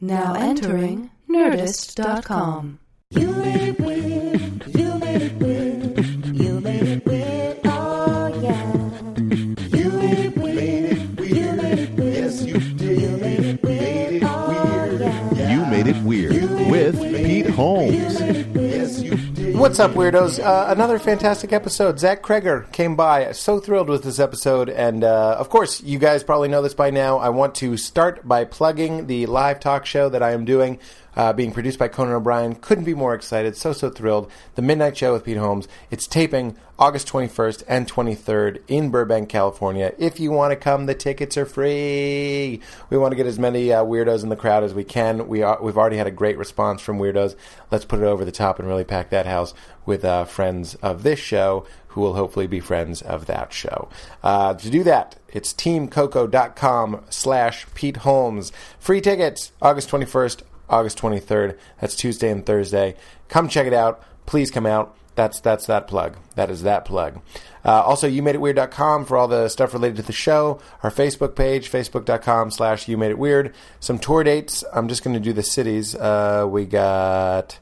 Now entering Nerdist.com. You made it weird. You made it weird. You made it weird. Oh yeah. You made it weird. You made it weird. Yes, you did. You made it weird. Oh yeah. You Made It Weird with Pete Holmes. What's up, weirdos? Uh, another fantastic episode. Zach Kreger came by. So thrilled with this episode. And uh, of course, you guys probably know this by now. I want to start by plugging the live talk show that I am doing, uh, being produced by Conan O'Brien. Couldn't be more excited. So, so thrilled. The Midnight Show with Pete Holmes. It's taping August 21st and 23rd in Burbank, California. If you want to come, the tickets are free. We want to get as many uh, weirdos in the crowd as we can. We are, we've already had a great response from weirdos. Let's put it over the top and really pack that house with uh, friends of this show who will hopefully be friends of that show. Uh, to do that, it's teamcoco.com slash Pete Holmes. Free tickets, August 21st, August 23rd. That's Tuesday and Thursday. Come check it out. Please come out. That's that's that plug. That is that plug. Uh, also, youmadeitweird.com for all the stuff related to the show. Our Facebook page, facebook.com slash you made it weird. Some tour dates. I'm just going to do the cities. Uh, we got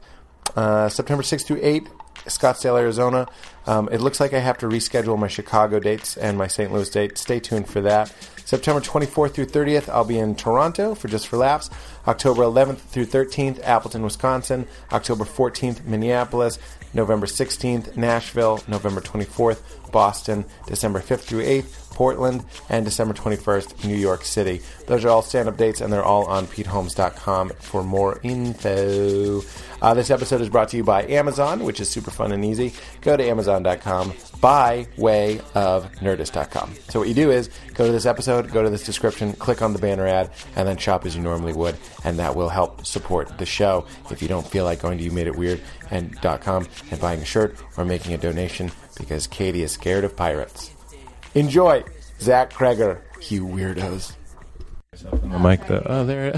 uh, September 6th through 8th, Scottsdale, Arizona. Um, it looks like I have to reschedule my Chicago dates and my St. Louis date. Stay tuned for that. September 24th through 30th, I'll be in Toronto for Just for Laughs. October 11th through 13th, Appleton, Wisconsin. October 14th, Minneapolis. November 16th, Nashville. November 24th, Boston. December 5th through 8th, Portland. And December 21st, New York City. Those are all stand up dates, and they're all on PeteHolmes.com for more info. Uh, this episode is brought to you by Amazon, which is super fun and easy. Go to Amazon.com by way of Nerdist.com. So, what you do is go to this episode, go to this description, click on the banner ad, and then shop as you normally would, and that will help support the show. If you don't feel like going to You Made It Weird and .com and buying a shirt or making a donation because Katie is scared of pirates. Enjoy, Zach Kreger, you weirdos. The mic though. Oh, there.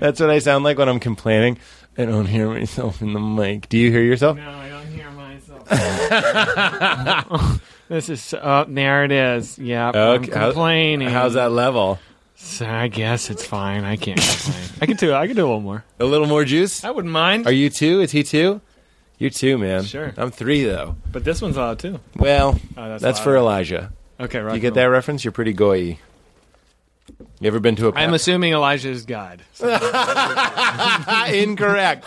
That's what I sound like when I'm complaining. I don't hear myself in the mic. Do you hear yourself? No, I don't hear myself. this is oh, there it is. Yeah, Okay, I'm how- complaining. How's that level? So I guess it's fine. I can't complain. I could do. I could do a little more. A little more juice? I wouldn't mind. Are you two? Is he two? You're two, man. Sure. I'm three though. but this one's loud too. Well, Oh, that's, that's for loud. Elijah. Okay, Do right. you get that reference? You're pretty goy. You ever been to a? I'm assuming Elijah is God. So incorrect.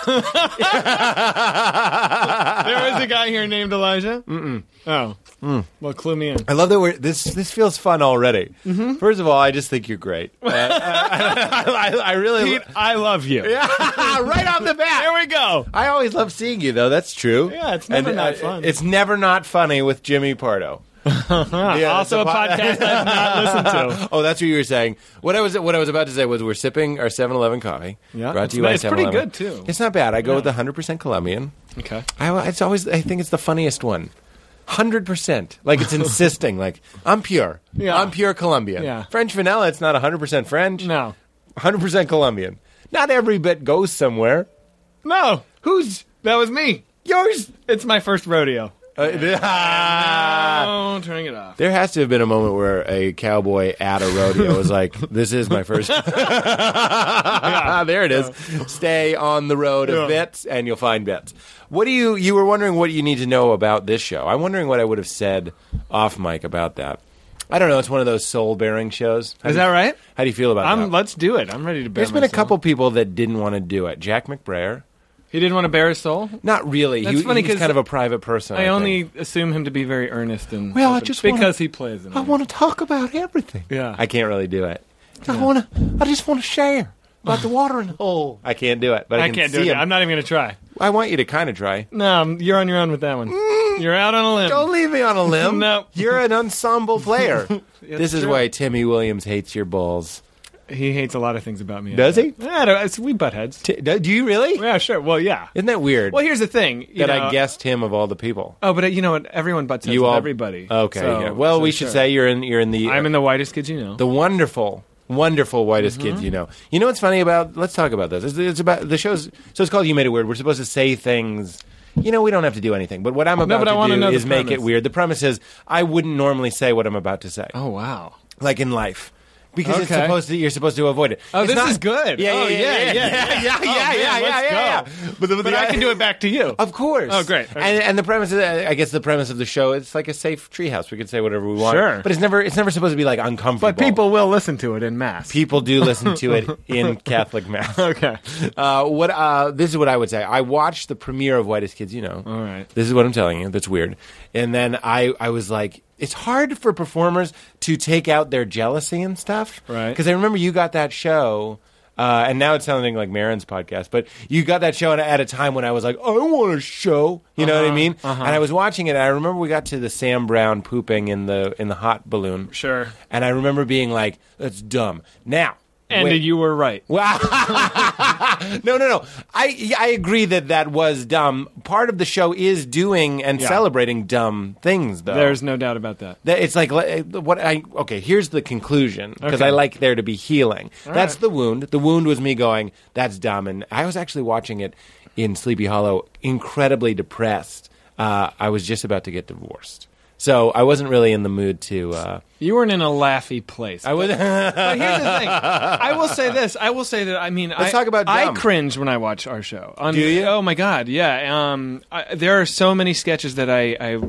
there is a guy here named Elijah. Mm-mm. Oh, Mm. well, clue me in. I love that we're this. This feels fun already. First of all, I just think you're great. Uh, I, I really Pete, I love you. Yeah. right off the bat. There we go. I always love seeing you, though. That's true. uh, Yeah, it's never not fun. It's never not funny with Jimmy Pardo. Yeah, also, a that's a podcast I've not listened to. Oh, that's what you were saying. What I was what I was about to say was we're sipping our 7-Eleven coffee. Yeah, brought it's to you ni- by it's pretty 7-Eleven. good, too. It's not bad. I go with the hundred percent Colombian. Okay. I it's always I think it's the funniest one. Hundred percent, like it's insisting, like I'm pure. Yeah. I'm pure Colombian. Yeah. French vanilla. It's not hundred percent French. No. hundred percent Colombian. Not every bit goes somewhere. No. Who's That was me. yours? It's my first rodeo. Uh, Oh, turning it off. There has to have been a moment where a cowboy at a rodeo was like, "This is my first. there it is. Stay on the road of Yeah. bits, and you'll find bits. What do you? You were wondering what you need to know about this show. I'm wondering what I would have said off mic about that. I don't know. It's one of those soul bearing shows. How Is do you- that right? How do you feel about I'm. that? Let's do it. I'm ready to bear. There's been a myself. couple people that didn't want to do it. Jack McBrayer, He didn't want to bare his soul. not really. That's he, funny he's 'cause kind of a private person. I, I think. only assume him to be very earnest and Well, I open, just wanna- because he plays. In I it. want to talk about everything. Yeah. I can't really do it. I want to. I just want to share about the watering hole. I can't do it. But I, I can can't do see it. him. I'm not even going to try. I want you to kind of try. No, I'm- you're on your own with that one. You're out on a limb. Mm. Don't leave me on a limb. No. you're an ensemble player. this is true. why Timmy Williams hates your balls. He hates a lot of things about me. Does he? Yeah, I don't- it's- we butt heads. T- do you really? Yeah, sure. Well, yeah. Isn't that weird? Well, here's the thing. you that I know- guessed him of all the people. Oh, but uh, you know what? Everyone butts heads you with all everybody. Okay. So- yeah. Well, so we should sure. say you're in. You're in the. I'm in the whitest kids you know. the wonderful, wonderful whitest kids Mm-hmm. you know. You know what's funny about? Let's talk about this. It's, it's about the show's. So it's called You Made It Weird. We're supposed to say things. You know, we don't have to do anything. But what I'm about but I to wanna do know the is make it premise. weird. The premise is I wouldn't normally say what I'm about to say, oh wow. like in life. because it's Oh. Okay. supposed to you're supposed to avoid it. Oh, It's this not- is good. Yeah, Oh, yeah, yeah, yeah, yeah, yeah, yeah, Oh, yeah, man, yeah, let's yeah, go. yeah. But, I can do it back to you. Of course. Oh, great. And and the premise of the, I guess the premise of the show it's like a safe treehouse. We can say whatever we want. Sure. But it's never it's never supposed to be like uncomfortable. But people will listen to it in mass. people do listen to it in Catholic mass. Okay. Uh, what uh, this is what I would say. I watched the premiere of White as Kids, you know. All right. This is what I'm telling you. That's weird. And then I, I was like, it's hard for performers to take out their jealousy and stuff. Right. Because I remember you got that show. Uh, and now it's sounding like Marin's podcast, but you got that show at- at a time when I was like, I want a show. You know what I mean? And I was watching it. And I remember we got to the Sam Brown pooping in the in the hot balloon. Sure. And I remember being like, that's dumb. Now. and wait- you were right. Wow. no, no, no. I I agree that that was dumb. Part of the show is doing and Yeah. celebrating dumb things, though. There's no doubt about that. That- it's like li- what I okay. Here's the conclusion because Okay. I like there to be healing. that's the wound. The wound was me going. That's dumb. And I was actually watching it in Sleepy Hollow, incredibly depressed. Uh, I was just about to get divorced, so I wasn't really in the mood to. Uh, You weren't in a laughy place. I was. but here's the thing. I will say this. I will say that. I mean, Let's I, talk about I dumb. cringe when I watch our show. On- Do you? Oh my god, yeah. Um, I, there are so many sketches that I I,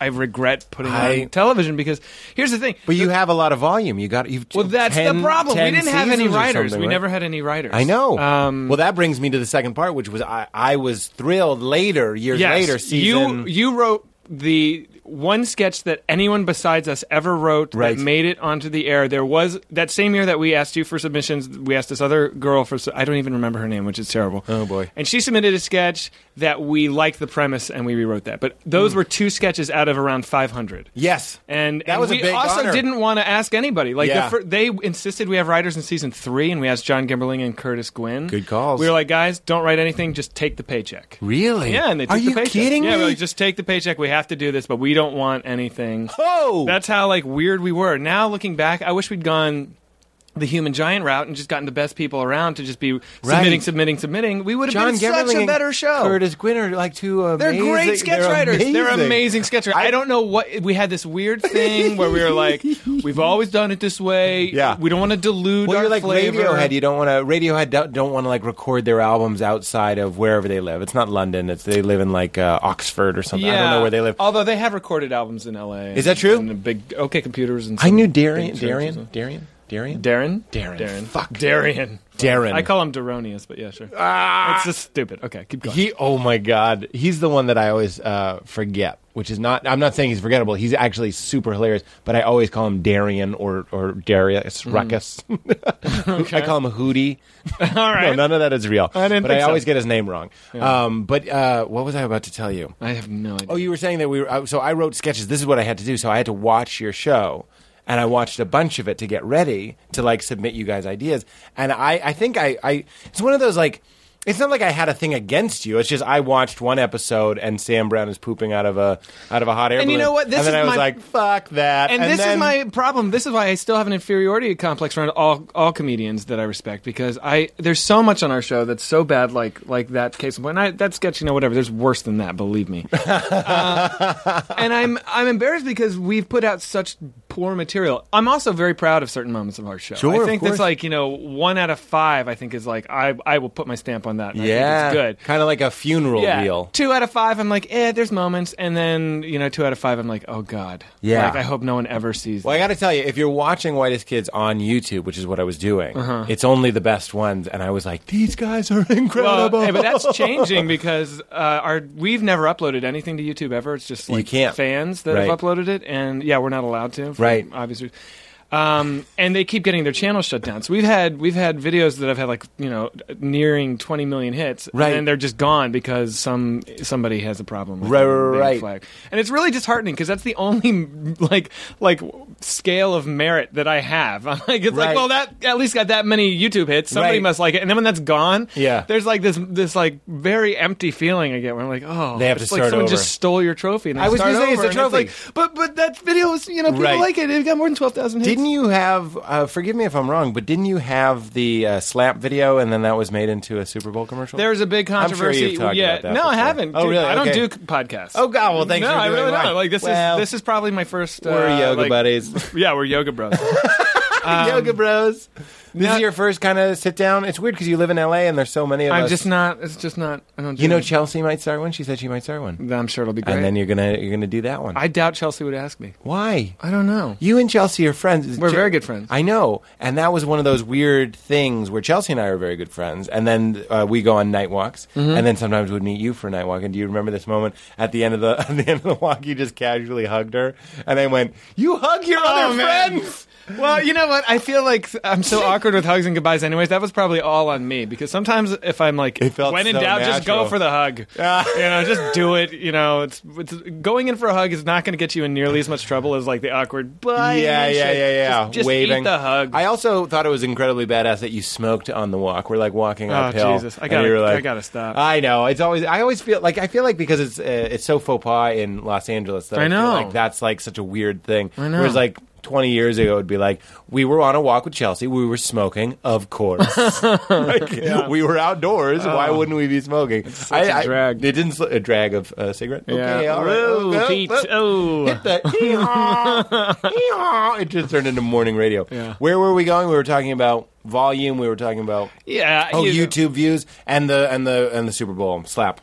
I regret putting I- on television because here's the thing. But you have a lot of volume. You got you've well, that's 10 the problem. We 10 didn't have any seasons or writers. something, We right? never had any writers. I know. Um, well, that brings me to the second part, which was I, I was thrilled later, years yes, later, season. You you wrote the one sketch that anyone besides us ever wrote Right. that made it onto the air. There was that same year that we asked you for submissions. We asked this other girl for I don't even remember her name, which is terrible. Oh, boy. And she submitted a sketch that we liked the premise and we rewrote that. But those Hmm. were two sketches out of around 500. yes, And, That and was a we big also honor. didn't want to ask anybody. Like Yeah. the fir- they insisted we have writers in season three, and we asked John Gimberling and Curtis Gwynn. Good calls. We were like, guys, don't write anything, just take the paycheck. really. Yeah, and they took are the you paycheck. kidding me? yeah, we're like, just take the paycheck. We have to do this, but we don't want anything. oh, That's how like weird we were. Now looking back, I wish we'd gone the human giant route and just gotten the best people around to just be submitting, submitting, submitting. We would have John been such Gemmerling a and better show. Curtis Gwynn are like two. They're Amazing, great sketch they're writers. They're amazing sketch writers. I, I- don't know what we had this weird thing where we were like, we've always done it this way. Yeah. we don't want to dilute Well, our you're like flavor. Radiohead. You don't want to. Radiohead don't, don't want to like record their albums outside of wherever they live. It's not London. It's they live in like uh, Oxford or something. I don't know where they live. Although they have recorded albums in L.A. Is that true? And the big OK computers and I knew some big Darian. churches Darian. and- Darian. Darian. Darren. Darren. Darren. Fuck. Darian. Darren. Ah! I call him Daronius, but yeah, sure. it's just stupid. Okay, keep going. He, oh my God, he's the one that I always uh, forget. Which is not. I'm not saying he's forgettable. He's actually super hilarious. But I always call him Darian or or Darius Ruckus. I call him Hootie. Mm. All right. No, none of that is real. I didn't But think I so. always get his name wrong. Um, but uh, what was I about to tell you? I have no idea. Oh, you were saying that we were. uh, So I wrote sketches. This is what I had to do. So I had to watch your show, and I watched a bunch of it to get ready to like submit you guys ideas. And I, I think I, I, it's one of those like, it's not like I had a thing against you. It's just I watched one episode and Sam Brown is pooping out of a out of a hot air And you balloon. know what? This and then is I was my- like, fuck that. and, this then- is my problem. This is why I still have an inferiority complex around all all comedians that I respect because I there's so much on our show that's so bad, like like that case in point. And I, that sketch, you know, whatever. There's worse than that, believe me. Uh, and I'm I'm embarrassed because we've put out such poor material. I'm also very proud of certain moments of our show. Sure, I of think that's course. like you know one out of five. I think is like I I will put my stamp on that. and I think yeah, it's good. Kind of like a funeral Yeah. reel. Two out of five, I'm like, eh, there's moments. And then, you know, two out of five, I'm like, oh, God. Yeah. Like, I hope no one ever sees Well, I that. got to tell you, if you're watching Whitest Kids on YouTube, which is what I was doing, Uh-huh. it's only the best ones. And I was like, these guys are Well, incredible. hey, but that's changing because uh, our we've never uploaded anything to YouTube ever. It's just You like can't. fans that Right. have uploaded it, and yeah, we're not allowed to, for Right. Obvious reasons. Um, and they keep getting their channels shut down. So we've had we've had videos that have had like you know nearing 20 million hits, Right. And then they're just gone because some somebody has a problem, with Right, them being right. flagged. And it's really disheartening because that's the only like like scale of merit that I have. I'm like it's Right. like well that at least got that many YouTube hits. Somebody Right. must like it. And then when that's gone, Yeah. there's like this this like very empty feeling I get where I'm like, oh, They have to it's start like someone over. just stole your trophy. And they I was start gonna say it's over, a and trophy. like, but but that video was you know people Right. like it. It got more than twelve thousand. Didn't you have? Uh, forgive me if I'm wrong, but didn't you have the uh, slap video, and then that was made into a Super Bowl commercial? There's a big I'm sure controversy. you've talked yeah, about that no, I before. haven't. Oh, dude. really? I don't Okay. do c- podcasts. Oh, God, well, thanks No, for I doing really mine. don't. Like this Well, is this is probably my first. Uh, um, We're yoga like- buddies. Yeah, we're yoga bros. Yoga Bros. This is your first kind of sit down. It's weird because you live in LA and there's so many of I'm us. just not. It's just not. I don't. Do you know, it. Chelsea might start one. She said she might start one, I'm sure it'll be great. and then you're gonna you're gonna do that one. I doubt Chelsea would ask me. Why? I don't know. You and Chelsea are friends. We're Ch- very good friends. I know, and that was one of those weird things where Chelsea and I are very good friends, and then uh, we go on night walks, Mm-hmm. and then sometimes we'd meet you for a night walk. And do you remember this moment at the end of the at the end of the walk? You just casually hugged her, and I went, "You hug your other Oh, man. friends." Well, you know what? I feel like I'm so awkward with hugs and goodbyes. Anyways, that was probably all on me because sometimes if I'm like, It felt when in so doubt, just go natural. for the hug. you know, just do it. You know, it's, it's going in for a hug is not going to get you in nearly as much trouble as like the awkward. Bye. Yeah, yeah, yeah, handshake. yeah. Just, just Waving eat the hug. I also thought it was incredibly badass that you smoked on the walk. We're like walking Oh, uphill. Jesus. I and gotta- you were I gotta stop. I know. It's always. I always feel like I feel like because it's uh, it's so faux pas in Los Angeles that I, I feel know. like that's like such a weird thing. I know. Whereas like. 20 years ago, it would be like, we were on a walk with Chelsea. We were smoking, of course. Like, We were outdoors. Why wouldn't we be smoking? It's Oh. such a drag. it didn't, sl- a drag of uh, cigarette. Okay, all right. Whoa, Oh, oh, Pete. oh. Oh. Hit that. Hee-haw. Hee-haw. it just turned into morning radio. Where were we going? We were talking about volume. We were talking about Yeah. oh you- YouTube views and the and the and the Super Bowl slap.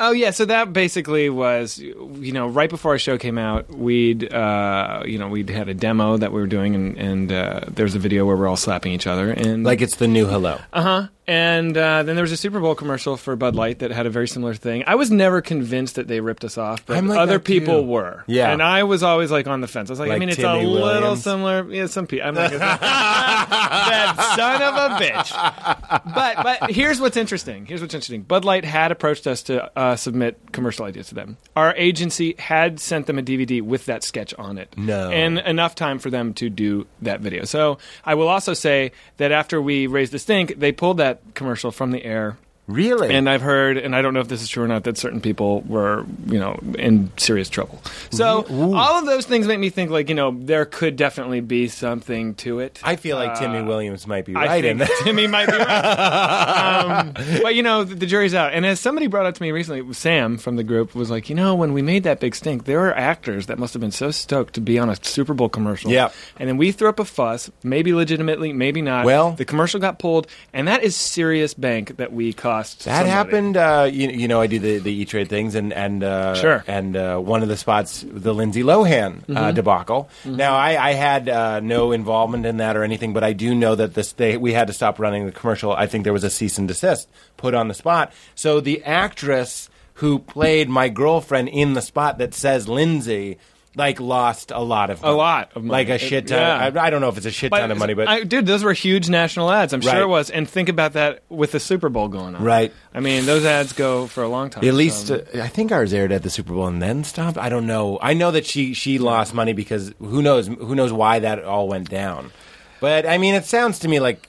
Oh yeah, so that basically was you know right before our show came out, we'd uh, you know we'd had a demo that we were doing, and, and uh, there was a video where we're all slapping each other, and Like it's the new hello. uh-huh. and uh then there was a Super Bowl commercial for Bud Light that had a very similar thing. I was never convinced that they ripped us off, but I'm like other that, too. people were, Yeah. and I was always like on the fence. I was like, I Like mean, it's Timmy a little Williams. similar. Yeah, some people. I'm like, that son of a bitch but but here's what's interesting. Here's what's interesting. Bud Light had approached us to uh, submit commercial ideas to them. Our agency had sent them a DVD with that sketch on it. No. and enough time for them to do that video. So I will also say that after we raised the stink, they pulled that commercial from the air. Really? And I've heard, and I don't know if this is true or not, that certain people were, you know, in serious trouble. So all of those things make me think, like, you know, there could definitely be something to it. I feel like Timmy Williams might be right I in think that. Timmy might be right. um, but you know, the, the jury's out. And as somebody brought up to me recently, Sam from the group was like, you know, when we made that big stink, there were actors that must have been so stoked to be on a Super Bowl commercial. Yep. And then we threw up a fuss, maybe legitimately, maybe not. Well- the commercial got pulled, and that is serious bank that we cost. That somebody. happened. Uh, you, you know, I do the, the E Trade things, and and uh, Sure. Mm-hmm. And uh, one of the spots, the Lindsay Lohan uh, debacle. Now, I, I had uh, no involvement in that or anything, but I do know that this they, we had to stop running the commercial. I think there was a cease and desist put on the spot. So the actress who played my girlfriend in the spot that says Lindsay. Like lost a lot of money. lot of money. like a It- shit ton. yeah. I, I don't know if it's a shit ton of money, but I, dude, those were huge national ads. I'm Right. sure it was. And think about that with the Super Bowl going on. Right. I mean, those ads go for a long time. At least so- uh, I think ours aired at the Super Bowl and then stopped. I don't know. I know that she she lost money because who knows who knows why that all went down. But I mean, it sounds to me like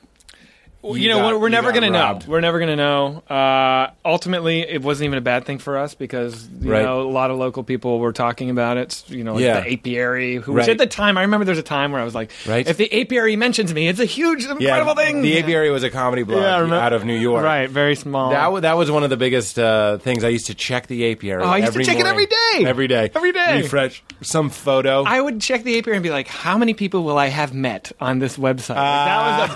Well, you know, got- we're, we're you never got going to know. robbed. We're never going to know. Uh, ultimately, it wasn't even a bad thing for us because you Right. know a lot of local people were talking about it. You know, like Yeah. the apiary, who which Right. at the time I remember there's a time where I was like, Right. if the apiary mentions me, it's a huge, incredible thing. The aviary was a comedy blog Yeah, I remember- out of New York. right? Very small. That was, that was one of the biggest uh, things. I used to check the apiary. Oh, I used to every check it morning. every day. Every day. Every day. Refresh some photo. I would check the apiary and be like, how many people will I have met on this website? Like, that was a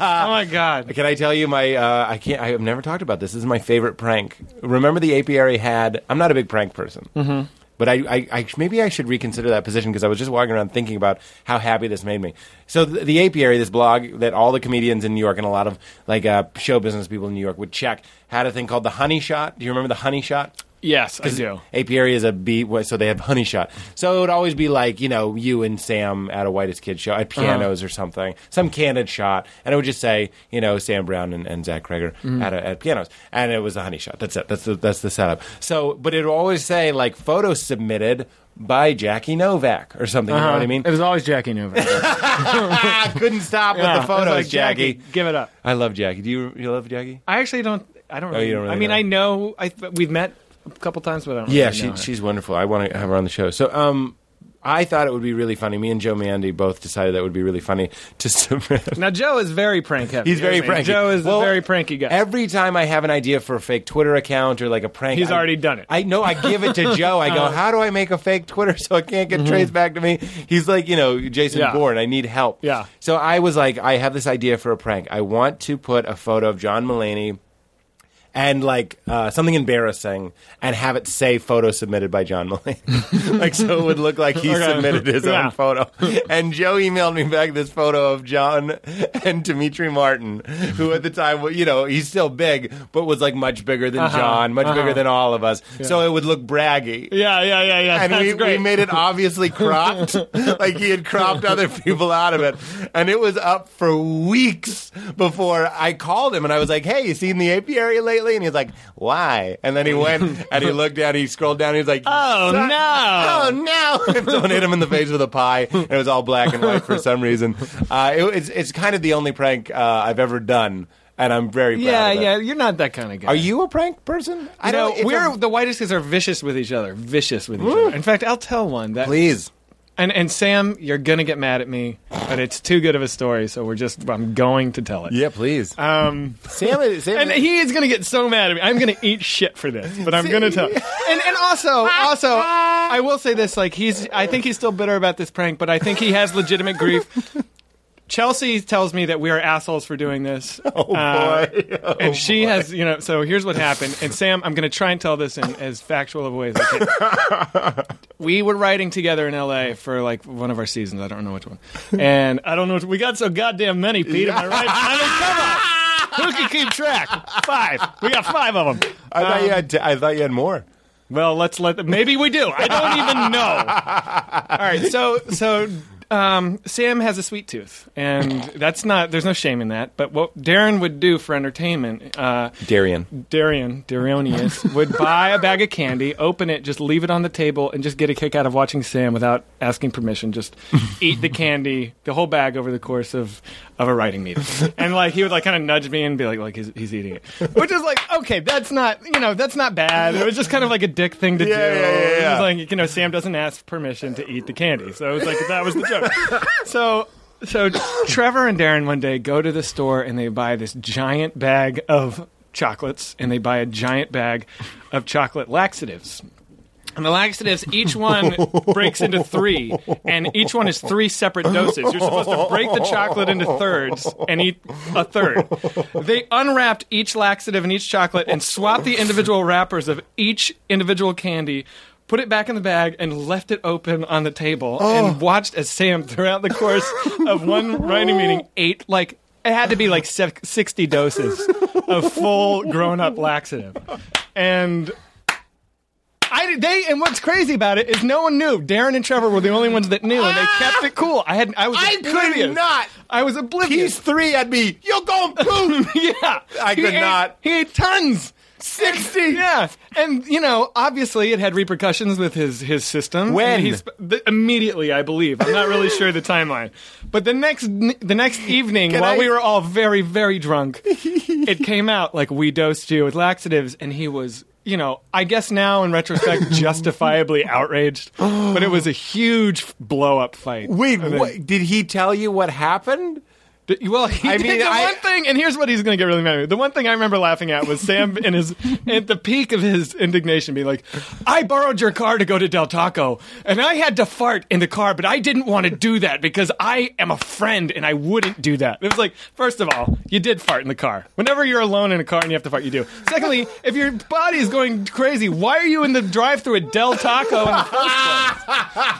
deal. oh my god. Can I tell you my? Uh, I can't. I've never talked about this. This is my favorite prank. Remember the apiary had? I'm not a big prank person, mm-hmm. but I, I, I maybe I should reconsider that position because I was just walking around thinking about how happy this made me. So the, the apiary, this blog that all the comedians in New York and a lot of like uh, show business people in New York would check, had a thing called the honey shot. Do you remember the honey shot? Yes, I do. Apiary is a bee, well, so they have honey shot. So it would always be like you know you and Sam at a whitest kid show Uh-huh. at pianos or something, some candid shot, and it would just say you know Sam Brown and, and Zach Kreger Mm-hmm. at a, at pianos, and it was the honey shot. That's it. That's the that's the setup. So, but it would always say like photo submitted by Jackie Novak or something. You know what Uh-huh. I mean? It was always Jackie Nova. I couldn't stop Yeah. with It's the photos, like, Jackie. Give it up. I love Jackie. Do you you love Jackie? I actually don't. I don't. Really, Oh, you don't really I mean, know. I know. I th- we've met a couple times, but I don't. Yeah, really know she, her. she's wonderful. I want to have her on the show. So, um, I thought it would be really funny. Me and Joe Mandy both decided that would be really funny to submit. Now Joe is very prank heavy. He's very isn't he? pranky. Joe is Well, a very pranky guy. Every time I have an idea for a fake Twitter account or like a prank, He's I- already done it. Uh-huh. I know. I give it to Joe. I go, how do I make a fake Twitter so it can't get traced back to me? He's like, you know, Jason Mm-hmm. Yeah. Bourne. I need help. Yeah. So I was like, I have this idea for a prank. I want to put a photo of John Mulaney and like uh, something embarrassing and have it say photo submitted by John Mulaney. like so it would look like he Okay. submitted his Yeah. own photo. And Joe emailed me back this photo of John and Dimitri Martin, who at the time, well, you know, he's still big, but was like much bigger than Uh-huh. John, much bigger than all of us. So it would look braggy. yeah, yeah, yeah, yeah. And That's we, great. we made it obviously cropped, like he had cropped other people out of it. And it was up for weeks before I called him and I was like, hey, you seen the apiary lately? And he's like, why? And then he went and he looked down, he scrolled down, he was like, Oh "Suck- Oh no! no! If someone hit him in the face with a pie, and it was all black and white for some reason. Uh, it, it's it's kind of the only prank uh, I've ever done, and I'm very proud yeah, of it. yeah. You're not that kind of guy. Are you a prank person? I You know, it's we're a- the whitest kids are vicious with each other. Vicious with each other. In fact, I'll tell one that. please. And and Sam, you're gonna get mad at me, but it's too good of a story, so we're just. I'm going to tell it. Yeah, please. Um, Sam, is- Sam and is- he is going to get so mad at me. I'm going to eat shit for this, but I'm going to tell. And and also, also, I will say this: like he's, I think he's still bitter about this prank, but I think he has legitimate grief. Chelsea tells me that we are assholes for doing this. Oh boy. and she has, you know. So here's what happened. And Sam, I'm going to try and tell this in as factual of a way as I can we were writing together in LA for like one of our seasons. I don't know which one. And I don't know. Which, we got so goddamn many, Pete. Am I right? I mean, come on. Who can keep track? Five. We got five of them. I thought you had. T- I thought you had more. Well, let's let them. Maybe we do. I don't even know. All right. So so um, Sam has a sweet tooth, and that's not. There's no shame in that. But what Darren would do for entertainment. Uh, Darian, Darian, Darionius, would buy a bag of candy, open it, just leave it on the table, and just get a kick out of watching Sam without asking permission. Just eat the candy, the whole bag, over the course of, of a writing meeting. And like he would like kind of nudge me and be like, like he's, he's eating it, which is like okay, that's not you know that's not bad. It was just kind of like a dick thing to Yeah, do. yeah, yeah, It was yeah. like you know Sam doesn't ask permission to eat the candy, so it was like that was the joke. So. So Trevor and Darren one day go to the store and they buy this giant bag of chocolates and they buy a giant bag of chocolate laxatives. And the laxatives, each one breaks into three, and each one is three separate doses. You're supposed to break the chocolate into thirds and eat a third. They unwrapped each laxative and each chocolate and swapped the individual wrappers of each individual candy. Put it back in the bag and left it open on the table and watched as Sam, throughout the course of one writing meeting, ate like it had to be like se- 60 doses of full grown up laxative. And I they and what's crazy about it is no one knew. Darren and Trevor were the only ones that knew, and they kept it cool. I had I was I could oblivious. not. I was he's oblivious. three at me. You're going poop. yeah, I He could ate- not. He ate tons. Sixty. Yeah, and you know, obviously, it had repercussions with his his system. When? And he's, th- immediately, I believe. I'm not really sure the timeline, but the next n- the next evening, Can while I- we were all very very drunk, it came out like we dosed you with laxatives, and he was. You know, I guess now in retrospect, justifiably outraged, but it was a huge blow up fight. Wait, And then- what, did he tell you what happened? D- Well, he I did mean, the I- one thing, and here's what he's going to get really mad at me. The one thing I remember laughing at was Sam in his at the peak of his indignation, being like, "I borrowed your car to go to Del Taco, and I had to fart in the car, but I didn't want to do that because I am a friend and I wouldn't do that." It was like, first of all, you did fart in the car. Whenever you're alone in a car and you have to fart, you do. Secondly, if your body is going crazy, why are you in the drive-through at Del Taco in the first place?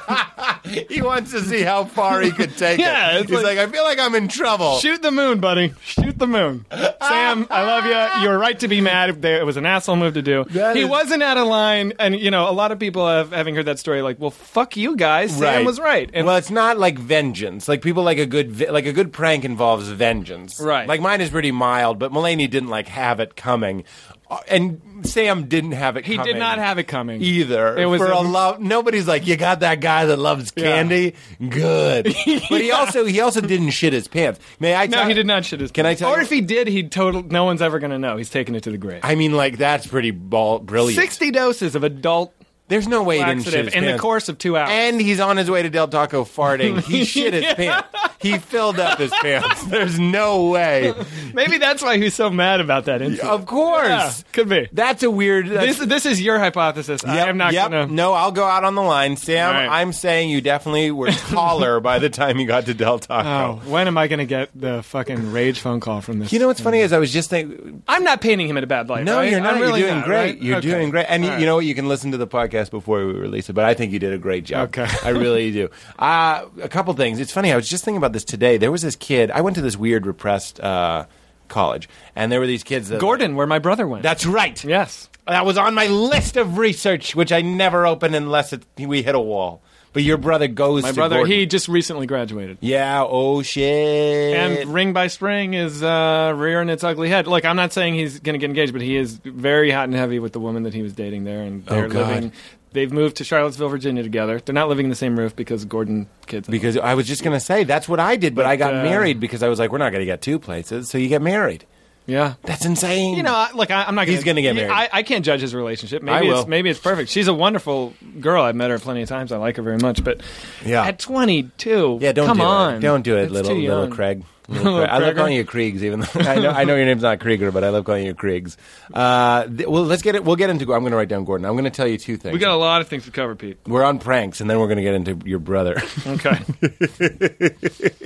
He wants to see how far he could take Yeah, it. it's He's like- like, I feel like I'm in trouble. Shoot the moon, buddy. Shoot the moon. Sam, I love you. You were right to be mad. There- It was an asshole move to do. That he is- wasn't out of line, and you know, a lot of people have, having heard that story, like, well, fuck you guys. Sam was right. And well, it's not like vengeance. Like people like a good vi- like a good prank involves vengeance. Right. Like mine is pretty mild, but Mulaney didn't like have it coming, Uh, and Sam didn't have it. he coming did not have it coming either. It was for a, a- love. Nobody's like you got that guy that loves candy. Good, but he also he also didn't shit his pants. May I? No, tell- he did not shit his. Can I pants. tell Or you- if he did, he total. No one's ever going to know. He's taking it to the grave. I mean, like that's pretty ball brilliant. Sixty doses of adult There's no way he didn't shit laxative his in the pants. course of two hours. and he's on his way to Del Taco farting. He shit his pants. He filled up his pants. There's no way. Maybe that's why he's so mad about that incident. Of course. Yeah, could be. That's a weird. That's, This this is your hypothesis. I am not yep. gonna. No, I'll go out on the line, Sam. All right. I'm saying you definitely were taller by the time you got to Del Oh, Taco. when am I gonna get the fucking rage phone call from this? You know what's funny is I was just thinking. I'm not painting him in a bad light. No, right? you're not. I'm really you're doing not, great. right? You're Okay. doing great. And All you- right. you know what? You can listen to the podcast before we release it. But I think you did a great job. Okay. I really do. Uh, a couple things. It's funny. I was just thinking about this today. There was this kid. I went to this weird repressed uh, college, and there were these kids. That, Gordon, where my brother went. That's right. yes. That was on my list of research, which I never open unless it, we hit a wall. But your brother goes. My to brother, Gordon. he just recently graduated. Yeah. Oh shit. And Ring by Spring is uh, rearing its ugly head. Look, I'm not saying he's going to get engaged, but he is very hot and heavy with the woman that he was dating there, and they're Oh, God. living. They've moved to Charlottesville, Virginia together. They're not living in the same roof because Gordon kids. because I was just gonna say that's what I did, but, I got uh, married because I was like, we're not gonna get two places, so you get married. yeah, That's insane. you know, I- look, I, I'm not. Gonna, He's gonna get married. I, I can't judge his relationship. Maybe I will. It's, maybe it's perfect. She's a wonderful girl. I've met her plenty of times. I like her very much. But Yeah. at 22, yeah, don't come do on, it. Don't do it, It's little too little young. Craig. Little Craig. I love Craigger? calling you Kriegs, even though I know, I know your name's not Krieger, but I love calling you Kriegs. Uh, th- well, let's get it. We'll get into. I'm going to write down Gordon. I'm going to tell you two things. We got a lot of things to cover, Pete. We're on pranks, and then we're going to get into your brother.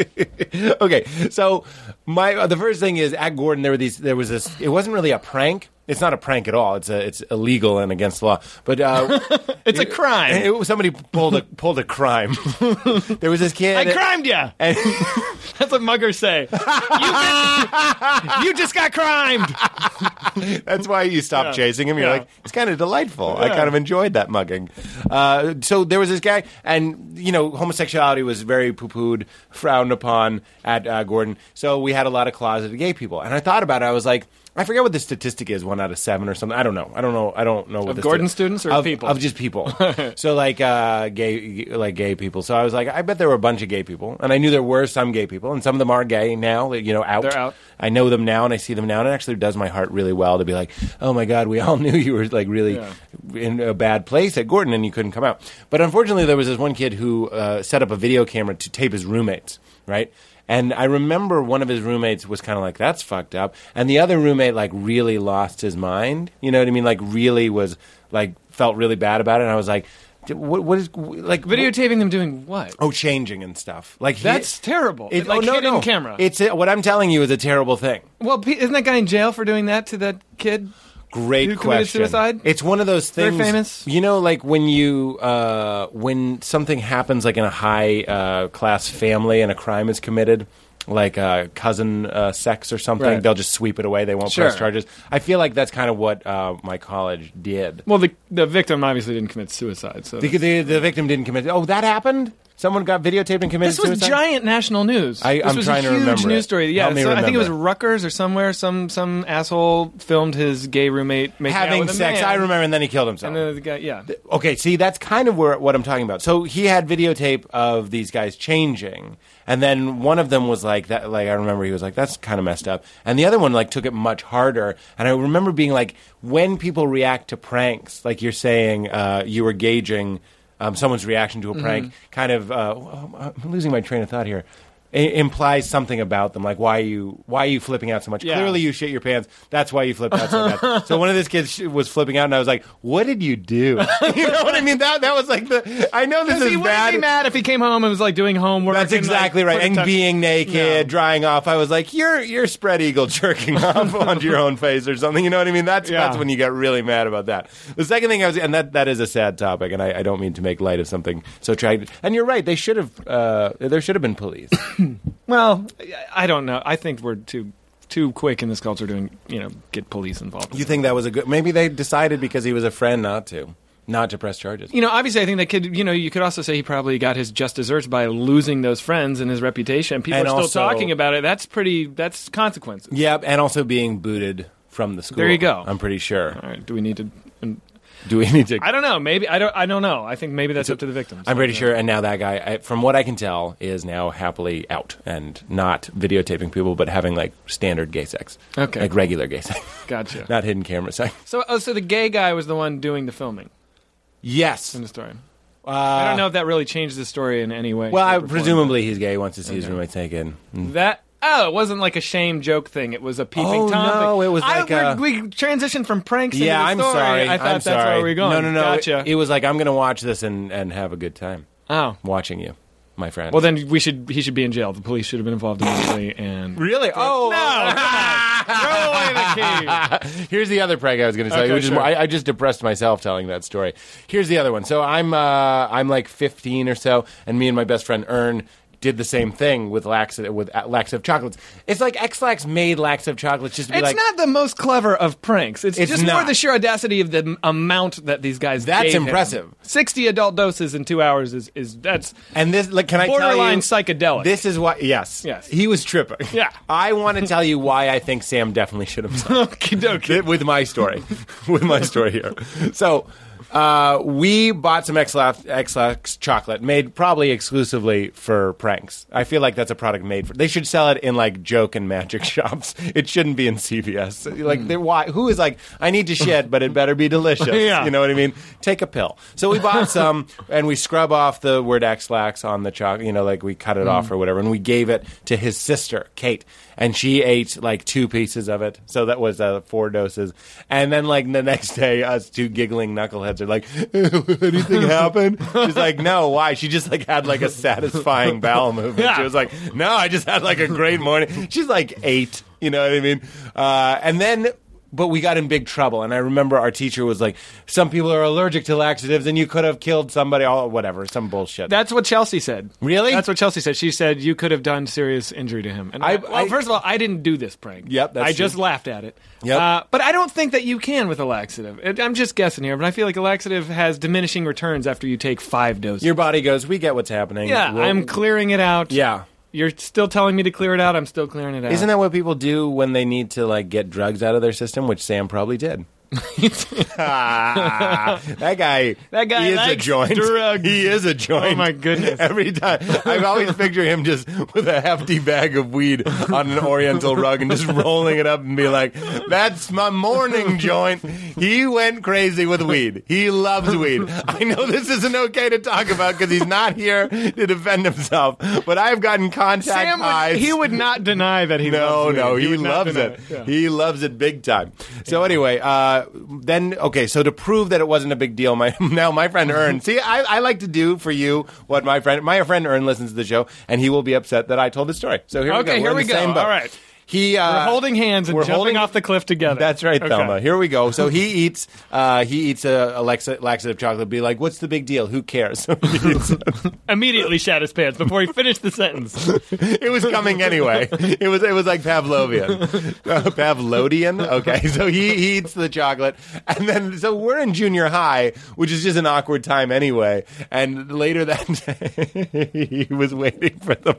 Okay. okay, so my uh, the first thing is at Gordon there were these there was this it wasn't really a prank. It's not a prank at all. It's a, it's illegal and against the law. But uh, it's a crime. it was- somebody pulled a pulled a crime. there was this kid. I crimed ya. And That's what muggers say. you just got crimed. that's why you stopped chasing him. You're Yeah. like, it's kind of delightful. I kind of enjoyed that mugging. Uh, so there was this guy, and you know, homosexuality was very poo pooed, frowned upon at uh, Gordon. So we had a lot of closeted gay people. And I thought about it. I was like, I forget what the statistic is one out of seven or something. I don't know. I don't know. I don't know what Of the Gordon sti- students or of, people? of just people. so like uh, gay, like gay people. So I was like, I bet there were a bunch of gay people, and I knew there were some gay people, and some of them are gay now. You know, out. They're out. I know them now, and I see them now, and it actually does my heart really well to be like, oh my god, we all knew you were like really in a bad place at Gordon, and you couldn't come out. But unfortunately, there was this one kid who uh, set up a video camera to tape his roommates, right? And I remember one of his roommates was kind of like, "That's fucked up," and the other roommate like really lost his mind. You know what I mean? Like really was like felt really bad about it. And I was like, "D- "What? What is like what- Videotaping them doing what? Oh, changing and stuff. Like he- That's terrible. It- Like oh, no, hidden no. camera. It's a, what I'm telling you is a terrible thing. Well, Pete, isn't that guy in jail for doing that to that kid? Great Who committed question. suicide? It's one of those Very things. famous? You know, like when you uh, when something happens, like in a high uh, class family, and a crime is committed, like uh, cousin uh, sex or something, Right. they'll just sweep it away. They won't Sure. press charges. I feel like that's kind of what uh, my college did. Well, the the victim obviously didn't commit suicide. So The, the, the victim didn't commit. Oh, that happened. Someone got videotaped and committed this was suicide. giant national news. I- this I'm was trying a to huge remember news it. story. Yeah, Help me so I think it was remember. Rutgers or somewhere. Some some asshole filmed his gay roommate making out Having with a sex, man. I remember, and then he killed himself. And then the guy, yeah, okay, see, that's kind of where what I'm talking about. So he had videotape of these guys changing, and then one of them was like that. Like I remember he was like, "That's kind of messed up," and the other one like took it much harder. And I remember being like, when people react to pranks, like you're saying, uh, you were gauging um, someone's reaction to a prank, kind of. Uh, I'm losing my train of thought here. It implies something about them, like why you why are you flipping out so much? Yeah. Clearly, you shit your pants. That's why you flipped out so bad. so one of these kids sh- was flipping out, and I was like, "What did you do?" you know what I mean? That that was like the. I know this he is wouldn't be bad. mad if he came home and was like doing homework. That's and, like, exactly right. put a And tux- being naked, No. drying off. I was like, "You're you're spread eagle jerking off onto your own face or something." You know what I mean? That's Yeah. that's when you got really mad about that. The second thing I was, and that that is a sad topic, and I, I don't mean to make light of something so tragic. And you're right. They should have. Uh, there should have been police. Well, I don't know. I think we're too too quick in this culture to you know get police involved. You think that was a good? Maybe they decided because he was a friend not to, not to press charges. you know, obviously, I think that kid. You know, you could also say he probably got his just desserts by losing those friends and his reputation. People And are still also- talking about it. That's pretty. That's consequences. Yep, and also being booted from the school. There you go. I'm pretty sure. All right. Do we need to? and- Do we need to? I don't know. Maybe I don't. I don't know. I think maybe that's up to the victims. I'm pretty sure. And now that guy, I, from what I can tell, is now happily out and not videotaping people, but having like standard gay sex. Okay. Like regular gay sex, Gotcha. not hidden camera sex. So, oh, so the gay guy was the one doing the filming. Yes. in the story. I don't know if that really changed the story in any way. Uh, Well, shape, I, or form. presumably he's gay. He wants to see his roommate taken. that. Oh, it wasn't like a shame joke thing. It was a peeping Oh, tom. thing. no, it was I- like we're- a- we transitioned from pranks. into Yeah, the I'm story. sorry. I thought I'm that's sorry. where we were going. No, no, no. Gotcha. It, it was like I'm going to watch this and, and have a good time oh, watching you, my friend. well then we should. He should be in jail. The police should have been involved immediately. And really? Oh, no, come on. throw away the key. Here's the other prank I was going to tell Okay, you, which is sure. more, I, I just depressed myself telling that story. Here's the other one. So I'm uh, I'm like 15 or so, and me and my best friend Ern did the same thing with laxative with uh, laxative chocolates. It's like X-Lax made laxative chocolates just to be It's like not the most clever of pranks. It's, It's just more not. the sheer audacity of the m- amount that these guys. That's gave him. impressive. Sixty adult doses in two hours is is that's And this, like, can I tell Borderline you, psychedelic. This is why, yes, Yes. he was tripping. Yeah. I want to tell you why I think Sam definitely should have. stopped. Th- with my story, with my story here. So, uh, we bought some XLax, XLax chocolate, made probably exclusively for pranks. I feel like that's a product made for. They should sell it in like joke and magic shops. It shouldn't be in CVS. Like, they why? Who is like, I need to shit, but it better be delicious. Yeah. You know what I mean? Take a pill. So we bought some, and we scrub off the word X-Lax on the chocolate. You know, like we cut it Mm. off or whatever, and we gave it to his sister Kate, and she ate like two pieces of it. So that was uh, four doses. And then like the next day, us two giggling knuckleheads are like, "Anything happen?" She's like, "No, why?" She just like had like a satisfying bowel movement. Yeah. She was like, "No, I just had like a great morning." She's like eight. You know what I mean? Uh, and then but we got in big trouble. And I remember our teacher was like, "Some people are allergic to laxatives, and you could have killed somebody." All whatever, some bullshit. That's what Chelsea said. Really? That's what Chelsea said. She said you could have done serious injury to him. And I, I- well, I- first of all, I didn't do this prank. Yep, that's I just true. laughed at it. Yep. Uh, but I don't think that you can with a laxative. And I'm just guessing here, but I feel like a laxative has diminishing returns after you take five doses. Your body goes, "We get what's happening." yeah, We'll- I'm clearing it out. yeah. You're still telling me to clear it out. I'm still clearing it out. Isn't that what people do when they need to like get drugs out of their system? Which Sam probably did. Ah, that guy, That guy he is a likes joint. drugs. He is a joint. Oh, my goodness. Every time, I always picture him just with a hefty bag of weed on an Oriental rug and just rolling it up and be like, "That's my morning joint." He went crazy with weed. He loves weed. I know this isn't okay to talk about because he's not here to defend himself, but I've gotten contact Sam would, highs he would not deny that he no, loves no, weed. he, would not loves deny it. He loves it big time. So anyway, uh, then okay. So to prove that it wasn't a big deal, my now my friend Ern. see, I, I like to do for you what my friend my friend Ern listens to the show, and he will be upset that I told the story. So here Okay, we go. We're here in we the go. Same boat. All right. He uh, We're holding hands and we're jumping holding- off the cliff together. That's right, Okay. Thelma. Here we go. So he eats, uh, he eats a, a laxa- laxative chocolate. Be like, what's the big deal? Who cares? He eats- Immediately shat his pants before he finished the sentence. it was coming anyway. It was it was like Pavlovian, uh, Pavlodian. Okay, so he, he eats the chocolate, and then so we're in junior high, which is just an awkward time anyway. And later that day, he was waiting for the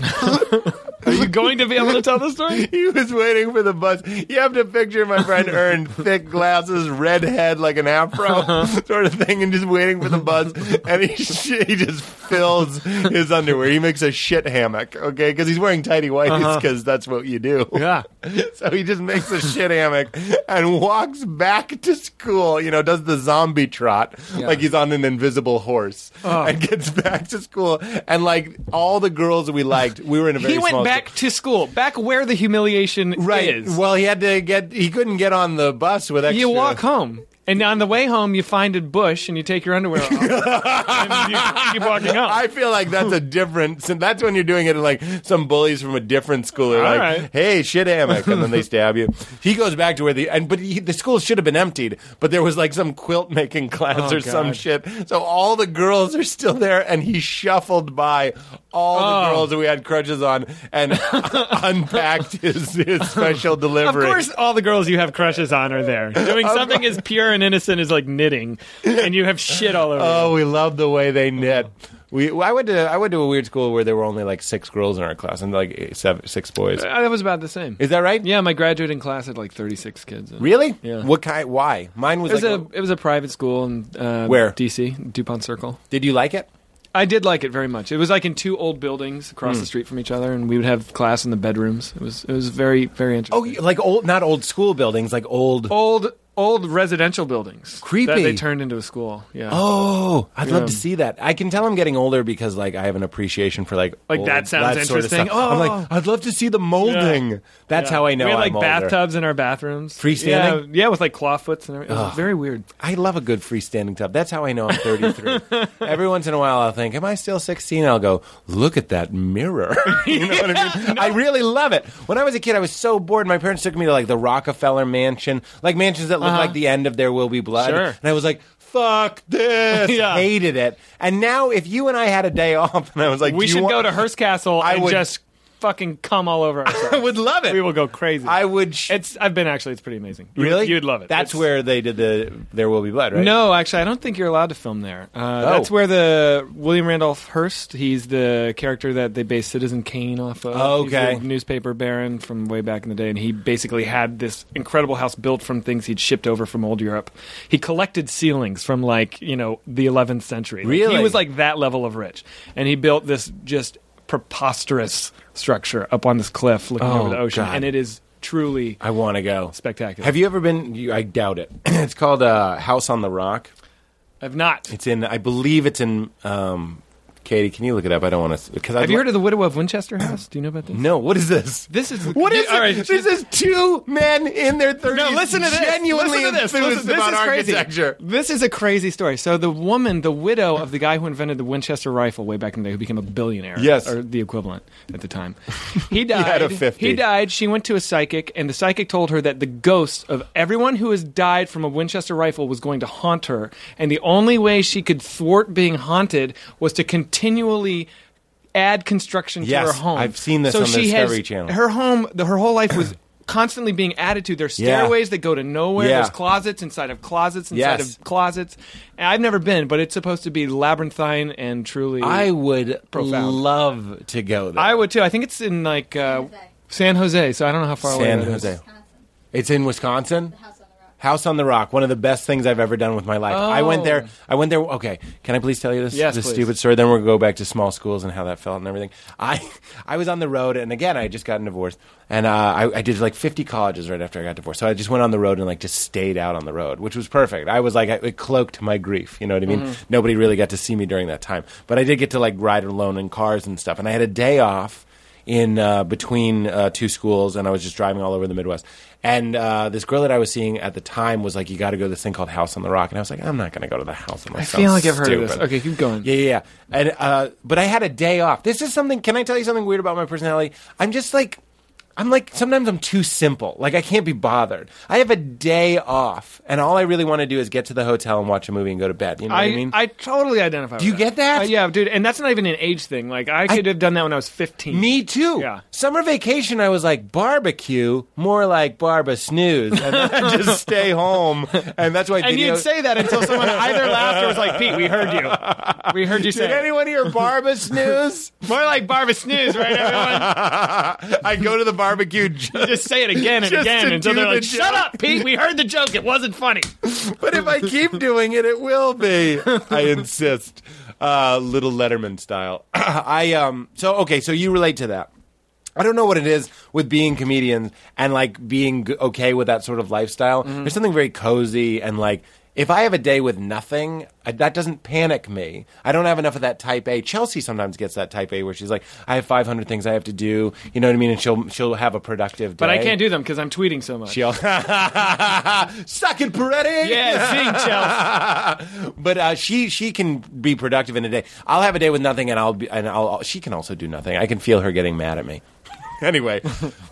Are you going to be able to tell the story? he was waiting for the bus. You have to picture my friend Ern, thick glasses, red head, like an Uh-huh. afro sort of thing, and just waiting for the bus. And he sh- he just fills his underwear. He makes a shit hammock, okay? Because he's wearing tidy whities, because that's what you do. Uh-huh. Yeah. So he just makes a shit hammock and walks back to school, you know, does the zombie trot like he's on an invisible horse Oh. and gets back to school. And like all the girls we liked, we were in a very he went small back to school, back where the humiliation Right. is. Well, he had to get. He couldn't get on the bus with extra. you walk home, and on the way home, you find a bush and you take your underwear off. and you keep walking home. I feel like that's a different. so That's when you're doing it. in, Like some bullies from a different school are like, right. "Hey, shit, hammock," and then they stab you. He goes back to where the and but he, the school should have been emptied. But there was like some quilt making class Oh, or some God. shit. So all the girls are still there, and he shuffled by all the Oh. girls that we had crutches on and unpacked his, his special of delivery. course, all the girls you have crushes on are there. Doing something as pure and innocent as like knitting, and you have shit all over. you. Oh, we love the way they knit. We, well, I went to I went to a weird school where there were only like six girls in our class and like eight- seven, six boys. Uh, that was about the same. Is that right? yeah, my graduating class had like 36 kids. in it. Really? Yeah. What kind? Why? Mine was, It was like. oh, a it was a private school in uh, Where? DC Dupont Circle. did you like it? I did like it very much. It was like in two old buildings across the street from each other, and we would have class in the bedrooms. It was it was very very interesting. Oh, you- like old, not old school buildings, like old. old old residential buildings. Creepy. That they turned into a school. Yeah. Oh, I'd Yeah. love to see that. I can tell I'm getting older because like I have an appreciation for like Like, old- that sounds sort of interesting. stuff. I'm Oh. like I'd love to see the molding. That's how I know We had like I'm older. bathtubs in our bathrooms. Freestanding? Yeah, yeah with like clawfoots and everything. It was very weird. I love a good freestanding tub. That's how I know I'm 33. Every once in a while, I'll think, "Am I still 16?" I'll go, "Look at that mirror." you know what I mean? I really love it. When I was a kid, I was so bored. My parents took me to like the Rockefeller Mansion, like mansions that look like the end of There Will Be Blood, Uh-huh. Sure. and I was like. Fuck this! Yeah. Hated it. And now, if you and I had a day off, and I was like, "Do We you should want- go to Hearst Castle I and would- just fucking come all over ourselves. I would love it. we will go crazy. I would. Sh- It's. I've been actually. It's pretty amazing. You- really, you'd love it. That's It's- where they did the "There Will Be Blood," right? No, actually, I don't think you're allowed to film there. Uh, Oh. That's where the William Randolph Hearst. He's the character that they based Citizen Kane off of. Oh, He's the okay. newspaper baron from way back in the day, and he basically had this incredible house built from things he'd shipped over from old Europe. He collected ceilings from like you know the 11th century. Like, Really? he was like that level of rich, and he built this just preposterous structure up on this cliff looking Oh, over the ocean, God. and it is truly I want to go. spectacular. Have you ever been? You, I doubt it. it's called uh, House on the Rock. I've not. It's in. I believe it's in. Um, Katie, can you look it up? I don't want to. Because Have you heard of the Widow of Winchester House? Do you know about this? No. What is this? This is What is all right, it? This is two men in their thirties. no. Listen to this. Genuinely listen to this. enthused Listen, this about is crazy. architecture. This is a crazy story. So the woman, the widow of the guy who invented the Winchester rifle way back in the day, who became a billionaire, Yes. or the equivalent at the time, he died. had a 50. He died. She went to a psychic, and the psychic told her that the ghost of everyone who has died from a Winchester rifle was going to haunt her, and the only way she could thwart being haunted was to continually. Add construction to Yes, her home. I've seen this so on the she Discovery has, Channel. Her home, the, her whole life was constantly being added to. There's Yeah. stairways that go to nowhere. Yeah. There's closets inside of closets inside Yes. of closets. And I've never been, but it's supposed to be labyrinthine and truly. I would Profound. love to go there. I would too. I think it's in like uh, San Jose, so I don't know how far away. San that is. Jose. It's in Wisconsin. House on the Rock, one of the best things I've ever done with my life. I went there. I went there. Okay, can I please tell you this, Oh. Yes, this please. stupid story? Then we'll go back to small schools and how that felt and everything. I I was on the road, and again, I had just gotten divorced, and uh, I, I did like 50 colleges right after I got divorced. So I just went on the road and like just stayed out on the road, which was perfect. I was like, I, it cloaked my grief. You know what I mean? Mm-hmm. Nobody really got to see me during that time, but I did get to like ride alone in cars and stuff, and I had a day off in uh, between uh, two schools, and I was just driving all over the Midwest. And uh, this girl that I was seeing at the time was like, "You got to go to this thing called House on the Rock," and I was like, "I'm not going to go to the House on the Rock." I feel like I've heard of this. Okay, keep going. Yeah, yeah, yeah. And uh, but I had a day off. This is something. Can I tell you something weird about my personality? I'm just like, I'm like sometimes I'm too simple. Like I can't be bothered. I have a day off, and all I really want to do is get to the hotel and watch a movie and go to bed. You know I, what I mean? I totally identify. Do you get that? yeah, dude, and that's not even an age thing. Like I could have done that when I was 15. Me too. Yeah. Summer vacation, I was like barbecue, more like barba snooze, and then I just stay home. And that's why. And video- you'd say that until someone either laughed or was like, "Pete, we heard you. We heard you say." Did it." anyone hear barba snooze? More like Barba Snooze, right, everyone? I go to the barbecue. ju- Just say it again and Just again to until do they're the like, joke. shut up, Pete. We heard the joke. It wasn't funny. but if I keep doing it, it will be. I insist, uh, little Letterman style. I um. So okay, so you relate to that. I don't know what it is with being comedians and like being g- okay with that sort of lifestyle. There's something very cozy and like if I have a day with nothing, I, that doesn't panic me. I don't have enough of that type A. Chelsea sometimes gets that type A where she's like, I have 500 things I have to do. You know what I mean? And she'll she'll have a productive day. But I can't do them because I'm tweeting so much. She'll suck it, Peretti. yeah, zing, Chelsea. but uh, she she can be productive in a day. I'll have a day with nothing, and I'll be, and I'll she can also do nothing. I can feel her getting mad at me. anyway,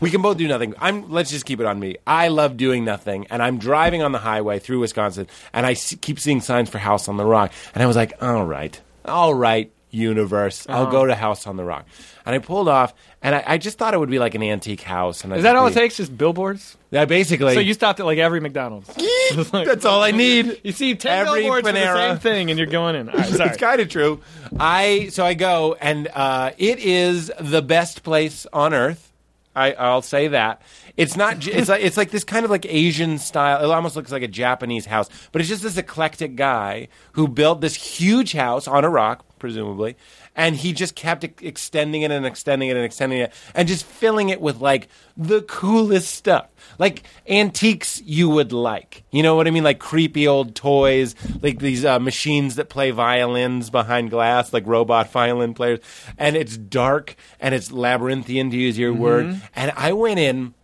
we can both do nothing. I'm let's just keep it on me. I love doing nothing, and I'm driving on the highway through Wisconsin, and I s- keep seeing signs for House on the Rock, and I was like, all right, all right. Universe, Oh. I'll go to House on the Rock, and I pulled off, and I, I just thought it would be like an antique house. And I Is that just all it be- takes? Just billboards? Yeah, basically. So you stopped at like every McDonald's. that's all I need. You see 10 Every billboards for the Panera. same thing and you're going in. All right, sorry. it's kind of true. I so I go and uh, it is the best place on earth. I, I'll say that it's not. j- It's like it's like this kind of like Asian style. It almost looks like a Japanese house, but it's just this eclectic guy who built this huge house on a rock. presumably, and he just kept ex- extending it and extending it and extending it and just filling it with like the coolest stuff, like antiques you would like. You know what I mean? Like creepy old toys, like these uh, machines that play violins behind glass, like robot violin players, and it's dark and it's labyrinthian to use your word. And I went in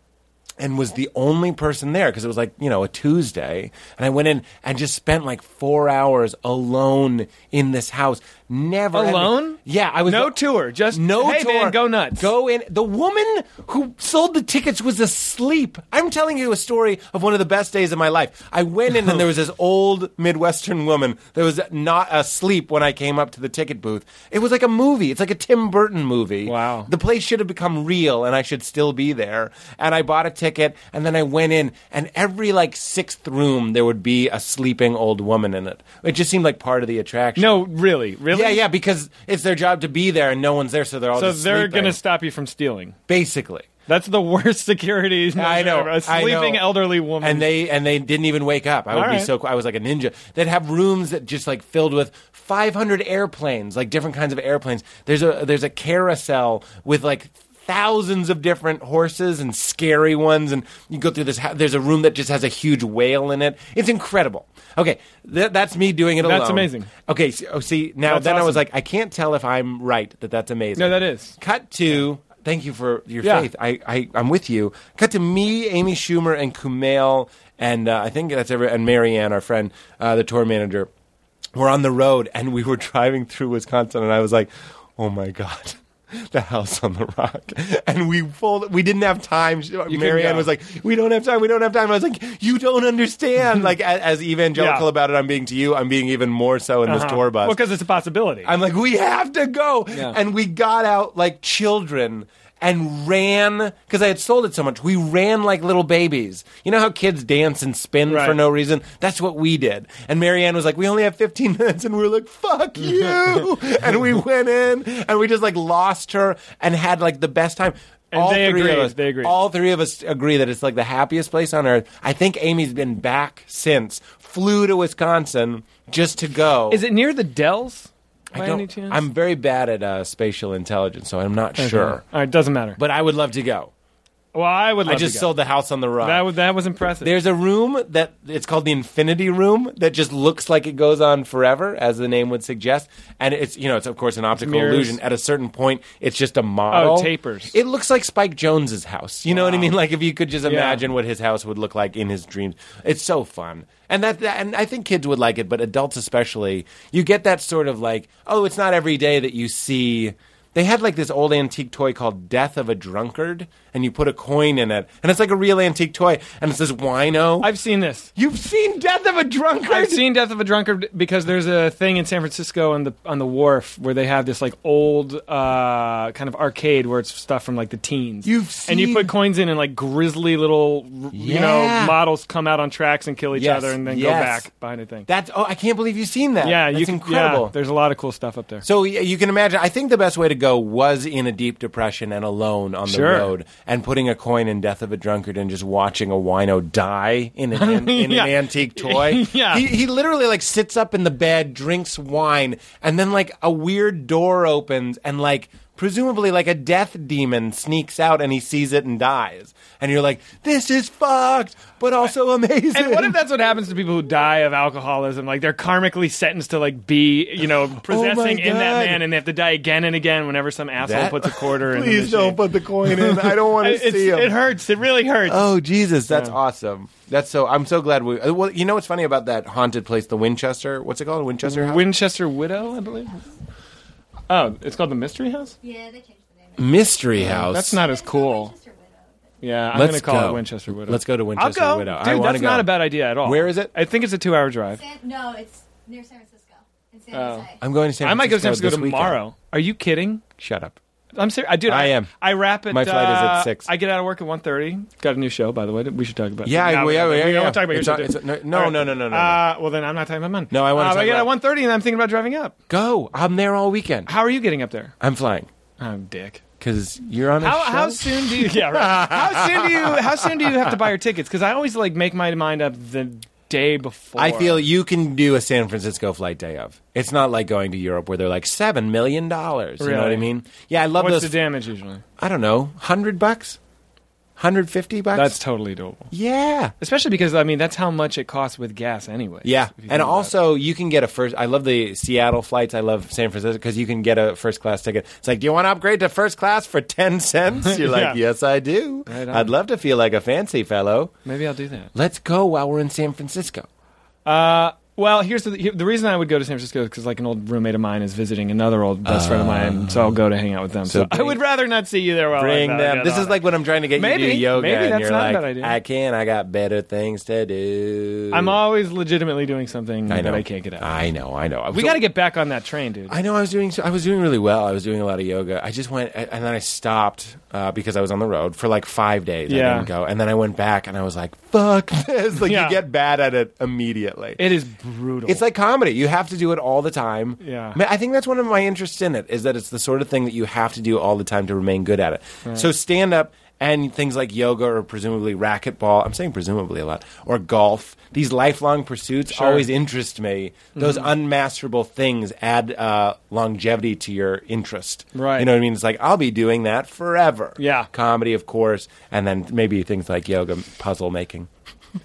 and was the only person there because it was like you know a Tuesday, and I went in and just spent like four hours alone in this house. Never had- Alone? yeah, I was No the- tour, just, no "Hey, tour. man, go nuts." Go in. The woman who sold the tickets was asleep. I'm telling you a story of one of the best days of my life. I went in and there was this old Midwestern woman that was not asleep when I came up to the ticket booth. It was like a movie. It's like a Tim Burton movie. Wow. The place should have become real and I should still be there. And I bought a ticket and then I went in and every like sixth room there would be a sleeping old woman in it. It just seemed like part of the attraction. No, really, really. Yeah, yeah, because it's their job to be there and no one's there, so they're all So just they're sleeping. going to stop you from stealing. basically. That's the worst security. I measure know ever. A I know. sleeping elderly woman. and they and they didn't even wake up. I would All be right. so. qu- I was like a ninja. They'd have rooms that just like filled with 500 airplanes, like different kinds of airplanes. There's a there's a carousel with like thousands of different horses and scary ones, and you go through this. ho- There's a room that just has a huge whale in it. It's incredible. Okay, th- that's me doing it alone. That's amazing. Okay, so, oh, see now That's then I was awesome. like, I can't tell if I'm right that that's amazing. No, that is. Cut to thank you for your Yeah. faith. I, I I'm with you. Cut to me, Amy Schumer, and Kumail, and uh, I think that's every and Marianne, our friend, uh, the tour manager. We're on the road, and we were driving through Wisconsin, and I was like, "Oh my god." The house on the rock, and we full. We didn't have time. She- Marianne go. was like, "We don't have time. We don't have time." I was like, "You don't understand." like as, as evangelical Yeah. Uh-huh. about it, I'm being to you. I'm being even more so in this tour bus. Well, because it's a possibility. I'm like, we have to go. Yeah. And we got out like children and ran because I had sold it so much. We ran like little babies. You know how kids dance and spin Right. for no reason? That's what we did. And Marianne was like, we only have 15 minutes. And we were like, fuck you. and we went in and we just like lost her and had like the best time. And all they three agreed, Of us, they agreed. All three of us agree that it's like the happiest place on earth. I think Amy's been back since. Flew to Wisconsin just to go. is it near the Dells? By I don't, any chance? I'm very bad at uh, spatial intelligence, so I'm not sure. All right, doesn't matter. But I would love to go. well, I would. Love I just to go. sold the house on the rock. That was that was impressive. There's a room that it's called the Infinity Room that just looks like it goes on forever, as the name would suggest. And it's you know it's of course an optical mirrors. Oh, illusion. At a certain point, it's just a model. tapers. It looks like Spike Jones's house. You know what I mean? Like if you could just imagine what his house would look like in his dreams. It's so fun, and that, that and I think kids would like it, but adults especially. You get that sort of like oh, it's not every day that you see. They had like this old antique toy called Death of a Drunkard, and you put a coin in it, and it's like a real antique toy, and it's this wino. I've seen this. You've seen Death of a Drunkard. I've seen Death of a Drunkard because there's a thing in San Francisco on the on the wharf where they have this like old uh, kind of arcade where it's stuff from like the teens. You've and you seen- put coins in and like grisly little r- you Yeah. know models come out on tracks and kill each Yes, other and then yes. go back behind a thing. That's oh, I can't believe you've seen that. yeah, That's you can, incredible. Yeah, there's a lot of cool stuff up there. So y- you can imagine. I think the best way to go was in a deep depression and alone on the Sure. road, and putting a coin in "Death of a Drunkard" and just watching a wino die in an in, in Yeah. an antique toy. Yeah. he, he literally like sits up in the bed, drinks wine, and then like a weird door opens and like. Presumably, like a death demon sneaks out and he sees it and dies. And you're like, this is fucked, but also amazing. And what if that's what happens to people who die of alcoholism? Like they're karmically sentenced to like be, you know, possessing in Oh God. that man, and they have to die again and again whenever some asshole That- puts a quarter. in the Please don't machine. put the coin in. I don't want to It, it's- see him. it hurts. It really hurts. Oh Jesus, that's awesome. That's so. I'm so glad we. uh, Well, you know what's funny about that haunted place, the Winchester. What's it called? Winchester House. Winchester Widow, I believe. Oh, it's called the Mystery House. Yeah, they changed the name. Mystery House. That's not as cool. Winchester Widow. Yeah, I'm Let's gonna call go. it Winchester Widow. Let's go to Winchester I'll go. Widow. I Dude, wanna that's not go. a bad idea at all. Where is it? I think it's a two-hour drive. San, no, it's near San Francisco. In San Oh. Jose. I'm going to San. I might go to San Francisco Francisco this tomorrow. Are you kidding? weekend. Shut up. I'm serious. I, dude, I am. I wrap it. My flight is at uh, 6. I get out of work at 1.30. Got a new show, by the way. that We should talk about. Yeah, No, we- we, yeah, yeah, don't. We yeah. don't want to talk about It's your on- show. it's- no, dude. no, All right. no, no, no, no. Uh, well, then I'm not talking about mine. No, I wanna uh, but talk I get about- out at 1.30, and I'm thinking about driving up. Go. I'm there all weekend. How are you getting up there? I'm flying I'm dick. because you're on a How, show. how soon do you? Yeah, right. How soon do you? How soon do you have to buy your tickets? Because I always like make my mind up the day before. I feel you can do a San Francisco flight day of. It's not like going to Europe where they're like seven million dollars. You know what I Really? mean? Yeah, I love What's those. the damage usually? I don't know, hundred bucks, hundred fifty bucks. That's totally doable. yeah. Especially because I mean that's how much it costs with gas anyway. Yeah, if you think and about also you can get a first. I love the Seattle flights. I love San Francisco because you can get a first class ticket. It's like, do you want to upgrade to first class for ten cents? You're like, Yeah. yes, I do. Right on. I'd love to feel like a fancy fellow. it. maybe I'll do that. Let's go while we're in San Francisco. Uh, well, here's the here- the reason I would go to San Francisco because like an old roommate of mine is visiting another old best friend of mine, so I'll go to hang out with them. Ah. So, so bring- I would rather not see you there. While Bring I'm them. This is like when I'm trying to get you to Maybe. do yoga, Maybe and that's you're not a like, bad idea. I can. I got better things to do. I'm always legitimately doing something I know. that I can't get out. of. I know. I know. we So- got to get back on that train, dude. I know I was doing. I was doing really well. I was doing a lot of yoga. I just went and then I stopped uh, because I was on the road for like five days. I Yeah. didn't go, and then I went back and I was like, "Fuck this!" Like Yeah. you get bad at it immediately. it is brutal. it's like comedy. You have to do it all the time. Yeah. I mean, I think that's one of my interests in it is that it's the sort of thing that you have to do all the time to remain good at it. So stand up and things like yoga or presumably racquetball. I'm saying presumably a lot or golf. These lifelong pursuits Sure. Mm-hmm. always interest me. Those unmasterable things add uh, longevity to your interest. Right. You know what I mean? It's like I'll be doing that forever. Yeah. Comedy, of course, and then maybe things like yoga, puzzle making.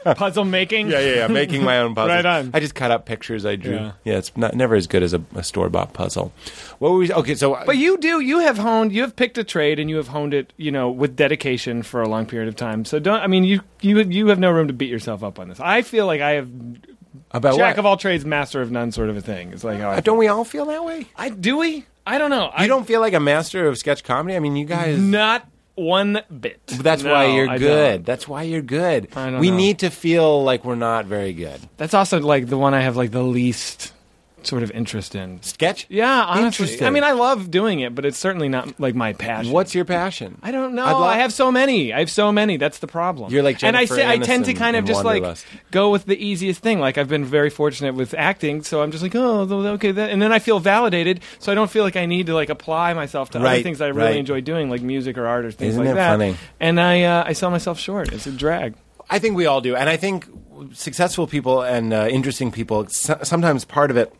puzzle making. Yeah, yeah, yeah. Making my own puzzles. Right on. I just cut up pictures I drew. Yeah, Yeah. it's not, never as good as a, a store bought puzzle. What were we? Okay, so But you do. You have honed. You have picked a trade, and you have honed it. You know, with dedication for a long period of time. So don't. I mean, you you you have no room to beat yourself up on this. I feel like I have about jack what? of all trades, master of none, sort of a thing. It's like how I, Uh, Don't we all feel that way? I do we? I don't know. You I don't feel like a master of sketch comedy. I mean, you guys. Not one bit. That's No, why you're I good. don't. That's why you're good. I don't we know. need to feel like we're not very good. That's also like the one I have like the least sort of interest in. Sketch. Yeah, honestly. Interesting. I mean, I love doing it, but it's certainly not like my passion. What's your passion? I don't know. I'd love- I have so many. I have so many. That's the problem. You're like and I Jennifer say I tend to Aniston kind of in just like Wanderlust. go with the easiest thing. Like I've been very fortunate with acting, so I'm just like, oh, th- okay. That, and then I feel validated, so I don't feel like I need to like apply myself to Right, other things I really right. enjoy doing, like music or art or things Isn't like it that. funny? And I uh, I sell myself short. It's a drag. I think we all do, and I think successful people and uh, interesting people so- sometimes part of it,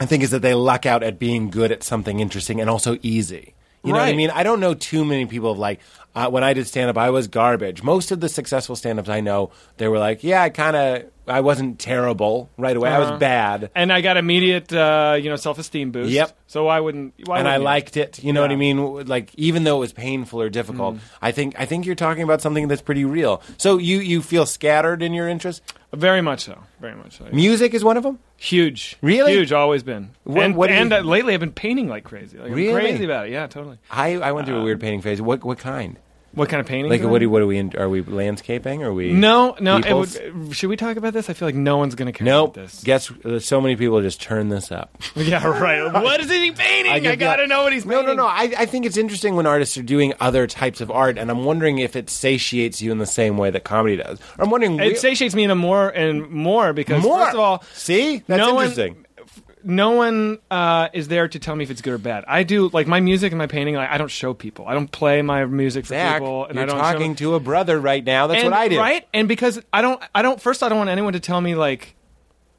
I think, is that they luck out at being good at something interesting and also easy. You know what I Right. mean? I don't know too many people of like uh, when I did stand up, I was garbage. Most of the successful stand ups I know, they were like, yeah, I kind of, I wasn't terrible right away. I was bad. Uh-huh. And I got immediate uh, you know self esteem boost. Yep. So why wouldn't? Why and I wouldn't you? liked it. You know what I Yeah. Mm. mean? W- Like even though it was painful or difficult, I think I think you're talking about something that's pretty real. So you you feel scattered in your interests. very much so. Very much so. Music is one of them. Huge. Really? Huge, always been. What- and what do you- and uh, lately I've been painting like crazy. Like, Really? I'm crazy about it. Yeah, totally. I, I went through a weird painting phase. What what kind? What kind of Um, painting? Like what do what are we in, are we landscaping? Are we No, no. It Peoples? would, should we talk about this? I feel like no one's going to care Nope. about this. Guess uh, so many people just turn this up. yeah, right. What is he painting? I, give got to that- know what he's No, painting. no, no. I, I think it's interesting when artists are doing other types of art, and I'm wondering if it satiates you in the same way that comedy does. Or I'm wondering It satiates me in a more and more because more. first of all, see, that's no one- interesting. no one uh, is there to tell me if it's good or bad. I do like my music and my painting. Like, I don't show people. I don't play my music for Zach, people, and you're I don't show talking to a brother right now. That's and, what I do. Right? And because I don't, I don't. First, I don't want anyone to tell me like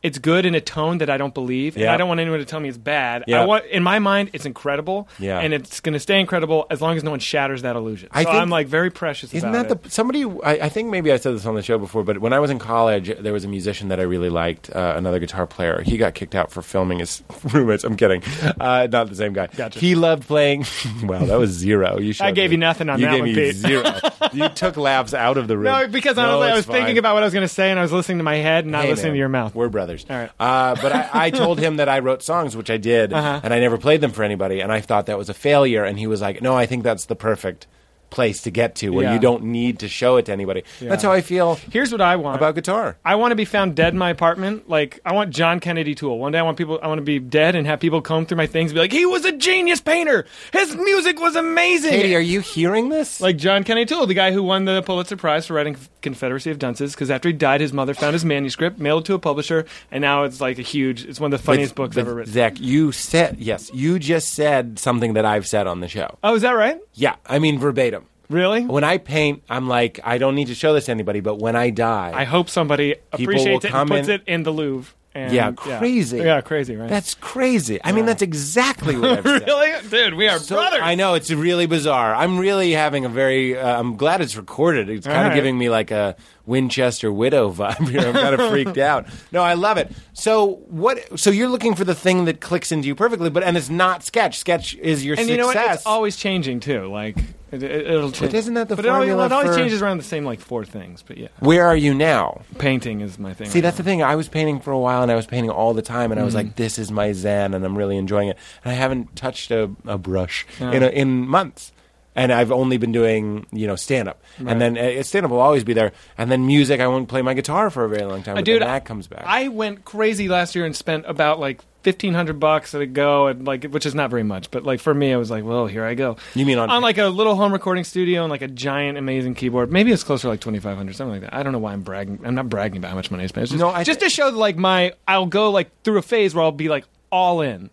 it's good in a tone that I don't believe, and Yeah. I don't want anyone to tell me it's bad. Yeah. I want, in my mind, it's incredible, Yeah. and it's going to stay incredible as long as no one shatters that illusion. I so think- I'm like very precious. Isn't about that it. the somebody? I, I think maybe I said this on the show before, but when I was in college, there was a musician that I really liked, uh, another guitar player. He got kicked out for filming his roommates. I'm kidding, uh, not the same guy. Gotcha. He loved playing. wow, that was zero. You showed gave me. you nothing on you that gave one, me Pete. Zero. you took laughs out of the room. No, because honestly, No, I was it's thinking fine. about what I was going to say, and I was listening to my head, and not Hey, listening man, to your mouth. We're brothers. All right. Uh, but I, I told him that I wrote songs, which I did, Uh-huh. and I never played them for anybody, and I thought that was a failure. And he was like, "No, I think that's the perfect place to get to, where Yeah. you don't need to show it to anybody." That's how I feel Here's what I want about guitar. I want to be found dead in my apartment. Like I want John Kennedy Toole. One day I want people. I want to be dead and have people comb through my things and be like, "He was a genius painter. His music was amazing." Katie, are you hearing this? like John Kennedy Toole, the guy who won the Pulitzer Prize for writing Confederacy of Dunces, because after he died, his mother found his manuscript, mailed it to a publisher, and now it's like a huge. It's one of the But- funniest books but ever written. Zach, you said yes. You just said something that I've said on the show. oh, is that right? Yeah, I mean verbatim. Really? When I paint, I'm like, I don't need to show this to anybody, but when I die, I hope somebody People appreciates will it and puts comment- it in the Louvre. And, Yeah, crazy. Yeah, crazy, right? that's crazy. I mean, that's exactly what I've said. really, dude. We are So- brothers. I know it's really bizarre. I'm really having a very. Uh, I'm glad it's recorded. It's kind All of right. giving me like a Winchester widow vibe here. I'm kind of freaked out. No, I love it. So what? So you're looking for the thing that clicks into you perfectly, but and it's not sketch. Sketch is your and success. you know what? It's always changing too. Like it, it, it'll change. isn't that the but it always, formula it always for- changes around the same like four things. But yeah, Where are you now? painting is my thing. See, right Mm. that's the thing. I was painting for a while, and I was painting all the time, and I was like, "This is my zen," and I'm really enjoying it. And I haven't touched a, a brush in a, in months, and I've only been doing you know stand up, and then uh, stand up will always be there, and then music. I won't play my guitar for a very long time. now. Oh, But Uh, dude, then that comes back. I went crazy last year and spent about like fifteen hundred bucks at a go, and like which is not very much, but like for me, I was like, well, here I go. You mean on- on like a little home recording studio and like a giant amazing keyboard? Maybe it's closer to like twenty five hundred, something like that. I don't know why I'm bragging. I'm not bragging about how much money I spent. It's just, No, I- just to show like my I'll go like through a phase where I'll be like all in.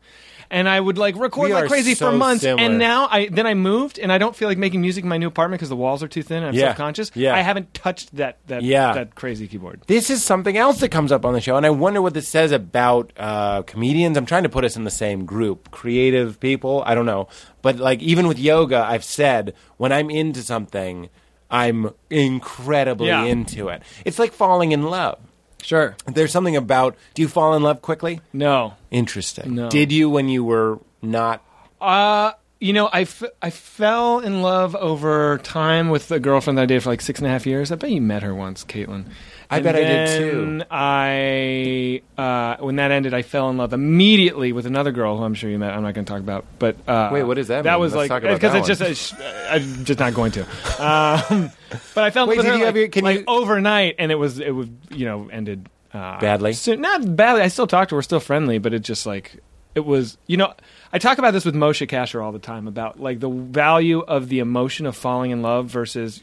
And I would like record We like are crazy so for months, similar. and now I then I moved, and I don't feel like making music in my new apartment because the walls are too thin. and I'm Yeah. self-conscious. Yeah. I haven't touched that that Yeah. that crazy keyboard. this is something else that comes up on the show, and I wonder what this says about uh, comedians. I'm trying to put us in the same group, creative people. I don't know, but like even with yoga, I've said when I'm into something, I'm incredibly Yeah. into it. It's like falling in love. Sure. There's something about. Do you fall in love quickly? No. Interesting. No. Did you when you were not? Uh, you know, I, f- I fell in love over time with a girlfriend that I dated for like six and a half years. I bet you met her once, Caitlin. I And bet I did then too. I uh, when that ended, I fell in love immediately with another girl who I'm sure you met. I'm not going to talk about, but uh, Wait, what does that That mean? was Let's talk like about because that it's just one. I sh- uh, I'm just not going to. Um, but I fell in Wait, did love with her you have like, your- can like you- overnight, and it was it was you know ended uh, Badly? soon- not badly. I still talk to her. We're still friendly, but it just like it was. You know, I talk about this with Moshe Kasher all the time about like the value of the emotion of falling in love versus.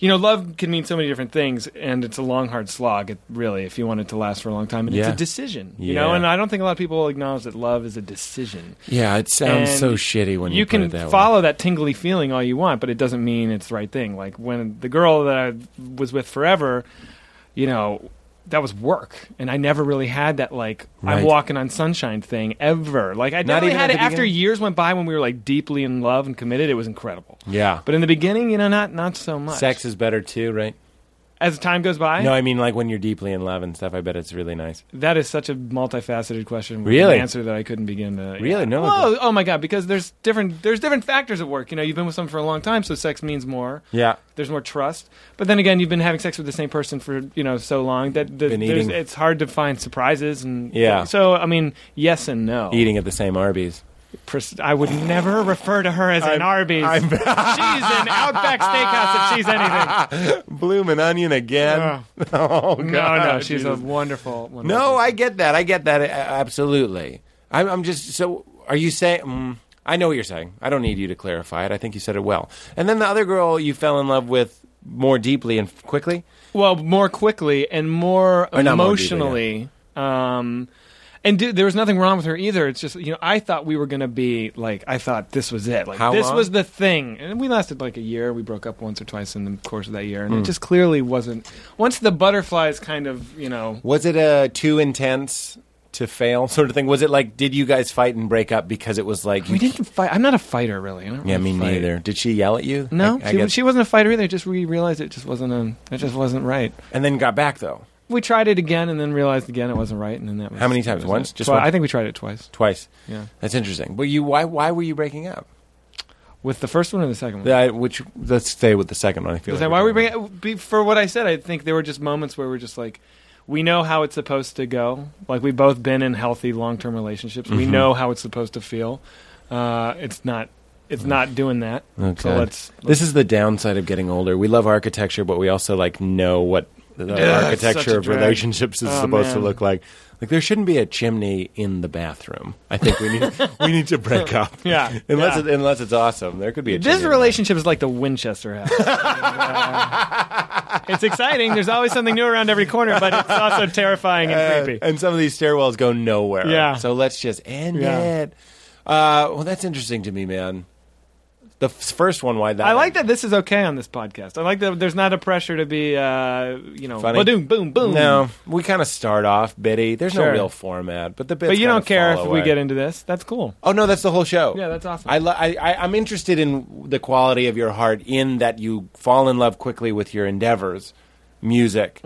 You know, love can mean so many different things, and it's a long, hard slog. It, really, if you want it to last for a long time, and Yeah. it's a decision. You know, Yeah. and I don't think a lot of people acknowledge that love is a decision. Yeah, it sounds And so shitty when you, can put it that follow that tingly feeling all you want, but it doesn't mean it's the right thing. Like when the girl that I was with forever, you know, that was work, and I never really had that like Right. I'm walking on sunshine thing ever. Like I Not never even had at it the after beginning? years went by when we were like deeply in love and committed. It was incredible. way. Yeah, But in the beginning, you know, not not so much. sex is better too, right? as time goes by. no, I mean like when you're deeply in love and stuff. I bet it's really nice. That is such a multifaceted question. With Really? an answer that I couldn't begin to. Really? No, Well, oh my god, because there's different there's different factors at work. You know, you've been with someone for a long time, so sex means more. Yeah. There's more trust, but then again, you've been having sex with the same person for you know so long that the, Been there's, eating. it's hard to find surprises and Yeah. So I mean, yes and no. Eating at the same Arby's. Pres- I would never refer to her as an Arby's. she's an Outback Steakhouse if she's anything. Bloomin' onion again. oh God! no, no, she's Jesus. a wonderful. wonderful No, person. I get that. I get that uh, absolutely. I'm, I'm just so. Are you saying? Mm, I know what you're saying. I don't need you to clarify it. I think you said it well. And then the other girl you fell in love with more deeply and quickly. well more quickly and more Or not more deeply, emotionally um and dude, there was nothing wrong with her either. It's just you know I thought we were gonna be like I thought this was it. Like How this long? was the thing, and we lasted like a year. We broke up once or twice in the course of that year, Hmm. and it just clearly wasn't. Once the butterflies kind of you know Was it a too intense to fail sort of thing? Was it like did you guys fight and break up because it was like we didn't fight. I'm not a fighter really. I don't Yeah, really me fight. neither. Did she yell at you? No, I, I she, guess- she wasn't a fighter either. Just we realized it just wasn't a, it just wasn't right. and then got back though We tried it again and then realized again it wasn't right, and then that was How many times? that was Once? it. Just Twi- once? I think we tried it twice. twice. Yeah. That's interesting. But you, why? Why were you breaking up? With the first one or the second one? That which let's stay with the second one. I feel. Is like that why we're we talking bring it? be- For what I said, I think there were just moments where we're just like, we know how it's supposed to go. Like we've both been in healthy long-term relationships. We know how it's supposed to feel. Uh, it's not. It's not doing that. Okay. So let's. This is the downside of getting older. We love architecture, but we also like know what the it's such architecture a of drag. relationships is Oh, supposed to man. look like. Like there shouldn't be a chimney in the bathroom. I think we need we need to break up. Yeah, Unless yeah. It, unless it's awesome, there could be a. This chimney in relationship is like the Winchester house. Uh, it's exciting. There's always something new around every corner, but it's also terrifying the and bathroom. creepy. Uh, and some of these stairwells go nowhere. Yeah. So let's just end Yeah. it. Uh, well, that's interesting to me, man. The f- first one, why that? I like that this is okay on this podcast. I like that there's not a pressure to be, uh, you know, Funny. boom, boom, boom. No, we kind of start off bitty. There's no Sure. real format, but the bits but you kinda don't care if fall we away. get into this. That's cool. Oh no, that's the whole show. Yeah, that's awesome. I, lo- I, I I'm interested in the quality of your heart in that you fall in love quickly with your endeavors, music,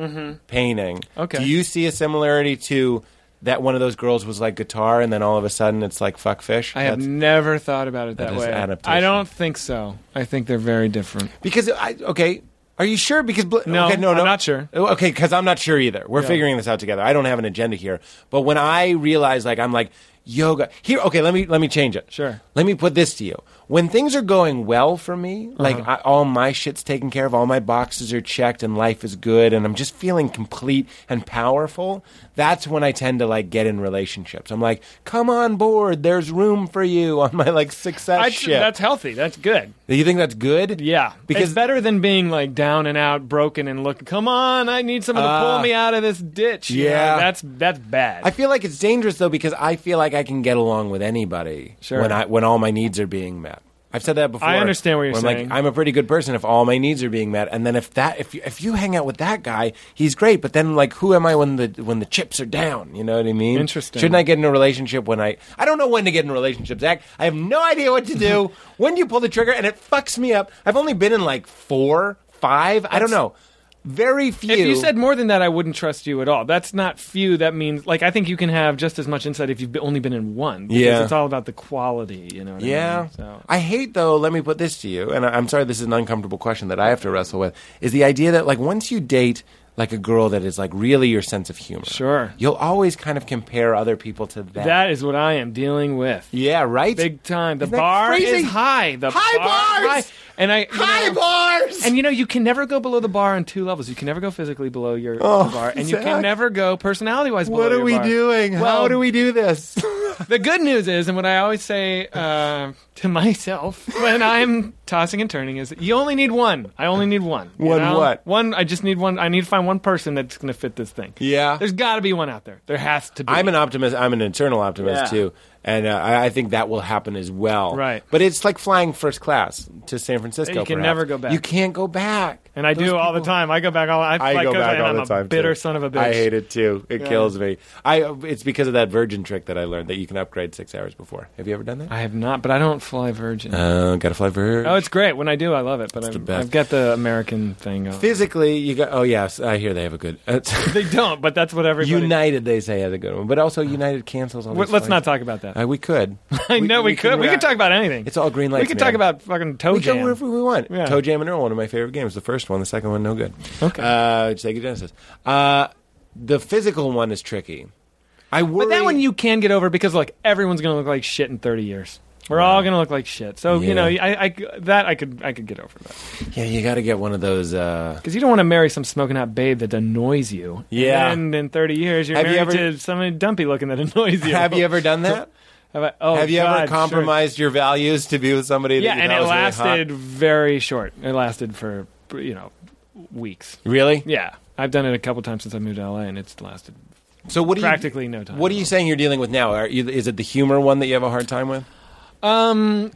painting. Mm-hmm. Okay. Do you see a similarity to that? One of those girls was like guitar, and then all of a sudden it's like fuck fish. I have That's- never thought about it that that, is way. adaptation. I don't think so. I think they're very different. because I okay. Are you sure? Because bl- No, okay, no, I'm no. not sure. Okay, because I'm not sure either. We're Yeah. figuring this out together. I don't have an agenda here. But when I realize, like, I'm like yoga here. Okay, let me let me change it. Sure. Let me put this to you: when things are going well for me, Uh-huh. like I, all my shit's taken care of, all my boxes are checked, and life is good, and I'm just feeling complete and powerful. That's when I tend to like get in relationships. I'm like, come on board. There's room for you on my like success I'd- ship. That's healthy. That's good. you think that's good? Yeah, Because- because it's better than being like down and out, broken, and look. Come on, I need someone to Ah. pull me out of this ditch. You Yeah. know, that's that's bad. I feel like it's dangerous though because I feel like I can get along with anybody Sure. when I when all my needs are being met. I've said that before. I understand what you're where I'm saying. Like, I'm a pretty good person if all my needs are being met, and then if that if you, if you hang out with that guy, he's great. But then like, who am I when the when the chips are down? You know what I mean? Interesting. Shouldn't I get in a relationship when I I don't know when to get in relationships? Zach, I have no idea what to do. when do you pull the trigger? And it fucks me up. I've only been in like four, five. I don't know. Very few. if you said more than that, I wouldn't trust you at all. That's not few. That means like I think you can have just as much insight if you've be- only been in one. because Yeah. it's all about the quality. You know. What I Yeah. mean? So. I hate, though, let me put this to you, and I- I'm sorry this is an uncomfortable question that I have to wrestle with, is the idea that, like, once you date, like, a girl that is, like, really your sense of humor. Sure. You'll always kind of compare other people to that. That is what I am dealing with. yeah, right? Big time. The Isn't that bar crazy? is high. The High bar is bars! high. And I you High know- bars! And you know, you can never go below the bar on two levels. You can never go physically below your Oh, bar, and you Zach. can never go personality wise below what are your we bar. doing? How Well- do we do this? The good news is, and what I always say uh, to myself when I'm tossing and turning is, you only need one. I only need one. you One know? what? One. I just need one. I need to find one person that's going to fit this thing. Yeah. There's got to be one out there. There has to be. I'm an optimist. I'm an internal optimist Yeah. too, and uh, I I think that will happen as well. Right. but it's like flying first class to San Francisco. You can perhaps. never go back. You can't go back. and I do Those all the people- time. I go back all. I, I like, go 'cause back I, all am the time. A bitter too. son of a bitch. I hate it too. It Yeah. kills me. I it's because of that Virgin trick that I learned that you can upgrade six hours before. Have you ever done that? I have not, but I don't fly Virgin. Uh, gotta fly Virgin. oh, it's great. When I do, I love it. But the I've, best. I've got the American thing going. physically you got. Oh yes, I hear they have a good. it's- They don't, but that's what everybody. United they say has a good one, but also United cancels all. W- these Let's not flights. talk about that. Uh, we could. I know we, could. We could talk about anything. It's all green lights. we could man. talk about fucking toe we jam. go wherever we want. Yeah. Toe Jam and Earl, one of my favorite games. The first one, the second one, no good. Okay. Uh, Sega Genesis. Uh, the physical one is tricky. I worry. But that one you can get over because like everyone's gonna look like shit in thirty years. We're all gonna look like shit. So Yeah. you know, I, I that I could I could get over that yeah, you got to get one of those. Uh, because you don't want to marry some smoking hot babe that annoys you. Yeah. And then in thirty years, you're Have you married ever- to somebody dumpy looking that annoys you. have you ever done that? Have, I- oh, have you God, ever sure. compromised your values to be with somebody? Yeah, that you and thought it was really hot? lasted very short. It lasted for you know weeks. Really? Yeah, I've done it a couple times since I moved to LA, and it's lasted So what do practically you, no time. What are you saying you're dealing with now? Are you, is it the humor one that you have a hard time with? Um,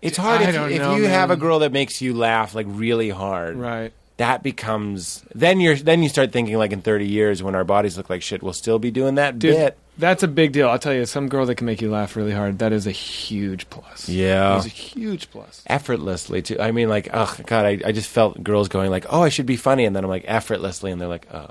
It's hard I if, don't you, if know, you have a man. girl that makes you laugh like really hard. right. that becomes then you're then you start thinking like in 30 years when our bodies look like shit we'll still be doing that Dude, bit that's a big deal. I'll tell you, some girl that can make you laugh really hard, that is a huge plus. Yeah. It's a huge plus. effortlessly too i mean like oh god I, I just felt girls going like oh i should be funny and then i'm like effortlessly and they're like oh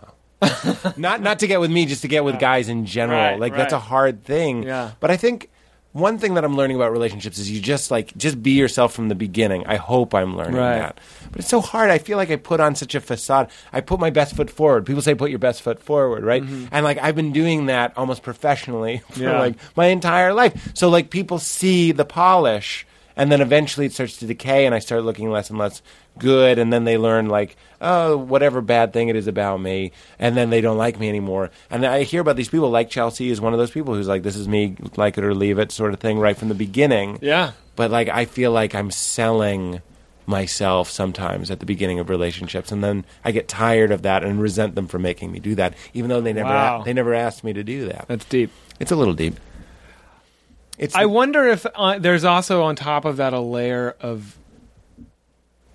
not not to get with me just to get with guys in general Right, like that's a right. hard thing Yeah. but i think one thing that i'm learning about relationships is you just like just be yourself from the beginning i hope i'm learning Right. that but it's so hard i feel like i put on such a facade i put my best foot forward people say put your best foot forward right and like i've been doing that almost professionally for Mm-hmm. Yeah. like my entire life. So like people see the polish and then eventually it starts to decay and I start looking less and less good and then they learn like oh whatever bad thing it is about me and then they don't like me anymore. And I hear about these people like Chelsea is one of those people who's like this is me like it or leave it sort of thing right from the beginning. Yeah. But like I feel like I'm selling myself sometimes at the beginning of relationships and then I get tired of that and resent them for making me do that even though they never Wow. they never asked me to do that. That's deep. It's a little deep. It's I wonder if uh, there's also on top of that a layer of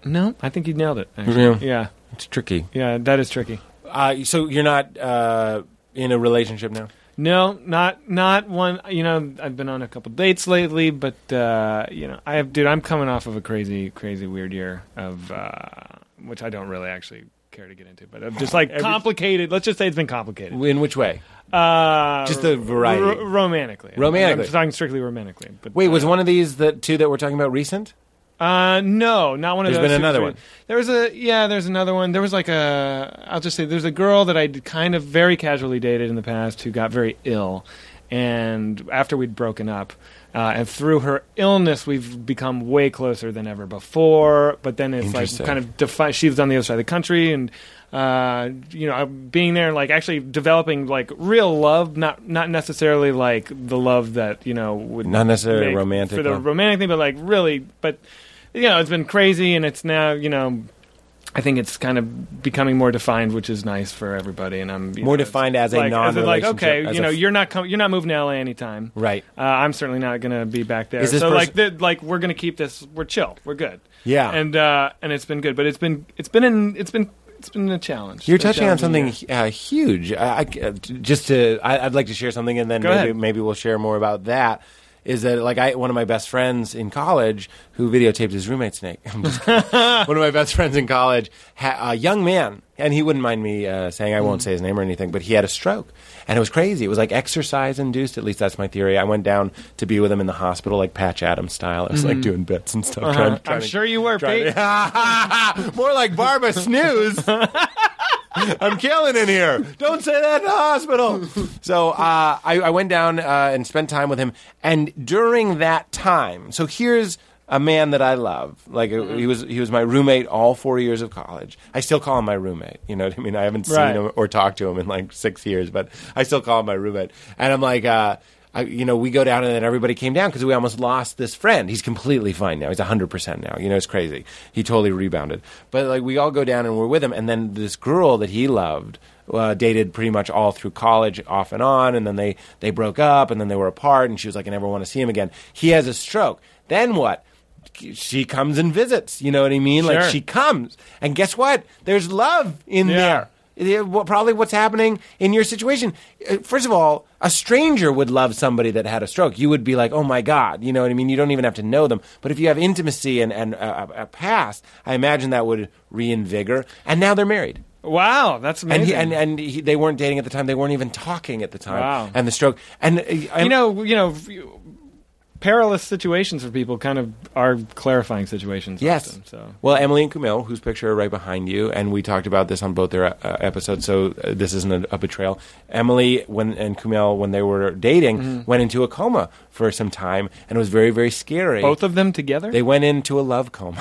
No, I think you nailed it. Actually. Yeah. It's tricky. yeah, that is tricky. Uh, so you're not uh, in a relationship now. No, not not one. You know, I've been on a couple dates lately, but uh, you know, I have, dude, I'm coming off of a crazy, crazy weird year of uh, which I don't really actually care to get into, but I'm just like complicated. Let's just say it's been complicated. In which way? Uh, Just the variety. ro- romantically. Romantically. I'm talking strictly romantically. But Wait, was uh, one of these the two that we're talking about recent? Uh, no, not one of There's those. been another two- one. There was a yeah. There's another one. There was like a. I'll just say there's a girl that I kind of very casually dated in the past who got very ill, and after we'd broken up, uh, and through her illness, we've become way closer than ever before. But then it's like Interesting. kind of defi- she was on the other side of the country, and uh, you know, being there, and like actually developing like real love, not not necessarily like the love that you know would Not necessarily make- romantic for the love. romantic thing, but like really, but you know, it's been crazy, and it's now you know, I think it's kind of becoming more defined, which is nice for everybody. And I'm you More know, it's defined as a like, in, like non-relationship, okay, as you a know, f- you're not com- you're not moving to LA anytime, Right. Uh, I'm certainly not going to be back there. Is this So like, person- the, like we're going to keep this. We're chill. We're good. Yeah. and uh, and it's been good, but it's been it's been an, it's been it's been a challenge. You're It's been a touching on challenging something uh, huge. I, I- uh, just to, I, I'd like to share something, and then Go maybe, ahead. maybe we'll share more about that. Is that like I one of my best friends in college who videotaped his roommate snake? I'm just kidding. one of my best friends in college, ha- a young man, and he wouldn't mind me uh, saying I Mm. won't say his name or anything, but he had a stroke, and it was crazy. It was like exercise induced. At least that's my theory. I went down to be with him in the hospital, like Patch Adams style. I was Mm-hmm. like doing bits and stuff. Trying, year. trying I'm to- sure you were, Pete. More like Barbara Snooze. I'm killing in here. Don't say that in the hospital. So uh, I, I went down uh, and spent time with him. And during that time, so here's a man that I love. Like uh, he was, he was my roommate all four years of college. I still call him my roommate. You know what I mean? I haven't seen Right. him or talked to him in like six years, but I still call him my roommate. And I'm like, uh, I, you know, we go down and then everybody came down because we almost lost this friend. He's completely fine now. He's 100% now. You know, it's crazy. He totally rebounded. But like, we all go down and we're with him. And then this girl that he loved uh, dated pretty much all through college, off and on. And then they, they broke up and then they were apart. And she was like, I never want to see him again. He has a stroke. Then what? She comes and visits. You know what I mean? Like, Sure. she comes. And guess what? There's love in Yeah. there. Yeah, well, Probably what's happening in your situation. Uh, First of all, a stranger would love somebody that had a stroke. You would be like, oh my God. You know what I mean? You don't even have to know them. But if you have intimacy and, and uh, a, a past, I imagine that would reinvigor. And now they're married. Wow, that's amazing. And, he, and, and he, they weren't dating at the time. They weren't even talking at the time. Wow. And the stroke. And, uh, and you know, you know, f- you- perilous situations for people kind of are clarifying situations. Yes. Often, so Well, Emily and Camille, whose picture are right behind you, and we talked about this on both their uh, episodes, so uh, this isn't a, a betrayal. Emily when and Camille, when they were dating, Mm-hmm. went into a coma for some time, and it was very, very scary. both of them together. they went into a love coma.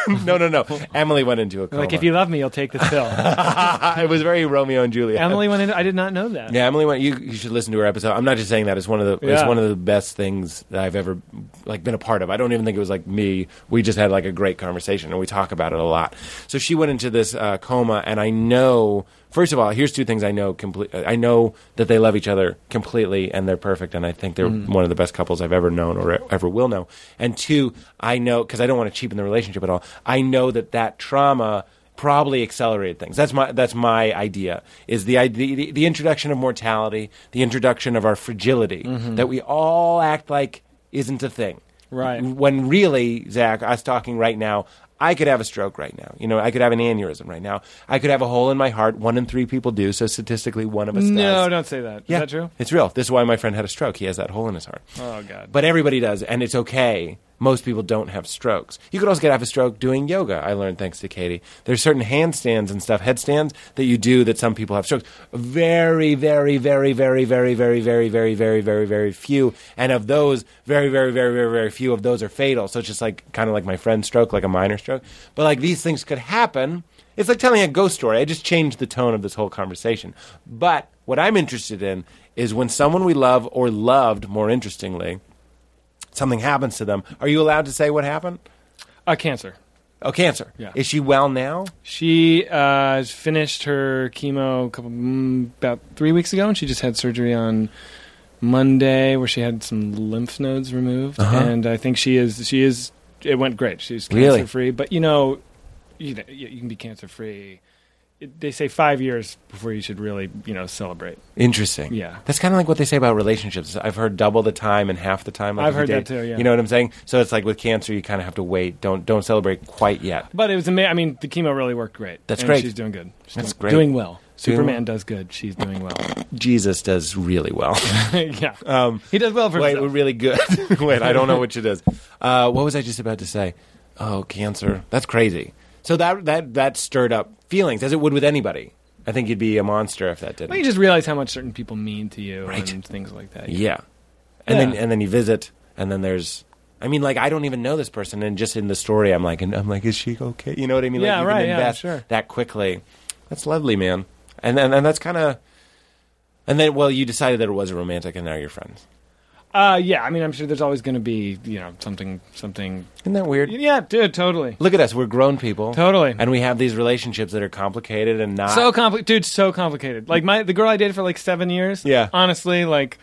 no, no, no. Emily went into a coma. like if you love me, you'll take this pill. it was very Romeo and Juliet. Emily went into. I did not know that. Yeah, Emily went. You, you should listen to her episode. I'm not just saying that. It's one of the it's Yeah. one of the best things that I've ever like been a part of. I don't even think it was like me. We just had like a great conversation and we talk about it a lot. So she went into this uh, coma, and I know. First of all, here's two things I know. Complete. I know that they love each other completely and they're perfect, and I think they're one of the best couples I've ever known or ever will know. And two, I know because I don't want to cheapen the relationship at all. I know that that trauma probably accelerated things. That's my that's my idea. Is the idea the, the introduction of mortality, the introduction of our fragility Mm-hmm. that we all act like isn't a thing. Right. When really, Zach, us talking right now, I could have a stroke right now. You know, I could have an aneurysm right now. I could have a hole in my heart. One in three people do. So statistically, one of us No, does. don't say that. Is Yeah, that true? It's real. This is why my friend had a stroke. He has that hole in his heart. Oh God. But everybody does, and it's okay. Most people don't have strokes. You could also get half a stroke doing yoga. I learned thanks to Katie. There's certain handstands and stuff, headstands that you do that some people have strokes. Very, very, very, very, very, very, very, very, very, very, very few. And of those, very, very, very, very, very few of those are fatal. So it's just like kind of like my friend's stroke, like a minor stroke. But like these things could happen. It's like telling a ghost story. I just changed the tone of this whole conversation. But what I'm interested in is when someone we love or loved, more interestingly, something happens to them. Are you allowed to say what happened? A cancer. Oh, cancer. Yeah. Is she well now? She uh, finished her chemo a couple, mm, about three weeks ago, and she just had surgery on Monday, where she had some lymph Uh-huh. nodes removed. And I think she is she is it went great. She's Really? cancer free. But you know, you know, you you can be cancer free. They say five years before you should really, you know, celebrate. Interesting. Yeah. That's kind of like what they say about relationships. I've heard double the time and half the time. Like I've if you heard that date- too, yeah. You know what I'm saying? So it's like with cancer, you kind of have to wait. Don't don't celebrate quite yet. But it was amazing. I mean, the chemo really worked great. That's And great. She's doing good. She's That's doing, great. Doing well. Doing Superman well. does good. She's doing well. Jesus does really well. yeah. he does well for Um, Wait, we're himself. really good. Wait, I don't know what it is. Uh, what was I just about to say? Oh, cancer. That's crazy. So that that that stirred up feelings, as it would with anybody. I think you'd be a monster if that didn't. Well, you just realize how much certain people mean to you Right. and things like that. Yeah. And then Yeah. and then you visit and then there's I mean like I don't even know this person and just in the story I'm like and I'm like is she okay? You know what I mean? Yeah, like you right, can yeah, invest sure. that quickly. That's lovely, man. And then and that's kind of and then well you decided that it was a romantic and now you're friends. Uh, yeah. I mean, I'm sure there's always going to be, you know, something, something. Isn't that weird? Yeah, dude, totally. Look at us, we're grown people. Totally. And we have these relationships that are complicated and not So complicated, dude. So complicated. Like my the girl I dated for like seven years. Yeah. Honestly, like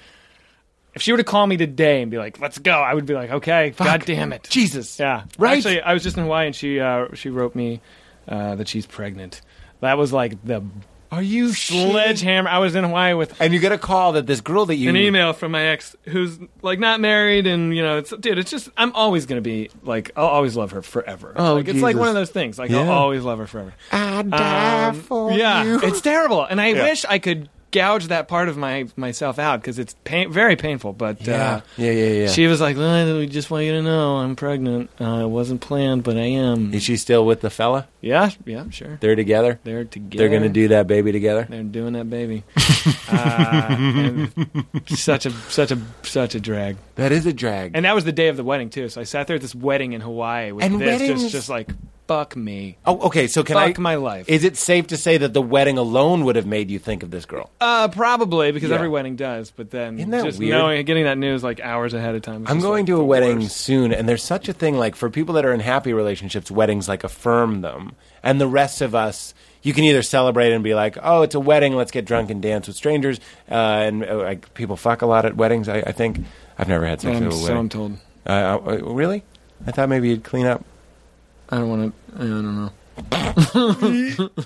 if she were to call me today and be like, "Let's go," I would be like, "Okay, god damn it, Jesus. Yeah. Right? Actually, I was just in Hawaii and she uh, she wrote me uh, that she's pregnant. That was like the Are you sledge? sledgehammer. I was in Hawaii with And you get a call that this girl that you an email from my ex who's like not married and you know it's dude it's just i'm always gonna be like i'll always love her forever Oh, like, it's like Jesus. one of those things like i'll Yeah. always love her forever I die um, for yeah, you. it's terrible, and I wish I could gouge that part of my myself out because it's pain, very painful. But yeah. uh, yeah, yeah, yeah. she was like, well, "We just want you to know I'm pregnant. Uh, it wasn't planned, but I am." is she still with the fella? Yeah, yeah, sure. They're together? They're together. They're going to do that baby together. They're doing that, baby. uh, and such a such a such a drag. That is a drag. And that was the day of the wedding too. So I sat there at this wedding in Hawaii with And this, weddings- just just like fuck me, oh, okay. So can fuck I? my life. Is it safe to say that the wedding alone would have made you think of this girl? Uh, probably because Yeah. every wedding does. But then Isn't that just weird? knowing, getting that news like hours ahead of time. is I'm just, going like, to a the wedding worst. soon, and there's such a thing like for people that are in happy relationships, weddings like affirm them, and the rest of us. You can either celebrate and be like, "Oh, it's a wedding. Let's get drunk and dance with strangers," uh, and uh, like, people fuck a lot at weddings. I, I think I've never had sex I'm, at a so I'm wedding. told. Uh, uh, really? I thought maybe you'd clean up. I don't want to. I don't know.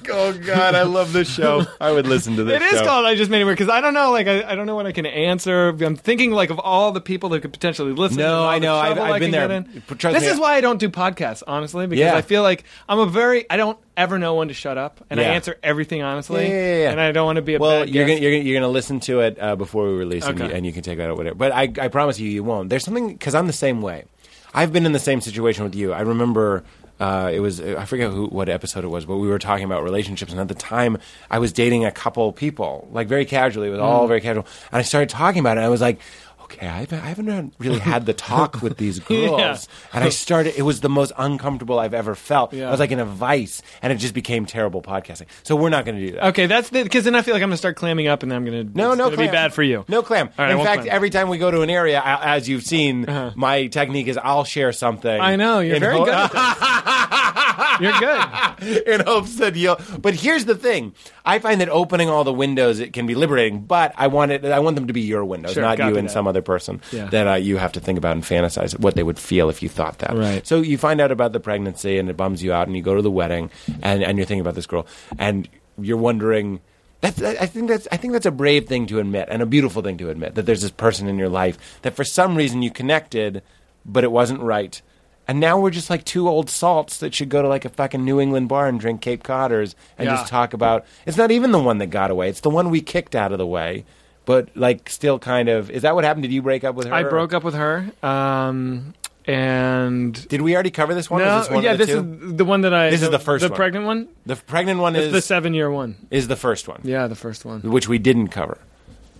Oh God, I love this show. I would listen to this. It is called. I just made it weird because I don't know. Like I, I don't know what I can answer. I'm thinking like of all the people that could potentially listen. No, and all I the know. I've- trouble I've I been can there. get in. P- trust this me, is I- why I don't do podcasts, honestly, because Yeah. I feel like I'm a very. I don't ever know when to shut up, and I Yeah. answer everything honestly, Yeah, yeah, yeah. and I don't want to be a Well, bad you're guest. gonna, you're gonna you're gonna listen to it uh, before we release, and, Okay. you, and you can take that out whatever. But I I promise you, you won't. There's something because I'm the same way. I've been in the same situation with you. I remember. Uh, it was I forget who what episode it was, but we were talking about relationships, and at the time I was dating a couple people, like very casually, it was Mm. all very casual, and I started talking about it. and I was like, okay, I've, I haven't really had the talk with these girls, and I started. It was the most uncomfortable I've ever felt. Yeah. I was like in a vice, and it just became terrible podcasting. So we're not going to do that. Okay, that's because then I feel like I'm gonna start clamming up, and then I'm No, gonna it's no, gonna clam. be bad for you. No clam. All right, I In won't fact, clam. Uh-huh. every time we go to an area, I, as you've seen, my technique is I'll share something. I know you're in very ho- good. At this. you're good. in hopes that you'll. But here's the thing: I find that opening all the windows it can be liberating, but I want it. I want them to be your windows, Sure, not copy you and that. some other person Yeah. that uh, you have to think about and fantasize what they would feel if you thought that. Right. So you find out about the pregnancy, and it bums you out, and you go to the wedding, and and you're thinking about this girl, and you're wondering. That's, I I think that's I think that's a brave thing to admit and a beautiful thing to admit that there's this person in your life that for some reason you connected, but it wasn't right, and now we're just like two old salts that should go to like a fucking New England bar and drink Cape Codders and Yeah. just talk about. It's not even the one that got away; it's the one we kicked out of the way, but like still kind of. Is that what happened? Did you break up with her? I broke up with her, um, and Did we already cover this one? no, is this one yeah, of the this two? is the one that I. This is the, the first the one. pregnant one. The pregnant one It's is the seven-year one. is the first one, Yeah, the first one. which we didn't cover.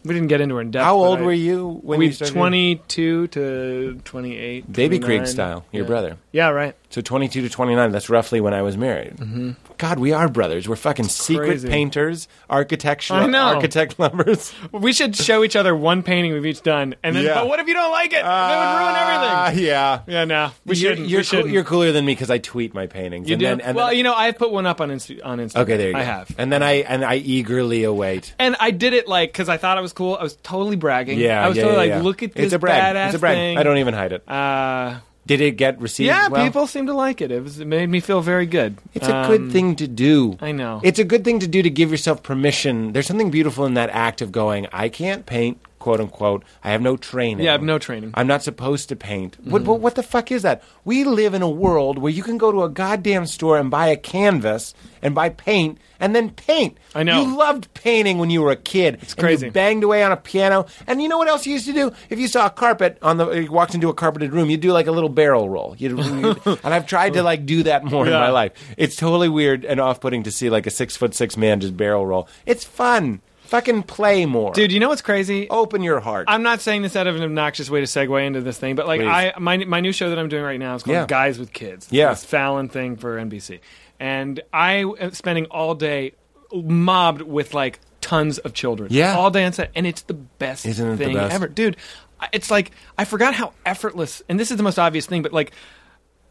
We didn't get into her in depth. How but old I- were you when we you started? twenty-two to twenty-eight. Baby 29. Krieg style, your Yeah. brother. Yeah, right. So 22 to 29, that's roughly when I was married. Mm-hmm. God, we are brothers. We're fucking secret crazy. painters, architectural, I know. architect lovers. We should show each other one painting we've each done, and then. Yeah. But what if you don't like it? that would ruin Ah, everything. yeah. Yeah, no, we you're, shouldn't. You're, we coo- shouldn't. you're cooler than me because I tweet my paintings. You and do. Then, and well, then, you know, I've put one up on Insta- on Instagram. Okay, there you go. I have, And then I and I eagerly await. and I did it like because I thought I was cool. I was totally bragging. Yeah, I was yeah, totally yeah, like, yeah. look at this it's a brag. badass It's a brag. thing. I don't even hide it. Uh, Did it get received? Yeah, well? people seem to like it. It, was, it made me feel very good. It's a Um, good thing to do. I know. It's a good thing to do to give yourself permission. There's something beautiful in that act of going, I can't paint, quote unquote. I have no training. Yeah, I have no training. Mm-hmm. I'm not supposed to paint. What, what, what the fuck is that? We live in a world where you can go to a goddamn store and buy a canvas and buy paint and then paint. I know. You loved painting when you were a kid. It's crazy. You banged away on a piano. And you know what else you used to do? If you saw a carpet on the, you walked into a carpeted room, you'd do like a little barrel roll. You'd, you'd- and I've tried to like do that more in Yeah. my life. It's totally weird and off putting to see like a six foot six man just barrel roll. It's fun. Fucking play more. Dude, you know what's crazy? open your heart. I'm not saying this out of an obnoxious way to segue into this thing, but like Please. I my my new show that I'm doing right now is called Yeah. Guys with Kids. Yeah. it's Fallon thing for NBC, and I am spending all day mobbed with like tons of children. Yeah. all day on set, and it's the best Isn't it the thing best? ever, dude. I- It's like I forgot how effortless, and this is the most obvious thing, but like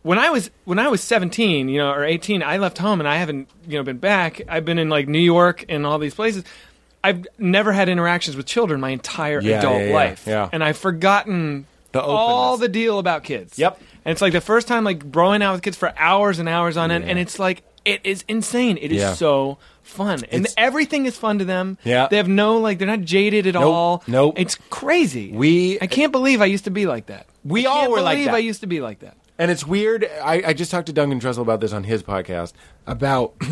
when I was when I was 17, you know, or 18, I left home and I haven't, you know, been back. I've been in like New York and all these places. I've never had interactions with children my entire Yeah, adult yeah, yeah, life. yeah. And I've forgotten The all openness. the deal about kids. Yep. And it's like the first time like growing out with kids for hours and hours on end and it's like it is insane. It is Yeah. so fun. And It's- everything is fun to them. Yeah. They have no like they're not jaded at all. nope. It's crazy. We- I can't believe I used to be like that. We I can't all were like believe that. I used to be like that. And it's weird. I, I just talked to Duncan Trussell about this on his podcast about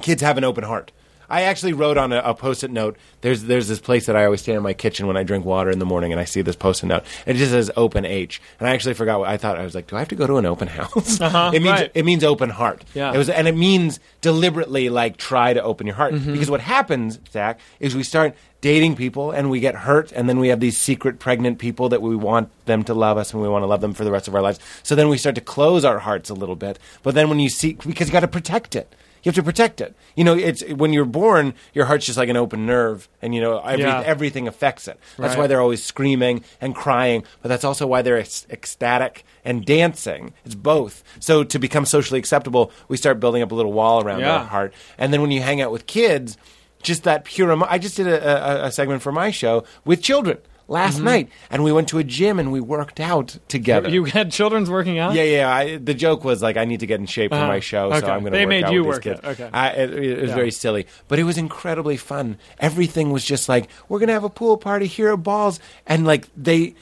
kids have an open heart. I actually wrote on a, a post-it note. There's there's this place that I always stand in my kitchen when I drink water in the morning, and I see this post-it note. It just says "Open H," and I actually forgot what I thought. I was like, "Do I have to go to an open house?" it means Uh-huh. right. it means open heart. Yeah. It was, and it means deliberately like try to open your heart Mm-hmm. because what happens, Zach, is we start dating people and we get hurt, and then we have these secret pregnant people that we want them to love us and we want to love them for the rest of our lives. So then we start to close our hearts a little bit. But then when you see, because you got to protect it. You have to protect it. You know, it's when you're born, your heart's just like an open nerve, and you know every, Yeah. everything affects it. That's Right. why they're always screaming and crying, but that's also why they're ec- ecstatic and dancing. It's both. So to become socially acceptable, we start building up a little wall around Yeah. our heart, and then when you hang out with kids, just that pure. Emo- I just did a, a, a segment for my show with children last night, and we went to a gym and we worked out together. Mm-hmm. You had children's working out? Yeah, yeah. I, the joke was like, I need to get in shape for Uh-huh. my show, so Okay. I'm going to They work made out you with work these kids. out. Okay. I, it, it was Yeah. very silly, but it was incredibly fun. Everything was just like, we're going to have a pool party here at balls, and like they.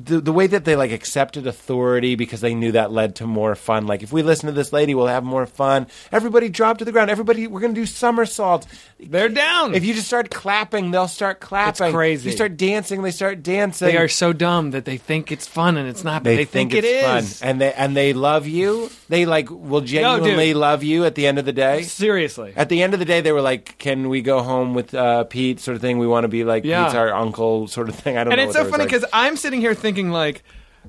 The, the way that they like accepted authority because they knew that led to more fun. Like if we listen to this lady, we'll have more fun. Everybody drop to the ground. Everybody, we're gonna do somersaults. They're down. If you just start clapping, they'll start clapping. crazy. You start dancing, they start dancing They are so dumb that they think it's fun and it's not. but they, they think, think, it it's is. fun and they and they love you they like will genuinely love you at the end of the day Seriously. at the end of the day they were like can we go home with uh, pete sort of thing we want to be like Yeah. pete's our uncle sort of thing i don't and know it's what that so was funny like. because I'm sitting here thinking like.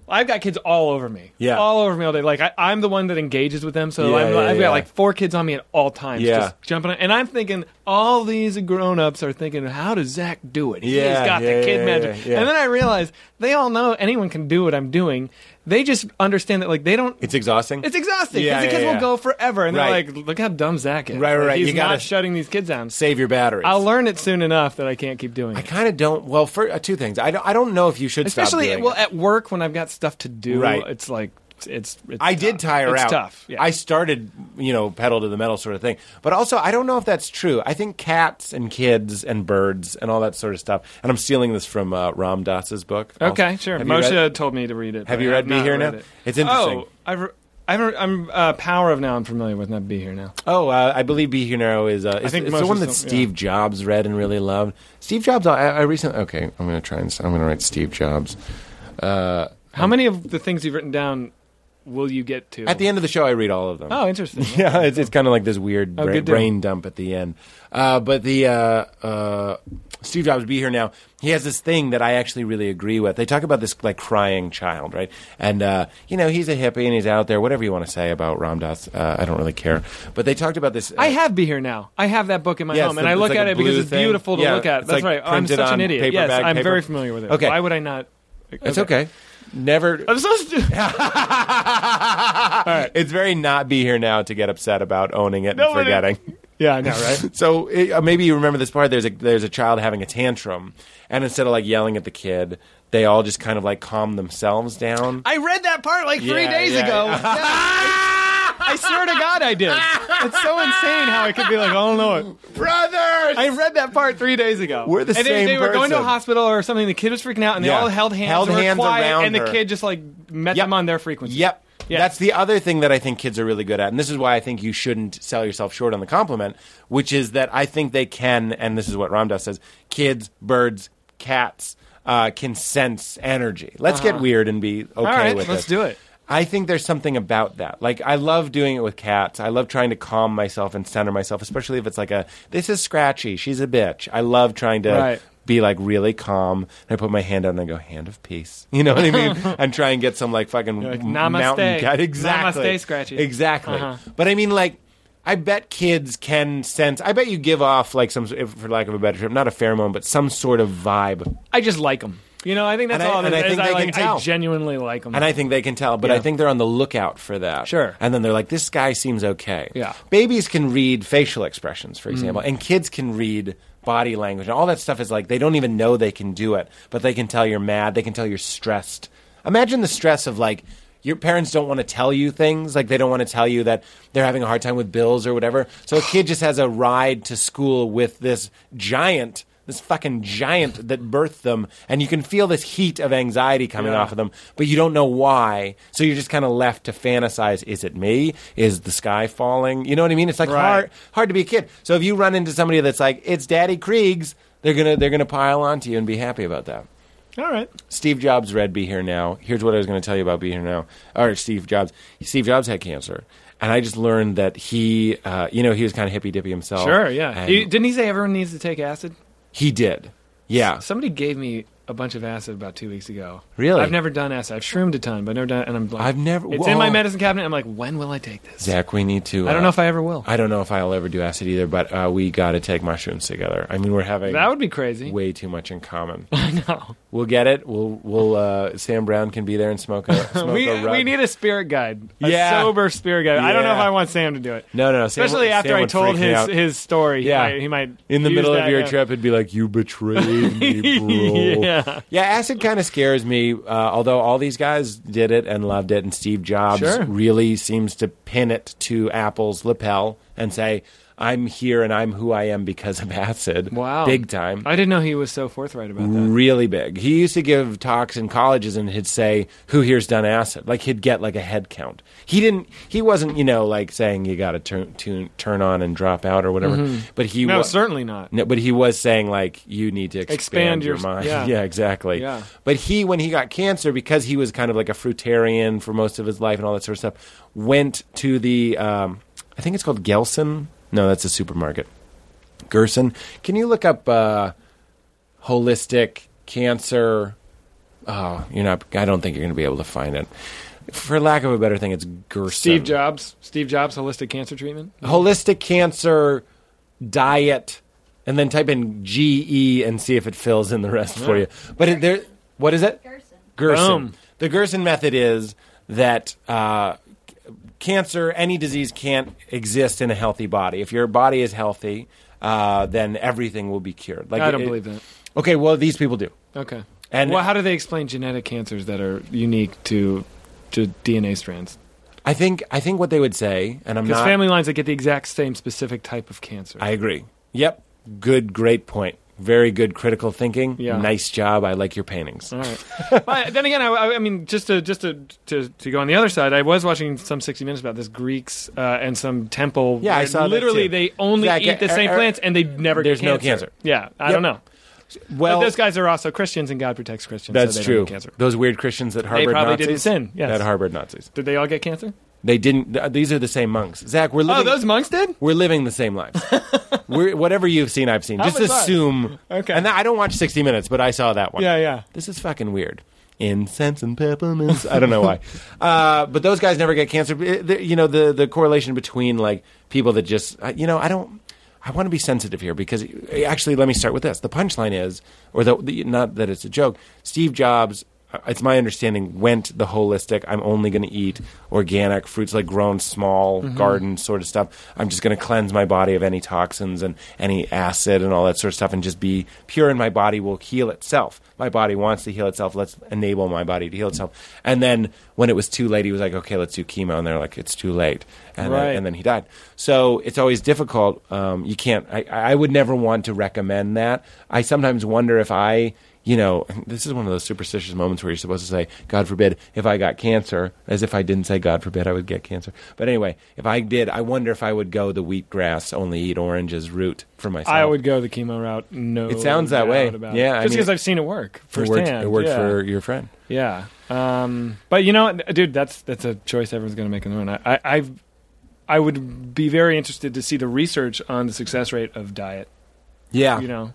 I've got kids all over me, Yeah. all over me all day. Like I, I'm the one that engages with them, so Yeah, I'm, yeah, I've yeah. got like four kids on me at all times, Yeah. just jumping. On, and I'm thinking all these grown-ups are thinking, "How does Zach do it? Yeah, He's got yeah, the kid yeah, magic." yeah, yeah. And then I realize they all know anyone can do what I'm doing. They just understand that like they don't. it's exhausting It's exhausting Yeah, because the yeah, kids yeah. will go forever, and Right. they're like, "Look how dumb Zach is! Right, right, Like, right. He's You not gotta- shutting these kids down. save your batteries I'll learn it soon enough that I can't keep doing i it. kind of don't well for uh, two things i don't, I don't know if you should Especially stop doing well it. at work when I've got stuff to do. Right. It's like it's. it's I did tough. tire it's out. Tough. Yeah. I started, you know, pedal to the metal sort of thing. But also, I don't know if that's true. I think cats and kids and birds and all that sort of stuff. And I'm stealing this from uh, Ram Dass's book. okay. Also- Sure. Oh. Have you Moshe read- told me to read it. Have but you I read Be not Here read Now? it. It's interesting. Oh, I've. re- I haven't, I'm uh, Power of Now. I'm familiar with not Be Here Now. Oh, uh, I believe Be Here Now is uh, it's, think it's most the of one that some- yeah. Steve Jobs read and really loved. Steve Jobs. I, I recently. Okay, I'm going to try and. s- I'm going to write Steve Jobs. Uh, How many of the things you've written down will you get to at the end of the show, I read all of them. Oh, interesting. yeah, it's, it's kind of like this weird Oh, bra- good deal. brain dump at the end. Uh, but the uh, uh, Steve Jobs be here now. He has this thing that I actually really agree with. They talk about this like crying child, right? And uh, you know, he's a hippie and he's out there. Whatever you want to say about Ram Dass, uh, I don't really care. But they talked about this. uh, I have Be Here Now. I have that book in my Yes, home, the- and I it's look like at a it because blue it's thing. beautiful to Yeah, look at. it's That's like right. Oh, I'm printed such on an idiot. Yes, paperback I'm paper. very familiar with it. Okay. Why would I not? It's okay. Never. uh, I'm so stupid. It's very not be here now to get upset about owning it and Nobody- forgetting. Yeah, I know, right? So it, uh, maybe you remember this part. There's a there's a child having a tantrum, and instead of like yelling at the kid, they all just kind of like calm themselves down. I read that part like three Yeah, days yeah, ago. yeah. Yeah, I, I swear to God, I did. It's so insane how I could be like, I don't know it. Brothers, I read that part three days ago. We're the and they, same they were going to a person. hospital or something. The kid was freaking out, and they Yeah. all held hands, Held and were hands quiet, around and the her. kid just like met Yep. them on their frequency. Yep. Yeah. That's the other thing that I think kids are really good at. And this is why I think you shouldn't sell yourself short on the compliment, which is that I think they can, and this is what Ramdas says kids, birds, cats uh, can sense energy. Let's get weird and be okay Uh-huh. All right, with let's this. do it. I think there's something about that. Like I love doing it with cats. I love trying to calm myself and center myself, especially if it's like a this is scratchy, she's a bitch. I love trying to Right. be like really calm. And I put my hand out and I go, hand of peace. You know what I mean? and try and get some like fucking like, m- "Namaste. mountain cat. Exactly. Namaste, Scratchy. Exactly. Uh-huh. But I mean, like, I bet kids can sense. I bet you give off like some, if, for lack of a better term, not a pheromone, but some sort of vibe. I just like them. You know, I think that's And I- all. it and I is. think they can like, tell. I genuinely like them. And I think they can tell, but Yeah. I think they're on the lookout for that. Sure. And then they're like, this guy seems okay. Yeah. Mm. Babies can read facial expressions, for example, and kids can read body language. And all that stuff is like, they don't even know they can do it, but they can tell you're mad. They can tell you're stressed. Imagine the stress of like, your parents don't want to tell you things. Like, they don't want to tell you that they're having a hard time with bills or whatever. So a kid just has a ride to school with this giant. This fucking giant that birthed them, and you can feel this heat of anxiety coming Yeah. off of them, but you don't know why. So you're just kind of left to fantasize: Is it me? Is the sky falling? You know what I mean? It's like Right. hard, hard to be a kid. So if you run into somebody that's like, "It's Daddy Kriegs," they're gonna they're gonna pile onto you and be happy about that. all right. Steve Jobs read Be Here Now. Here's what I was going to tell you about Be Here Now. Or Steve Jobs. Steve Jobs had cancer. And I just learned that he, uh, you know, he was kind of hippy dippy himself. Sure, yeah. Oh, And He- didn't he say everyone needs to take acid? he did. Yeah. Somebody gave me a bunch of acid about two weeks ago. Uh, Really? I've never done acid. I've shroomed a ton, but I've never done. And I'm like, I've never- It's in my Whoa. medicine cabinet. I'm like, when will I take this? Zach, we need to. I don't uh, know if I ever will. I don't know if I'll ever do acid either, but uh, we got to take mushrooms together. I mean, we're having that would be crazy. way too much in common. I know. we'll get it. We'll. We'll. Uh, Sam Brown can be there and smoke a. Smoke We, a rug. we need a spirit guide. A Yeah. sober spirit guide. I don't know if Yeah. I want Sam to do it. No, no. Sam Especially would- after Sam I would told freak me his, out. his story. Yeah. He might. in the use middle of that, your yeah. trip, it'd be like, "You betrayed me, bro." Yeah. Yeah, acid kind of scares me. Uh, although all these guys did it and loved it, and Steve Jobs Sure. really seems to pin it to Apple's lapel and say, "I'm here and I'm who I am because of acid." Wow. big time. I didn't know he was so forthright about that. Really big. He used to give talks in colleges and he'd say, "Who here's done acid?" Like he'd get like a head count. He didn't. He wasn't, you know, like saying you got to turn tune- turn on and drop out or whatever. But he Mm-hmm. No, wa- certainly not. no, but he was saying like you need to expand, Expand your, your- mind. yeah. Yeah. exactly. Yeah. But he, when he got cancer, because he was kind of like a fruitarian for most of his life and all that sort of stuff, went to the um, I think it's called Gelson. No, that's a supermarket. Gerson. Can you look up uh, holistic cancer? Oh, you're not. I don't think you're going to be able to find it. For lack of a better thing, it's Gerson. Steve Jobs. Steve Jobs holistic cancer treatment. holistic cancer diet and then type in GE and see if it fills in the rest for you. But it, there, what is it? Gerson. Gerson. Boom. The Gerson method is that uh, c- cancer, any disease, can't exist in a healthy body. If your body is healthy, uh, then everything will be cured. Like I don't it- believe that. Okay, well, these people do. Okay. And- well, how do they explain genetic cancers that are unique to to DNA strands? I think I think what they would say, and I'm Because not. family lines that get the exact same specific type of cancer. I agree. Yep. Good. Great point. Very good critical thinking. Yeah. Nice job. I like your paintings. All right. but then again, I, I- I mean, just to just to, to to go on the other side, I was watching some 60 Minutes about this Greeks uh, and some temple. Yeah, I where saw that Literally, too. they only Zach, eat the uh, same uh, plants, and they never. there's get no cancer. cancer. Yeah, I Yep. don't know. Well, but those guys are also Christians, and God protects Christians. That's so they true. Don't get cancer. Those weird Christians that harbored probably Nazis didn't sin, yes. that harbored Nazis. Did they all get cancer? They didn't. th- These are the same monks. Zach, we're living. Oh, those monks did. we're living the same lives. we're, whatever you've seen, I've seen. Just was I? assume. Okay. And I don't watch 60 Minutes, but I saw that one. Yeah, yeah. This is fucking weird. Incense and peppermints. I don't know why. Uh, but those guys never get cancer. It- the- you know, the, the correlation between like people that just, uh, you know, I don't, I want to be sensitive here because uh, actually, let me start with this. The punchline is, or the, the, not that it's a joke, Steve Jobs it's my understanding, went the holistic. I'm only going to eat organic fruits, like grown small garden sort of stuff. I'm just going to cleanse my body of any toxins and any acid and all that sort of stuff, and just be pure. And my body will heal itself. My body wants to heal itself. Let's enable my body to heal itself. And then when it was too late, he was like, "Okay, let's do chemo." And they're like, "It's too late." And then, Right. and then he died. So it's always difficult. Um, you can't. I, I would never want to recommend that. I sometimes wonder if I, you know, this is one of those superstitious moments where you're supposed to say, "God forbid," if I got cancer, as if I didn't say, "God forbid," I would get cancer. But anyway, if I did, I wonder if I would go the wheatgrass only eat oranges route for myself. I would go the chemo route. No, It sounds that doubt way. About Yeah, it. I just mean- because I've seen it work It worked, firsthand. it worked yeah. for your friend. Yeah. Um, but you know, dude, that's that's a choice everyone's going to make on their own. I, I I've, I would be very interested to see the research on the success rate of diet. Yeah. You know.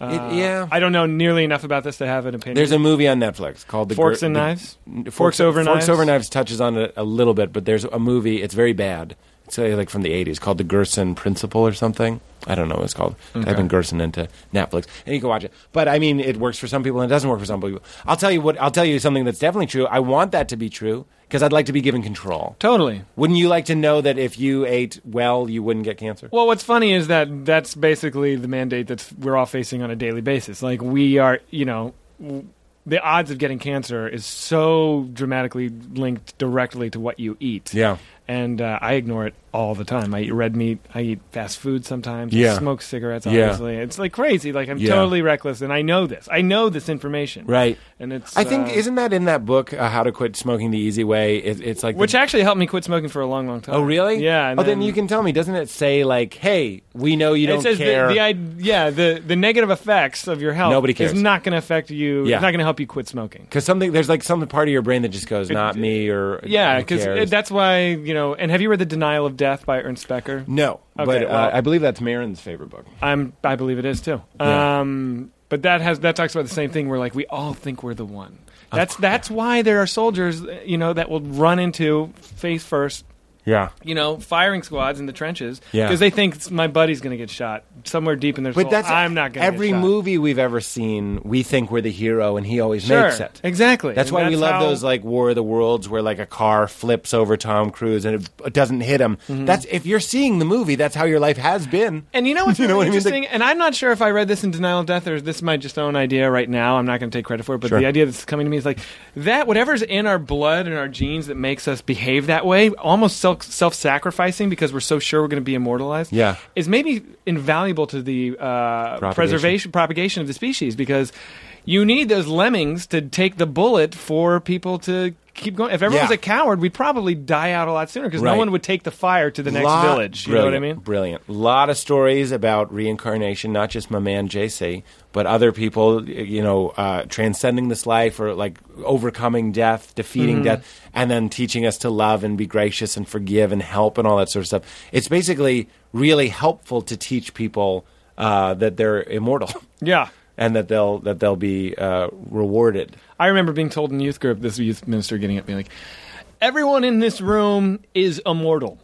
Uh, It- yeah. I don't know nearly enough about this to have an opinion. There's a movie on Netflix called The forks Gir- and The- knives. Forks, over Forks knives? over knives touches on it a little bit, but there's a movie. It's very bad. It's uh, like from the '80s, called The Gerson Principle or something. I don't know what it's called. Type in Gerson into Netflix, and you can watch it. But I mean, it works for some people, and it doesn't work for some people. I'll tell you what. I'll tell you something that's definitely true. I want that to be true because I'd like to be given control. Totally. Wouldn't you like to know that if you ate well, you wouldn't get cancer? Well, what's funny is that that's basically the mandate that we're all facing on a daily basis. Like we are, you know, w- the odds of getting cancer is so dramatically linked directly to what you eat. yeah. and uh, I ignore it all the time. I eat red meat. I eat fast food sometimes. Yeah. I smoke cigarettes. Yeah. Obviously, it's like crazy. Like I'm Yeah. totally reckless, and I know this. I know this information. Right. And it's. I think uh, isn't that in that book, uh, How to Quit Smoking the Easy Way? It, it's like the- which actually helped me quit smoking for a long, long time. Oh, really? Yeah. and oh, then, you can tell me. Doesn't it say like, "Hey, we know you it don't says the- care." The, id- yeah, the, the negative effects of your health Nobody cares. is not going to affect you. Yeah. It's not going to help you quit smoking. because something there's like some part of your brain that just goes, "Not me," or Yeah, "Who because cares?" that's why, you know, and have you read The Denial of Death by Ernst Becker? no. Okay, but uh, well- I believe that's Marin's favorite book. I'm I believe it is too. Yeah. Um, but that has that talks about the same thing. Where like we all think we're the one. That's that's why there are soldiers, uh, you know, that will run into face first, Yeah, you know, firing squads in the trenches Yeah. because they think my buddy's going to get shot somewhere deep in their but soul. that's I'm not going to every movie we've ever seen. We think we're the hero, and he always Sure, makes it. exactly. That's And why we that's love how- those like War of the Worlds, where like a car flips over Tom Cruise and it, it doesn't hit him. Mm-hmm. That's if you're seeing the movie, that's how your life has been. And you know what's You know really what I mean? interesting? and I'm not sure if I read this in Denial of Death or this is my just own idea right now. I'm not going to take credit for it, but Sure. the idea that's coming to me is like that whatever's in our blood and our genes that makes us behave that way, almost self self sacrificing because we're so sure we're going to be immortalized. Yeah. is maybe invaluable to the uh, Propagation. preservation propagation of the species because you need those lemmings to take the bullet for people to. Keep going. If everyone Yeah. was a coward, we'd probably die out a lot sooner because Right. no one would take the fire to the next Lot- village. You know what I brilliant, mean? Brilliant. lot of stories about reincarnation, not just my man JC, but other people, you know, uh, transcending this life or like overcoming death, defeating Mm-hmm. death, and then teaching us to love and be gracious and forgive and help and all that sort of stuff. It's basically really helpful to teach people uh, that they're immortal Yeah. and that they'll that they'll be uh, rewarded. I remember being told in youth group, this youth minister getting up, being like, "Everyone in this room is immortal."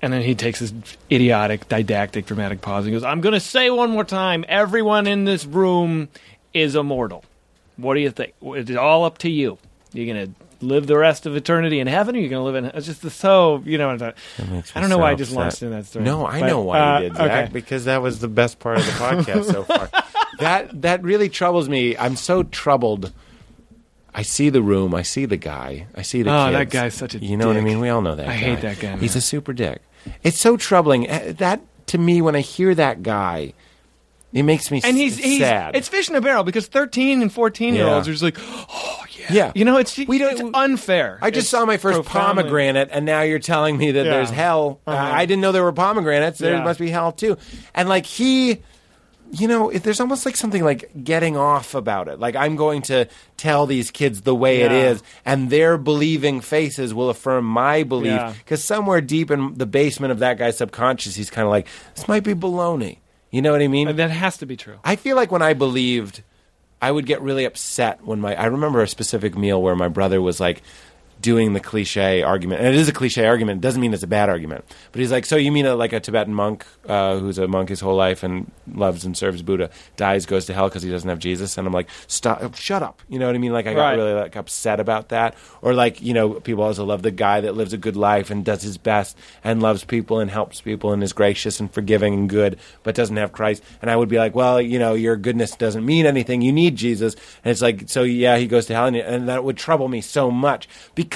And then he takes his idiotic, didactic, dramatic pause and goes, "I'm going to say one more time: everyone in this room is immortal. What do you think? It's all up to you. You're going to live the rest of eternity in heaven, or you're going to live in it's just the so you know." I makes me I don't know why so I just upset. launched in that story. No, I But, know why uh, you did, Zach, okay. because that was the best part of the podcast so far. That that really troubles me. I'm so troubled. I see the room. I see the guy. I see the. Oh, that kids. guy's such a You know what I dick. mean? We all know that. I guy. hate that guy, He's man. a super dick. It's so troubling. Uh, That to me, when I hear that guy, it makes me And s- he's, he's sad. it's fish in a barrel because 13 and 14 year olds Yeah. are just like, yeah, You know, it's We don't- it's unfair. I just It's saw my first profoundly- pomegranate, and now you're telling me that Yeah. Uh-huh. there's hell. Uh, I didn't know there were pomegranates. There Yeah. must be hell too. And like he, you know, it, there's almost like something like getting off about it. Like I'm going to tell these kids the way it Yeah. is, and their believing faces will affirm my belief. Yeah. Because somewhere deep in the basement of that guy's subconscious, he's kind of like, this might be baloney. You know what I mean? And that has to be true. I feel like when I believed, I would get really upset when my. I remember a specific meal where my brother was like, doing the cliche argument, and it is a cliche argument. It doesn't mean it's a bad argument. But he's like, so you mean a, like a Tibetan monk uh, who's a monk his whole life and loves and serves Buddha dies, goes to hell because he doesn't have Jesus? And I'm like, stop, shut up. You know what I mean? Like I got Right. really like upset about that. Or like you know, people also love the guy that lives a good life and does his best and loves people and helps people and is gracious and forgiving and good, but doesn't have Christ. And I would be like, well, you know, your goodness doesn't mean anything. You need Jesus. And it's like, so yeah, he goes to hell, and, and that would trouble me so much because.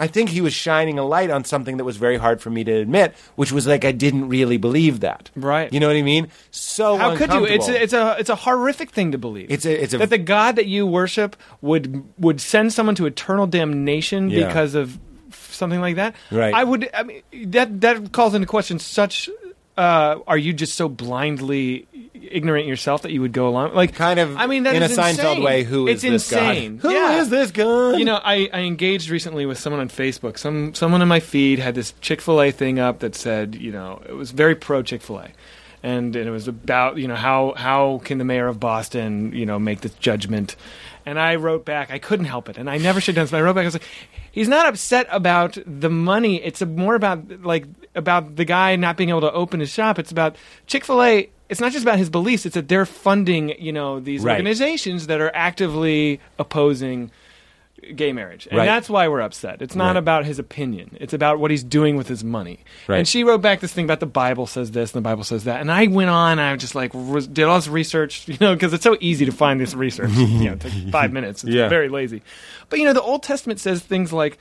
I think he was shining a light on something that was very hard for me to admit, which was like I didn't really believe that. Right. You know what I mean? So How could you? It's a, uncomfortable. it's a it's a horrific thing to believe. It's a- it's a- that the God that you worship would would send someone to eternal damnation Yeah. because of something like that. Right. I would. I mean, that that calls into question such. Uh, are you just so blindly ignorant yourself that you would go along? Like kind of I mean, that in is a Seinfeld insane. way. Who is it's this insane. guy? Who is Yeah. this guy? You know, I, I engaged recently with someone on Facebook. Some someone in my feed had this Chick Fil A thing up that said, you know, it was very pro Chick Fil A, and, and it was about you know how how can the mayor of Boston you know make this judgment, and I wrote back, I couldn't help it, and I never should have done this. But I wrote back, I was like, he's not upset about the money. It's more about like about the guy not being able to open his shop. It's about Chick Fil A. It's not just about his beliefs. It's that they're funding, you know, these Right. organizations that are actively opposing gay marriage. And Right. that's why we're upset. It's not Right. about his opinion. It's about what he's doing with his money. Right. And she wrote back this thing about the Bible says this and the Bible says that. And I went on. I just like re- did all this research, you know, because it's so easy to find this research. you know, it took five minutes. It's Yeah. very lazy. But you know, the Old Testament says things like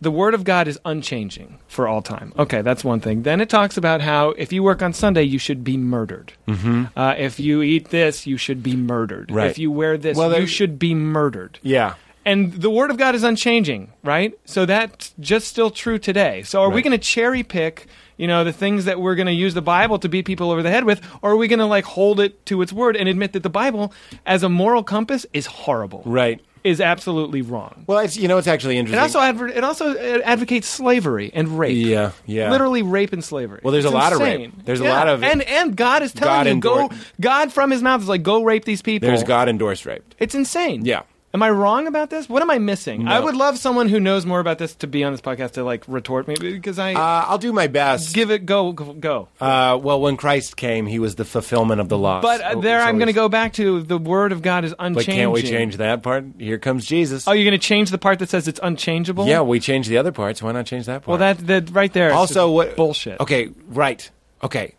the word of God is unchanging for all time. Okay, that's one thing. Then it talks about how if you work on Sunday, you should be murdered. Mm-hmm. Uh, if you eat this, you should be murdered. Right. If you wear this, Well, there- you should be murdered Yeah. and the word of god is unchanging right so that's just still true today so are we Right. going to cherry pick you know the things that we're going to use the bible to beat people over the head with or are we going to like hold it to its word and admit that the bible as a moral compass is horrible Right. is absolutely wrong Well, it's you know it's actually it interesting. also adver- it also uh, advocates slavery and rape Yeah, yeah. literally rape and slavery Well, there's It's a lot of insane. rape. There's a Yeah. lot of- and and god is telling God you go endor- god from his mouth is like go rape these people there's God endorsed rape. it's insane. Yeah. Am I wrong about this? What am I missing? I would love someone who knows more about this to be on this podcast to like retort me because I Uh, I'll do my best. give it go go. go. Uh, well, when Christ came, he was the fulfillment of the law. But uh, So- there, so I'm going to it's- go back to the word of God is But unchanging. can't we change that part? Here comes Jesus. Oh, you're going to change the part that says it's unchangeable? yeah, we change the other parts. Why not change that part? Well, that that right there. is also just what bullshit? Okay, right. Okay.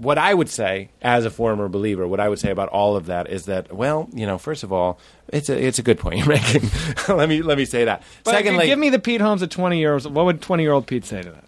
What I would say as a former believer, what I would say about all of that is that, well, you know, first of all, it's a it's a good point you're making. let me let me say that. But if you Secondly, give me the Pete Holmes at 20 years. What would 20 year old Pete say to that?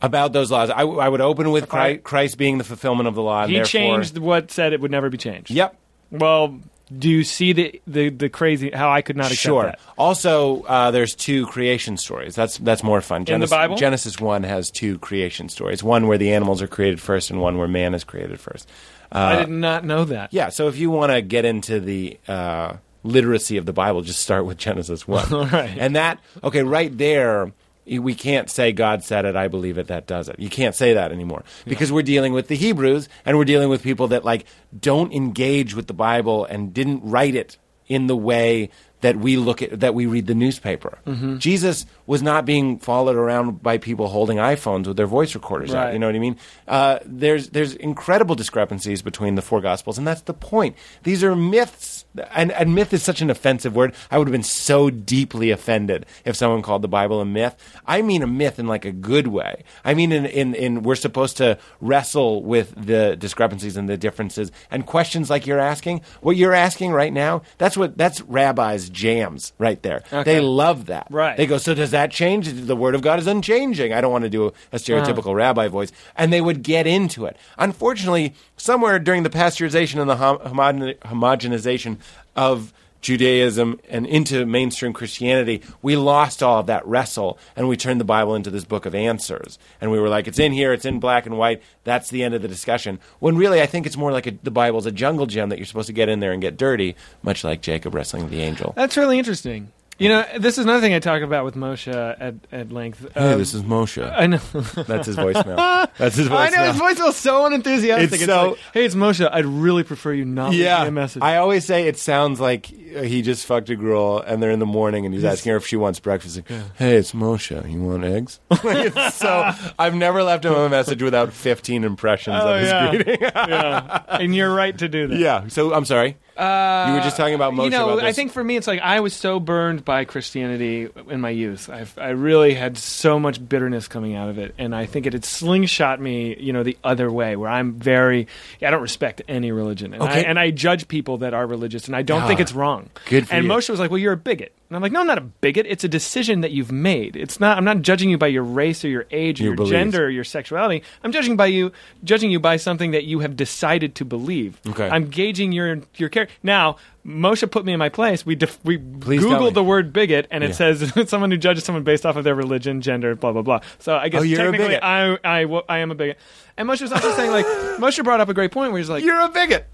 about those laws, I, w- I would open with Okay. Christ, Christ being the fulfillment of the law. And He therefore, changed what said it would never be changed. Yep. Well, do you see the the, the crazy how I could not accept Sure. that? Also, uh, there's two creation stories. That's that's more fun. the Bible? Genesis one has two creation stories. One where the animals are created first, and one where man is created first. Uh, I did not know that. Yeah. So if you want to get into the uh, literacy of the Bible, just start with Genesis one. right. And that okay, right there. y- We can't say God said it, I believe it, that does it. You can't say that anymore because we're dealing with the Hebrews and we're dealing with people that like don't engage with the Bible and didn't write it in the way that we look at that we read the newspaper. Mm-hmm. Jesus was not being followed around by people holding iPhones with their voice recorders out. Right. You know what I mean? Uh, there's there's incredible discrepancies between the four gospels, and that's the point. These are myths, and, and myth is such an offensive word. I would have been so deeply offended if someone called the Bible a myth. I mean a myth in like a good way. I mean in in, in we're supposed to wrestle with the discrepancies and the differences and questions like you're asking. What you're asking right now, that's what that's rabbis jams right there. They love that. Right. They go, so does that change? The word of God is unchanging. I don't want to do a stereotypical rabbi voice. And they would get into it. Unfortunately, somewhere during the pasteurization and the hom- homogen- homogenization of Judaism and into mainstream Christianity, we lost all of that wrestle and we turned the Bible into this book of answers. And we were like, it's in here, it's in black and white, that's the end of the discussion. When really, I think it's more like a, the Bible's Um, a jungle gym that you're supposed to get in there and get dirty, much like Jacob wrestling the angel. That's really interesting. You know, this is another thing I talk about with Moshe at, at length. Hey, Um, this is Moshe. I know. That's his voicemail. That's his voicemail. I know his voice feels so unenthusiastic. It's It's, so- like, hey, it's Moshe. I'd really prefer you not leave Yeah, me a message. I always say it sounds like uh, he just fucked a girl, and they're in the morning, and he's asking her if she wants breakfast. Like, hey, it's Moshe. You want eggs? Like, it's so I've never left him a message without 15 impressions Oh, of his yeah. greeting. yeah. And you're right to do that. yeah. So I'm sorry. Uh, You were just talking about Moshe You know, about I this. think for me, it's like I was so burned by Christianity in my youth. I've, I really had so much bitterness coming out of it, and I think it had slingshot me, you know, the other way, where I'm very, I don't respect any religion, and, Okay. I, and I judge people that are religious, and I don't think Yeah. it's wrong. Good for and you. Moshe was like, "Well, you're a bigot," and I'm like, "No, I'm not a bigot. It's a decision that you've made. It's not. I'm not judging you by your race or your age or Your your, beliefs. gender or your sexuality. I'm judging by you, judging you by something that you have decided to believe. Okay. I'm gauging your your character. Now, Moshe put me in my place. We def- we Please tell me. googled the word bigot, and it Yeah. says it's someone who judges someone based off of their religion, gender, blah blah blah. So I guess Oh, you're a technically, bigot. I, I wa- I am a bigot. And Moshe was also saying like Moshe brought up a great point where he's like, You're a bigot.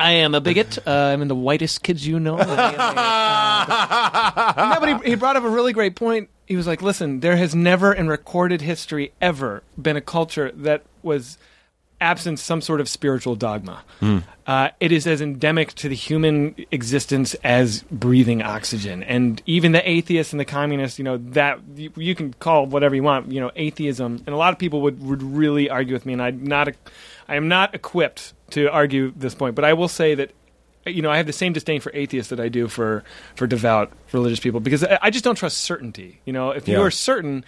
I am a bigot. Uh, I'm in the whitest kids you know. no, but he, he brought up a really great point. He was like, listen, there has never in recorded history ever been a culture that was absent some sort of spiritual dogma. Uh, it is as endemic to the human existence as breathing oxygen. And even the atheists and the communists, you know, that you, you can call whatever you want, you know, atheism. And a lot of people would, would really argue with me, and I'm not, I am not equipped to argue this point, but I will say that you know, I have the same disdain for atheists that I do for for devout religious people because I, I just don't trust certainty. You know, if you Yeah. are certain,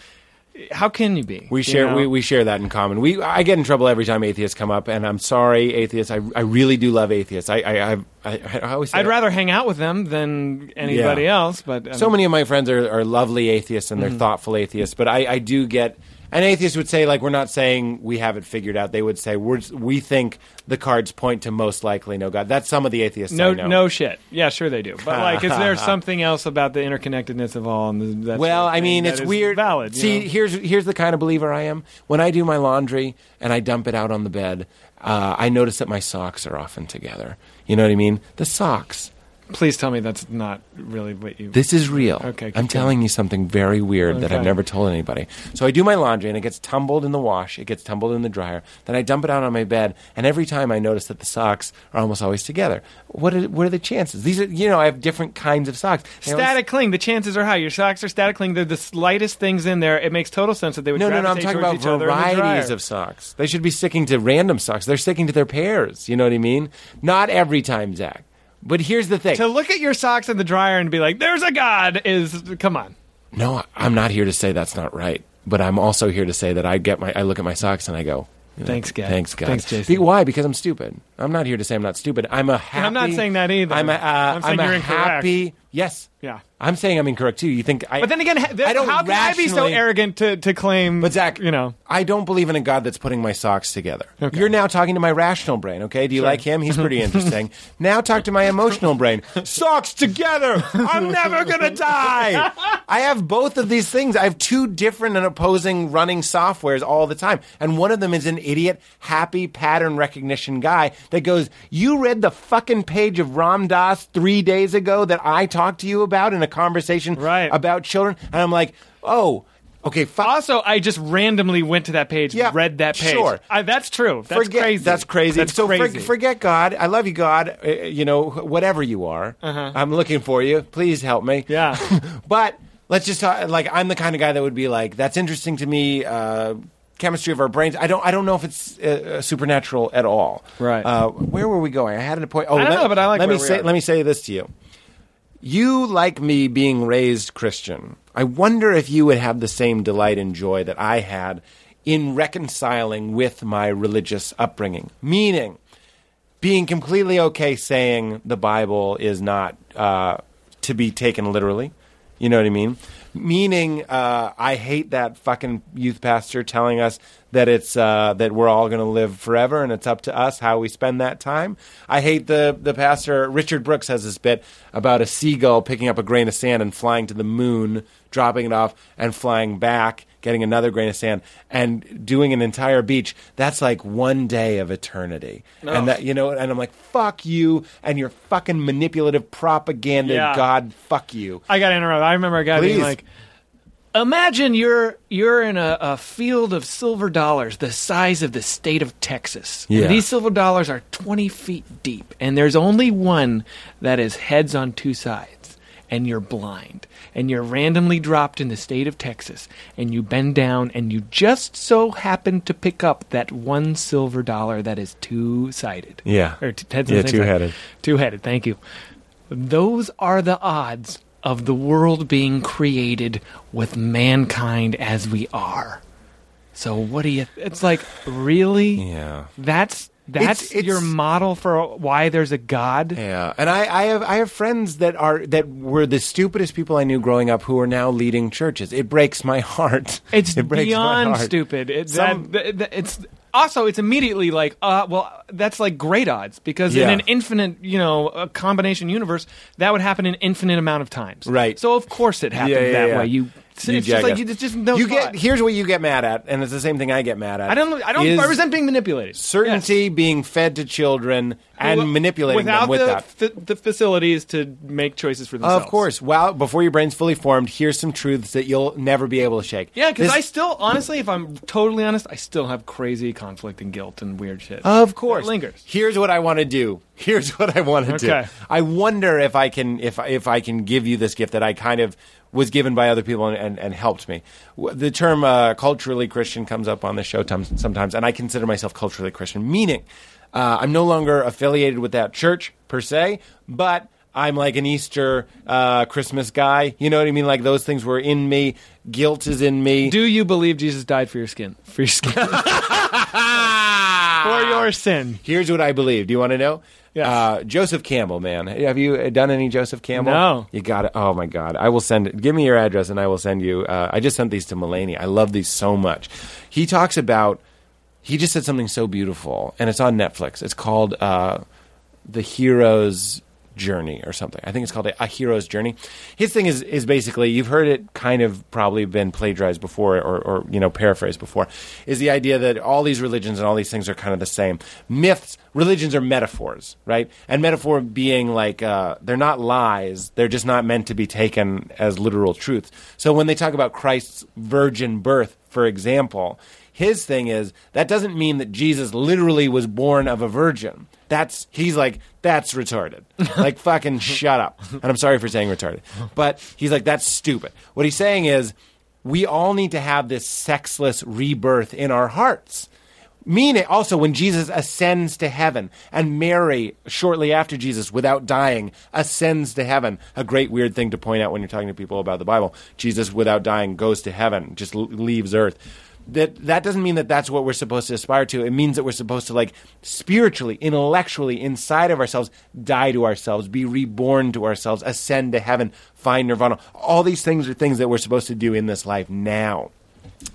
how can you be? We You share know? we, we share that in common. We I get in trouble every time atheists come up, and I'm sorry, atheists. I, I really do love atheists. I I I, I, I always say I'd it. rather hang out with them than anybody Yeah. else. But um, so many of my friends are, are lovely atheists Mm-hmm. and they're thoughtful atheists, but I, I do get. An atheist would say, like, we're not saying we have it figured out. They would say, we're, we think the cards point to most likely no God. That's some of the atheists no I know. no shit. Yeah, sure they do. But like, is there something else about the interconnectedness of all? And the, that Well, sort of I thing mean, that it's is weird. Valid. you See, know? here's here's the kind of believer I am. When I do my laundry and I dump it out on the bed, uh, I notice that my socks are often together. You know what I mean? The socks. please tell me that's not really what you. This is real. Okay, I'm good. telling you something very weird that I've Okay. never told anybody. So I do my laundry and it gets tumbled in the wash, it gets tumbled in the dryer. Then I dump it out on my bed, and every time I notice that the socks are almost always together. What are, what are the chances? These are, you know, I have different kinds of socks. They always- Static cling. The chances are high. Your socks are static cling. They're the slightest things in there. It makes total sense that they would. No, no, no. I'm gravitate talking about towards each other in the varieties dryer. of socks. They should be sticking to random socks. They're sticking to their pairs. You know what I mean? Not every time, Zach. But here's the thing. to look at your socks in the dryer and be like, "There's a god," is come on. no, I'm not here to say that's not right. But I'm also here to say that I get my. I look at my socks and I go. Thanks, God. Thanks, God. Thanks, Jason. Be- Why? Because I'm stupid. I'm not here to say I'm not stupid. I'm a happy. I'm not saying that either. I'm a, uh, I'm saying a you're incorrect. happy. Yes. Yeah. I'm saying I'm incorrect too. You think I? But then again, ha- there, I don't how can I be so rationally- arrogant to, to claim? But Zach, Um, you know, I don't believe in a God that's putting my socks together. You're now talking to my rational brain. Okay, do you like him? He's pretty interesting. now talk to my emotional brain. Socks together. I'm never gonna die. I have both of these things. I have two different and opposing running softwares all the time, and one of them is an idiot, happy pattern recognition guy that goes, "You read the fucking page of Ram Dass three days ago that I talked to you about in a conversation Right. about children," and I'm like, "Oh." Okay, fuck. also I just randomly went to that page, Yeah, read that page. sure. I, that's true. That's forget, crazy. That's crazy. That's so for- crazy. forget God. I love you, God. Uh, you know, wh- whatever you are, I'm looking for you. Please help me. Uh-huh. Yeah. but let's just talk, like I'm the kind of guy that would be like, that's interesting to me. Uh, chemistry of our brains. I don't. I don't know if it's uh, uh, supernatural at all. Right. Uh, where were we going? I had a point. Oh, I don't let, know, but I like Let where me we say. are. Let me say this to you. You like me being raised Christian. I wonder if you would have the same delight and joy that I had in reconciling with my religious upbringing. Meaning, being completely okay saying the Bible is not uh, to be taken literally. You know what I mean? Meaning, uh, I hate that fucking youth pastor telling us that it's uh, that we're all going to live forever and it's up to us how we spend that time. I hate the the pastor Richard Brooks has this bit about a seagull picking up a grain of sand and flying to the moon, dropping it off and flying back, getting another grain of sand and doing an entire beach. That's like one day of eternity. Oh. And that you know and I'm like fuck you and your fucking manipulative propaganda Yeah. god fuck you. I got interrupted. I remember a guy being Please. like, "Imagine you're you're in a, a field of silver dollars the size of the state of Texas. And Yeah. these silver dollars are twenty feet deep, and there's only one that is heads on two sides, and you're blind." And you're randomly dropped in the state of Texas, and you bend down, and you just so happen to pick up that one silver dollar that is two sided. Yeah. Or t- heads on Yeah, the same side. two-headed. Two headed, thank you. Those are the odds of the world being created with mankind as we are. So what do you it's like really Yeah. that's that's It's- it's- your model for why there's a god? Yeah, and I, I have I have friends that are that were the stupidest people I knew growing up who are now leading churches. It breaks my heart. It's it breaks my beyond heart. stupid. It, Some- that, th- th- it's also it's immediately like, uh, well, that's like great odds because in Yeah. an infinite, you know, uh combination universe, that would happen an infinite amount of times. Right. So of course it happens Yeah, yeah, that yeah. way. You, it's just like jackass. you, it's just no. You thought. get here's what you get mad at, and it's the same thing I get mad at. I don't. I don't. is I resent being manipulated. certainty being fed to children and Well, manipulating without them with the, that. fa- the facilities to make choices for themselves. Of course. Wow. Before your brain's fully formed, here's some truths that you'll never be able to shake. Yeah, because This- I still, honestly, if I'm totally honest, I still have crazy conflict and guilt and weird shit. Of course, It lingers. Here's what I want to do. Here's what I want to Okay. do. I wonder if I can if if I can give you this gift that I kind of was given by other people and, and, and helped me. W- The term uh, culturally Christian comes up on the show tom- sometimes, and I consider myself culturally Christian, meaning uh, I'm no longer affiliated with that church per se, but I'm like an Easter uh, Christmas guy. You know what I mean? Like those things were in me. Guilt is in me. Do you believe Jesus died for your skin? For your skin. for your sin. Here's what I believe. Do you want to know? Yes. Uh, Joseph Campbell, man. Have you uh, done any Joseph Campbell? No. You got it. Oh my God! I will send. Give me your address, and I will send you. Uh, I just sent these to Mulaney. I love these so much. He talks about. He just said something so beautiful, and it's on Netflix. It's called uh, "The Hero's Journey" or something. I think it's called "A Hero's Journey." His thing is is basically you've heard it kind of probably been plagiarized before, or, or you know paraphrased before. Is the idea that all these religions and all these things are kind of the same myths? Religions are metaphors, right? And metaphor being like uh, they're not lies; they're just not meant to be taken as literal truths. So when they talk about Christ's virgin birth, for example, his thing is that doesn't mean that Jesus literally was born of a virgin. That's he's like that's retarded. Like fucking shut up. And I'm sorry for saying retarded, but he's like that's stupid. What he's saying is we all need to have this sexless rebirth in our hearts. Mean it also when Jesus ascends to heaven and Mary, shortly after Jesus, without dying, ascends to heaven. A great weird thing to point out when you're talking to people about the Bible. Jesus, without dying, goes to heaven, just l- leaves earth. That, that doesn't mean that that's what we're supposed to aspire to. It means that we're supposed to, like, spiritually, intellectually, inside of ourselves, die to ourselves, be reborn to ourselves, ascend to heaven, find nirvana. All these things are things that we're supposed to do in this life now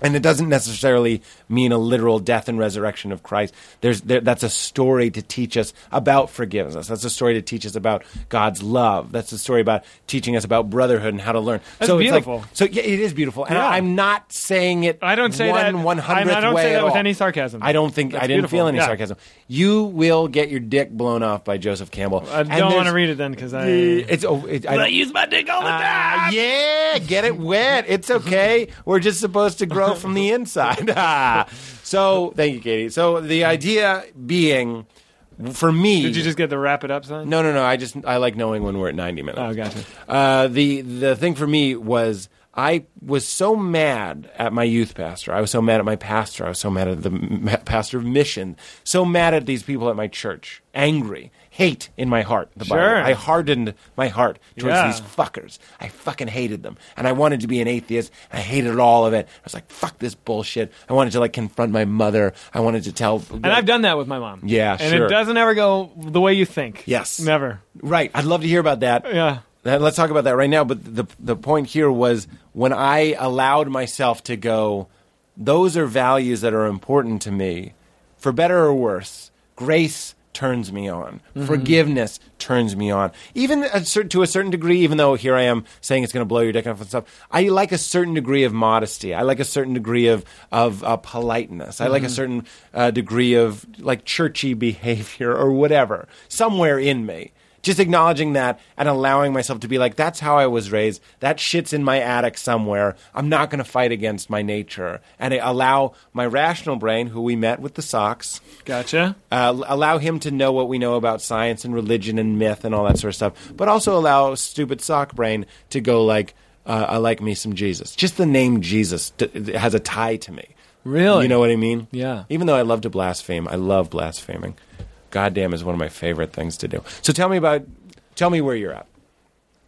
and it doesn't necessarily mean a literal death and resurrection of Christ. There's there, that's a story to teach us about forgiveness. That's a story to teach us about God's love. That's a story about teaching us about brotherhood and how to learn. That's so beautiful. It's like, so yeah, it is beautiful, and Yeah. I'm not saying it. I don't say that- one one hundredth I don't way say that at with all. any sarcasm. I don't think That's I didn't beautiful. feel any Yeah. sarcasm. You will get your dick blown off by Joseph Campbell. I And don't want to there's- read it then because I. It's oh, it, I, use my dick all the time. Ah, Yeah, get it wet. It's okay. We're just supposed to grow from the inside. Ah. so thank you, Katie. So the idea being, for me, Did you just get the wrap it up sign? no, no, no. I just I like knowing when we're at ninety minutes. Oh, gotcha. Uh, the the thing for me was I was so mad at my youth pastor. I was so mad at my pastor. I was so mad at the m- pastor of mission. So mad at these people at my church. Angry, hate in my heart. The Bible. Sure. I hardened my heart towards Yeah. these fuckers. I fucking hated them, and I wanted to be an atheist. I hated all of it. I was like, fuck this bullshit. I wanted to like confront my mother. I wanted to tell. And I've done that with my mom. Yeah, And it sure. doesn't ever go the way you think. Yes. Never. Right. I'd love to hear about that. Yeah. Now, Let's talk about that right now. But the the point here was when I allowed myself to go. Those are values that are important to me, for better or worse. Grace turns me on. Forgiveness turns me on. Even a cer- to a certain degree, even though here I am saying it's going to blow your dick off and stuff, I like a certain degree of modesty. I like a certain degree of of uh, politeness. I like a certain uh, degree of like churchy behavior or whatever. Somewhere in me just acknowledging that and allowing myself to be like that's how i was raised that shit's in my attic somewhere i'm not going to fight against my nature and I allow my rational brain who we met with the socks Gotcha. uh, allow him to know what we know about science and religion and myth and all that sort of stuff but also allow stupid sock brain to go like uh, i like me some jesus just the name jesus d- has a tie to me Really? you know what i mean Yeah. even though i love to blaspheme i love blaspheming goddamn is one of my favorite things to do so tell me about tell me where you're at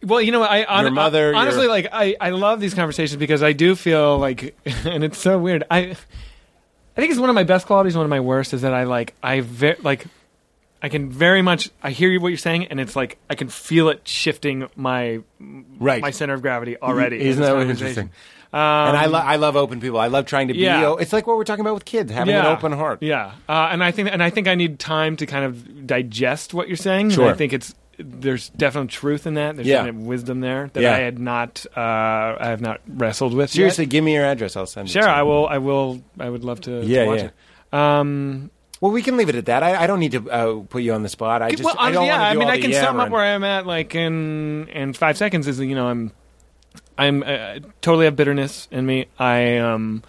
Well, you know, what, I hon- Your mother, honestly your- like I, I love these conversations because I do feel like, and it's so weird. I I think it's one of my best qualities, one of my worst is that I like I ve- like I can very much I hear you what you're saying, and it's like I can feel it shifting my right my center of gravity already. in Isn't this that what- conversation. Um, interesting? and I, lo- I love open people. I love trying to be. Yeah. o- It's like what we're talking about with kids, having an open heart. Yeah, uh, and I think and I think I need time to kind of digest what you're saying. and Sure. I think it's there's definite truth in that. There's Yeah. definite wisdom there that Yeah. I had not uh, I have not wrestled with. yet. Seriously, give me your address. I'll send it. sure. to you. I will. I will. I would love to. to Yeah, watch yeah. It. Um, Well, we can leave it at that. I, I don't need to uh, put you on the spot. I just well, um, I don't yeah. want to I do mean, all I the can sum up yammering. where I'm at, like in in five seconds. Is you know, I'm I'm uh, totally have bitterness in me. I um,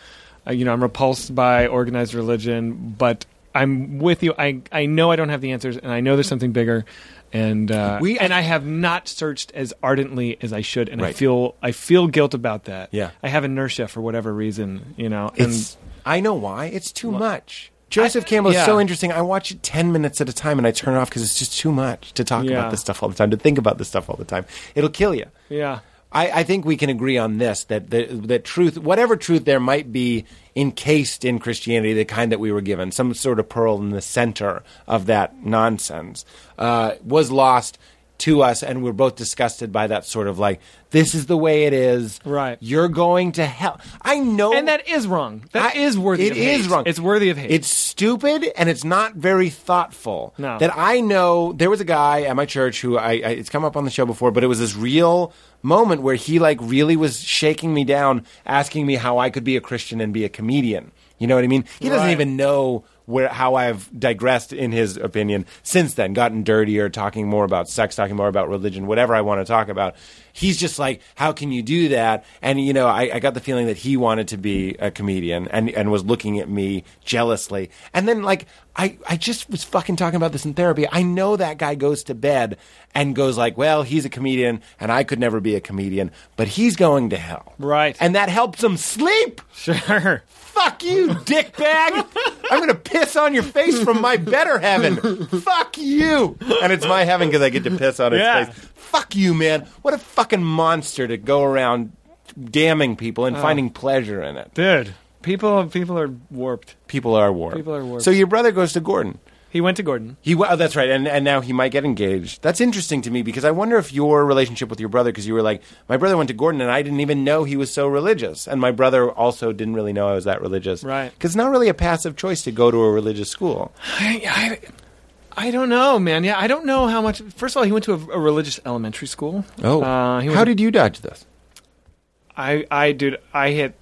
uh, you know, I'm repulsed by organized religion, but I'm with you. I I know I don't have the answers, and I know there's something bigger. And uh, We- and I have not searched as ardently as I should, and I Right. feel I feel guilt about that. Yeah. I have inertia for whatever reason, you know. It's, I know why. It's too much. Joseph Campbell yeah. is so interesting. I watch it 10 minutes at a time and I turn it off because it's just too much to talk Yeah. about this stuff all the time, to think about this stuff all the time. It'll kill you. and yeah, I, I think we can agree on this that the, that truth, whatever truth there might be encased in Christianity, the kind that we were given, some sort of pearl in the center of that nonsense, uh, was lost to us, and we're both disgusted by that sort of like, this is the way it is. Right. You're going to hell. I know. and that is wrong. That I- is worthy. It of is hate. wrong. It's worthy of hate. It's stupid and it's not very thoughtful. No. That I know there was a guy at my church who I, I it's come up on the show before, but it was this real moment where he like really was shaking me down, asking me how I could be a Christian and be a comedian. You know what I mean? He doesn't Right. even know where how I've digressed in his opinion since then, gotten dirtier, talking more about sex, talking more about religion, whatever I want to talk about. He's just like, how can you do that? And you know, I, I got the feeling that he wanted to be a comedian and and was looking at me jealously. And then like I, I just was fucking talking about this in therapy. I know that guy goes to bed and goes like, well, he's a comedian and I could never be a comedian, but he's going to hell. Right. And that helps him sleep. sure. Fuck you, dickbag! I'm gonna piss on your face from my better heaven. Fuck you! And it's my heaven because I get to piss on its Yeah. face. Fuck you, man! What a fucking monster to go around damning people Oh. and finding pleasure in it. Dude, people people are warped. People are warped. People are warped. So your brother goes to Gordon. He went to Gordon. He wa- oh, that's right, and and now he might get engaged. That's interesting to me because I wonder if your relationship with your brother, because you were like, my brother went to Gordon, and I didn't even know he was so religious, and my brother also didn't really know I was that religious, Right. Because it's not really a passive choice to go to a religious school. I, I, I don't know, man. Yeah, I don't know how much. First of all, he went to a, a religious elementary school. uh, he Oh. how went- did you dodge this? I? I dude, I hit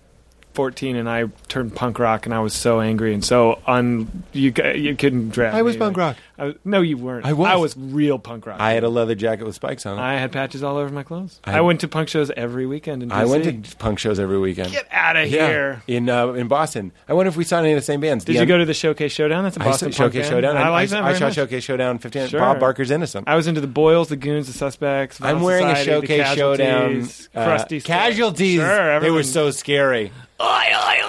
fourteen and I turned punk rock, and I was so angry and so un. You ca- you couldn't draft. I was me, punk like- rock. I was, no, you weren't. I was. I was real punk rock. I had a leather jacket with spikes on it. I, I had patches all over my clothes. I- I, went to punk shows every weekend. In DC. went to punk shows every weekend. get out of yeah, here. in uh, in Boston. I wonder if we saw any of the same bands. The Did you Un- go to the Showcase Showdown? That's a I saw Boston punk Showcase band. Showdown? I like I, that. I very saw much. Showcase Showdown. Fifteen. Sure. Bob Barker's Innocent. I was into the Boils, the Goons, the Suspects. I'm Violent wearing a Society, the showcase showdown. Casualties, uh, crusty stuff. casualties. Sure, they were everyone- so scary.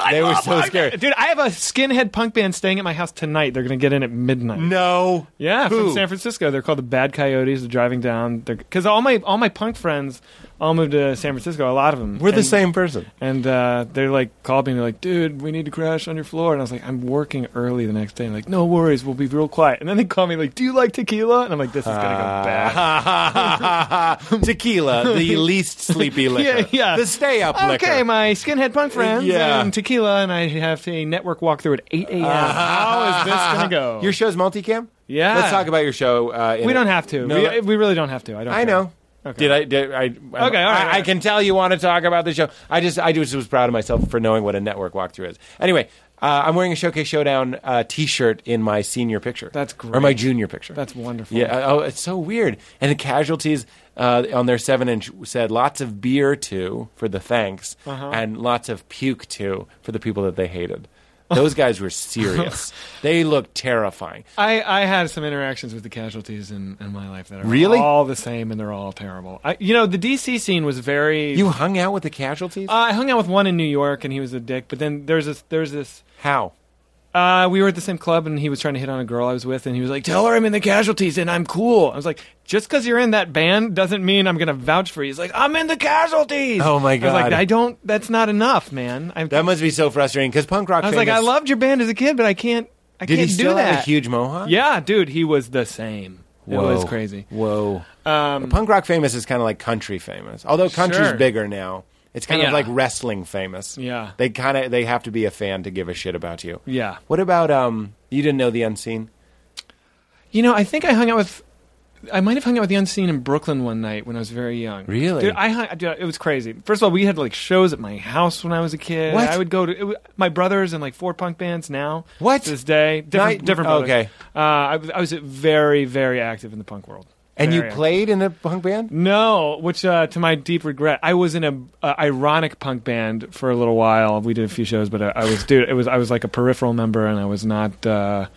they were so scary. Dude, I have a skinhead punk band staying at my house tonight. They're going to get in at midnight. No. Yeah, Who? from San Francisco. They're called the Bad Coyotes. They're driving down because all my all my punk friends all moved to San Francisco. A lot of them. We're the And- same person. And uh, they're like called me and they're like, dude, we need to crash on your floor. And I was like, I'm working early the next day. And like, no worries, we'll be real quiet. And then they call me like, do you like tequila? And I'm like, this is gonna go Ah, bad. Uh, Tequila, the least sleepy liquor. Yeah, yeah. The stay up liquor. Uh, Okay, my skinhead punk friends Yeah. Uh-huh. and tequila, and I have a network walkthrough at 8 a.m. How is this gonna go? Your show's multicam? Yeah. Let's talk about your show. Uh, in we a- don't have to. No, we, that- we really don't have to. I don't. I care. know. Okay. Did I? Did I? Okay, I, all right, all I, right. can tell you want to talk about the show. I just, I just was proud of myself for knowing what a network walkthrough is. Anyway, uh, I'm wearing a Showcase Showdown uh, T-shirt in my senior picture. That's Or my great. junior picture. That's wonderful. Yeah. uh, Oh, it's so weird. And the casualties uh, on their seven inch said lots of beer too for the thanks, Uh-huh. and lots of puke too for the people that they hated. Those guys were serious. they looked terrifying. I, I had some interactions with the casualties in, in my life that are Really? all the same and they're all terrible. I, you know, the DC scene was very. You hung out with the casualties? uh, I hung out with one in New York and he was a dick, but then there's this. There's this How? uh, we were at the same club and he was trying to hit on a girl I was with and he was like, Tell her I'm in the casualties and I'm cool. I was like, Just because you're in that band doesn't mean I'm going to vouch for you. He's like, I'm in the casualties. Oh, my I was God. like, I don't. That's not enough, man. I, That must be so frustrating because punk rock. I was like, I famous- loved your band as a kid, but I can't. I Did he can't still do that. have a huge mohawk? Yeah, dude, he was the same. Whoa. It was crazy. Whoa. Um, Punk rock famous is kind of like country famous, although country's Sure. bigger now. It's kind of Yeah. like wrestling famous. Yeah. they kind of they have to be a fan to give a shit about you. yeah. What about um? You didn't know the unseen. You know, I think I hung out with. I might have hung out with the Unseen in Brooklyn one night when I was very young. Really? dude? I hung, dude, it was crazy. First of all, we had like shows at my house when I was a kid. What? I would go to it, wa- my brothers and like four punk bands now. What? to this day? Different, Night- Oh, different. Brothers. okay. Uh, I, was- I was very, very active in the punk world. And Very you active. played in a punk band? No, which uh, to my deep regret, I was in a uh, ironic punk band for a little while. We did a few shows, but uh, I, I was dude, it was I was like a peripheral member, and I was not. Uh,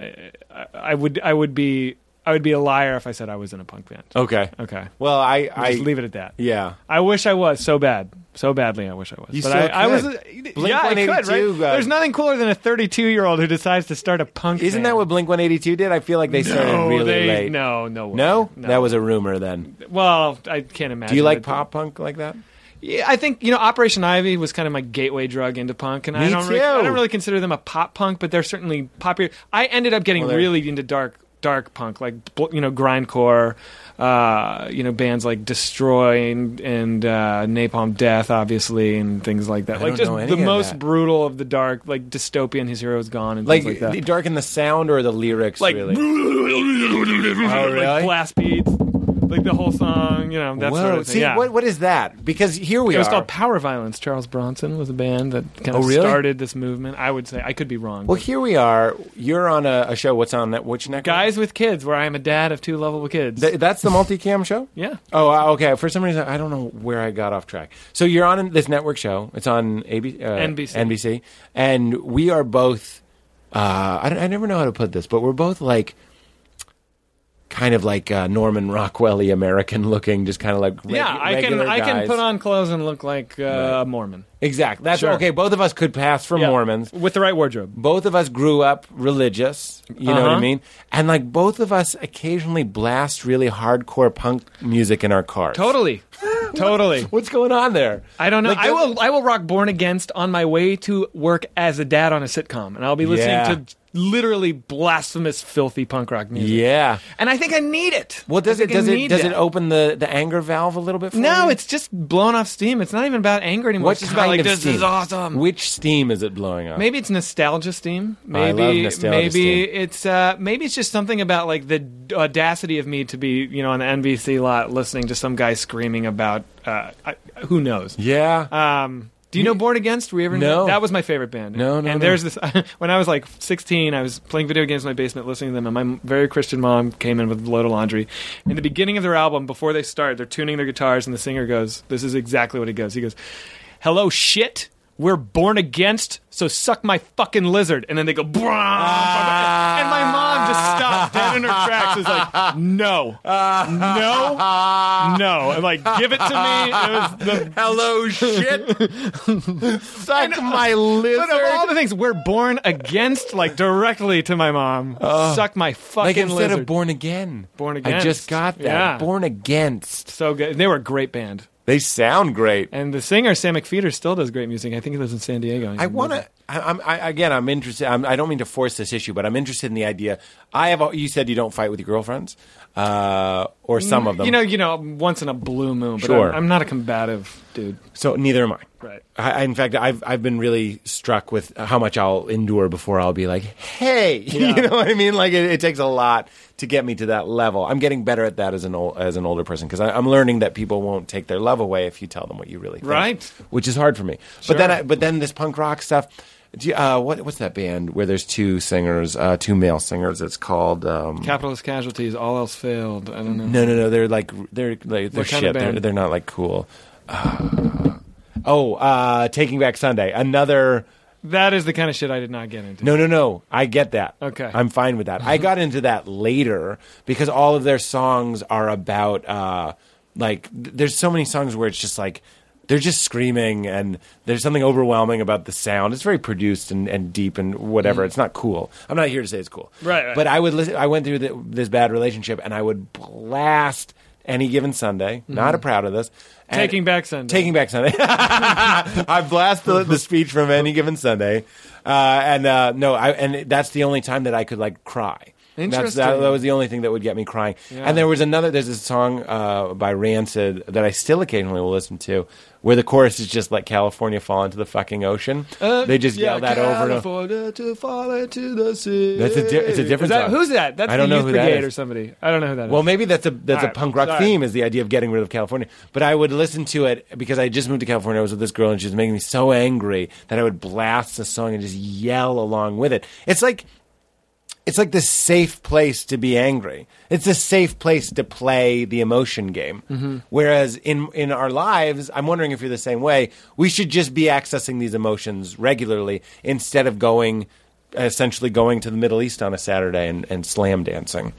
I, I would I would be I would be a liar if I said I was in a punk band. Okay. Okay, Well, I I I just leave it at that. Yeah. I wish I was so bad, so badly. I wish I was. You but still I, I was. could. yeah, I could. Right? 182, uh, There's nothing cooler than a 32 year old who decides to start a punk. Isn't band. that what Blink One Eighty Two did? I feel like they started No, really they- late. No, no, way. No? that was a rumor then. Well, I can't imagine. Do you like that- pop punk like that? Yeah, I think you know Operation Ivy was kind of my gateway drug into punk, and Me I don't really, too. I don't really consider them a pop punk, but they're certainly popular. I ended up getting Well, they're- really into dark dark punk, like bl- you know grindcore, uh, you know bands like Destroy and, and uh, Napalm Death, obviously, and things like that. I like don't just know any the of most that. brutal of the dark, like dystopian. His hero is gone, and Like, things like they that. darken the sound or the lyrics? Like, really? Oh, really? like blast beats, like the whole song, you know that Whoa. sort of thing. See, yeah. what what is that? Because here we It was are. called Power Violence. Charles Bronson was a band that kind Oh, of really? started this movement. I would say I could be wrong. well, but- here we are. You're on a, a show. What's on that? Which network? Guys with Kids, where I am a dad of two lovable kids. Th- that's the multicam show. yeah, Oh, uh, okay. For some reason, I don't know where I got off track. So you're on this network show. It's on AB, uh, NBC. NBC, and we are both. Uh, I, don't- I never know how to put this, but we're both like, kind of like uh, Norman Rockwelly American looking, just kind of like reg- yeah. I can regular I can guys. put on clothes and look like uh, a Mormon. exactly. That's Sure. okay. Both of us could pass for Yeah. Mormons. with the right wardrobe. both of us grew up religious, you know what I Uh-huh. mean? And like both of us occasionally blast really hardcore punk music in our cars. Totally, totally. What's going on there? I don't know. Like, I that- will I will rock Born Against on my way to work as a dad on a sitcom, and I'll be listening Yeah. to literally blasphemous, filthy punk rock music. Yeah. And I think I need it. Well, does I it think I does it need does that. it open the, the anger valve a little bit? For No, you? it's just blown off steam. It's not even about anger anymore. what's it's the kinda volume like of this steam? is awesome. Which steam is it blowing up? um, maybe it's nostalgia steam. I Maybe love nostalgia maybe steam. it's uh, maybe it's just something about like the d- audacity of me to be you know on the NBC lot listening to some guy screaming about uh, I, who knows. Yeah. Um, do you know Born Against? Were you ever No. That was my favorite band. No, no, no. And there's this. when I was like 16, I was playing video games in my basement, listening to them, and my very Christian mom came in with a load of laundry. In the beginning of their album, before they start, they're tuning their guitars, and the singer goes, "This is exactly what he goes." He goes, "Hello, shit." we're born against, so suck my fucking lizard. And then they go, "Brah." and my mom just stopped dead in her tracks. Is like, no, no, no. And like, give it to me. It was the Hello, shit. Suck my lizard. but of all the things, we're born against, like directly to my mom. Suck my fucking like instead lizard. of born again, Born I Against. just got that. Yeah. Born against. so good. They were a great band. They sound great. And the singer Sam McPheeter still does great music. I think he lives in San Diego. I want to. I'm I, again. I'm interested. I'm, I don't mean to force this issue, but I'm interested in the idea. I have. al- You said you don't fight with your girlfriends, uh, or some of them. Mm, You know, you know, once in a blue moon. But Sure. I'm, I'm not a combative dude. so neither am I. Right. I, I- in fact, I've I've been really struck with how much I'll endure before I'll be like, hey, you know what I mean? Like it, it takes a lot to get me to that level. I'm getting better at that as an old as an older person because I'm learning that people won't take their love away if you tell them what you really think, Right. Which is hard for me. But then I, but then this punk rock stuff. Do you, uh, what what's that band where there's two singers, uh, two male singers? It's called. Um, Capitalist casualties. All else failed. I don't know. no, no, no. They're like they're like they're What kind shit. of They're, band? they're not like cool. Uh, oh, uh, Taking Back Sunday. Another. That is the kind of shit I did not get into. No, no, no. I get that. Okay. I'm fine with that. I got into that later because all of their songs are about uh like th- there's so many songs where it's just like they're just screaming and there's something overwhelming about the sound. It's very produced and, and deep and whatever. It's not cool. I'm not here to say it's cool. Mm-hmm. Right, right. But I would listen I went through the, this bad relationship and I would blast any given Sunday. Not proud of this. And- Mm-hmm. Taking Back Sunday. Taking Back Sunday. I blast the, the speech from any given Sunday, uh, and uh, no, I, and that's the only time that I could like cry. That's, that, Interesting. that was the only thing that would get me crying. Yeah. And there was another. There's a song uh, by Rancid that I still occasionally will listen to, where the chorus is just like "California fall into the fucking ocean." they just Uh, yeah, yell that over and over. California to fall into the sea. That's a di- it's a different Is that, song. Who's that? That's I don't the know Youth who that Brigade is. or somebody. I don't know who that is. Well, maybe that's a that's All a right, punk rock sorry. theme is the idea of getting rid of California. But I would listen to it because I just moved to California. I was with this girl and she was making me so angry that I would blast the song and just yell along with it. It's like it's like the safe place to be angry. It's a safe place to play the emotion game. Mm-hmm. Whereas in in our lives, I'm wondering if you're the same way. We should just be accessing these emotions regularly instead of going essentially going to the Middle East on a Saturday and, and slam dancing.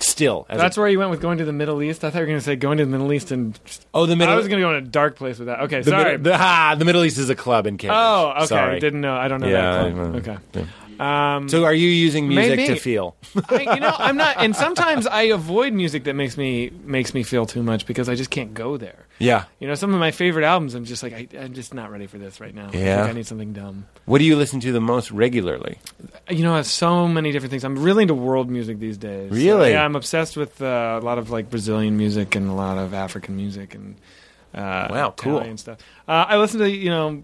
Still, as a That's where you went with going to the Middle East. I thought you were going to say going to the Middle East and Oh, the I Middle- was going to go in a dark place with that. Okay, The, sorry. Mid- the, ah, the Middle East is a club in Cambridge. oh, okay. Sorry. Didn't know. I don't know Yeah, that. club. I- uh, Okay. So, are you using music Maybe. to feel? I, you know, I'm not. And sometimes I avoid music that makes me makes me feel too much because I just can't go there. yeah. You know, some of my favorite albums, I'm just like, I, I'm just not ready for this right now. I, think Yeah. I need something dumb. What do you listen to the most regularly? You know, I have so many different things. I'm really into world music these days. Really? yeah, I'm obsessed with uh, a lot of like Brazilian music and a lot of African music and uh, Wow, cool. Italian stuff. Uh, I listen to you know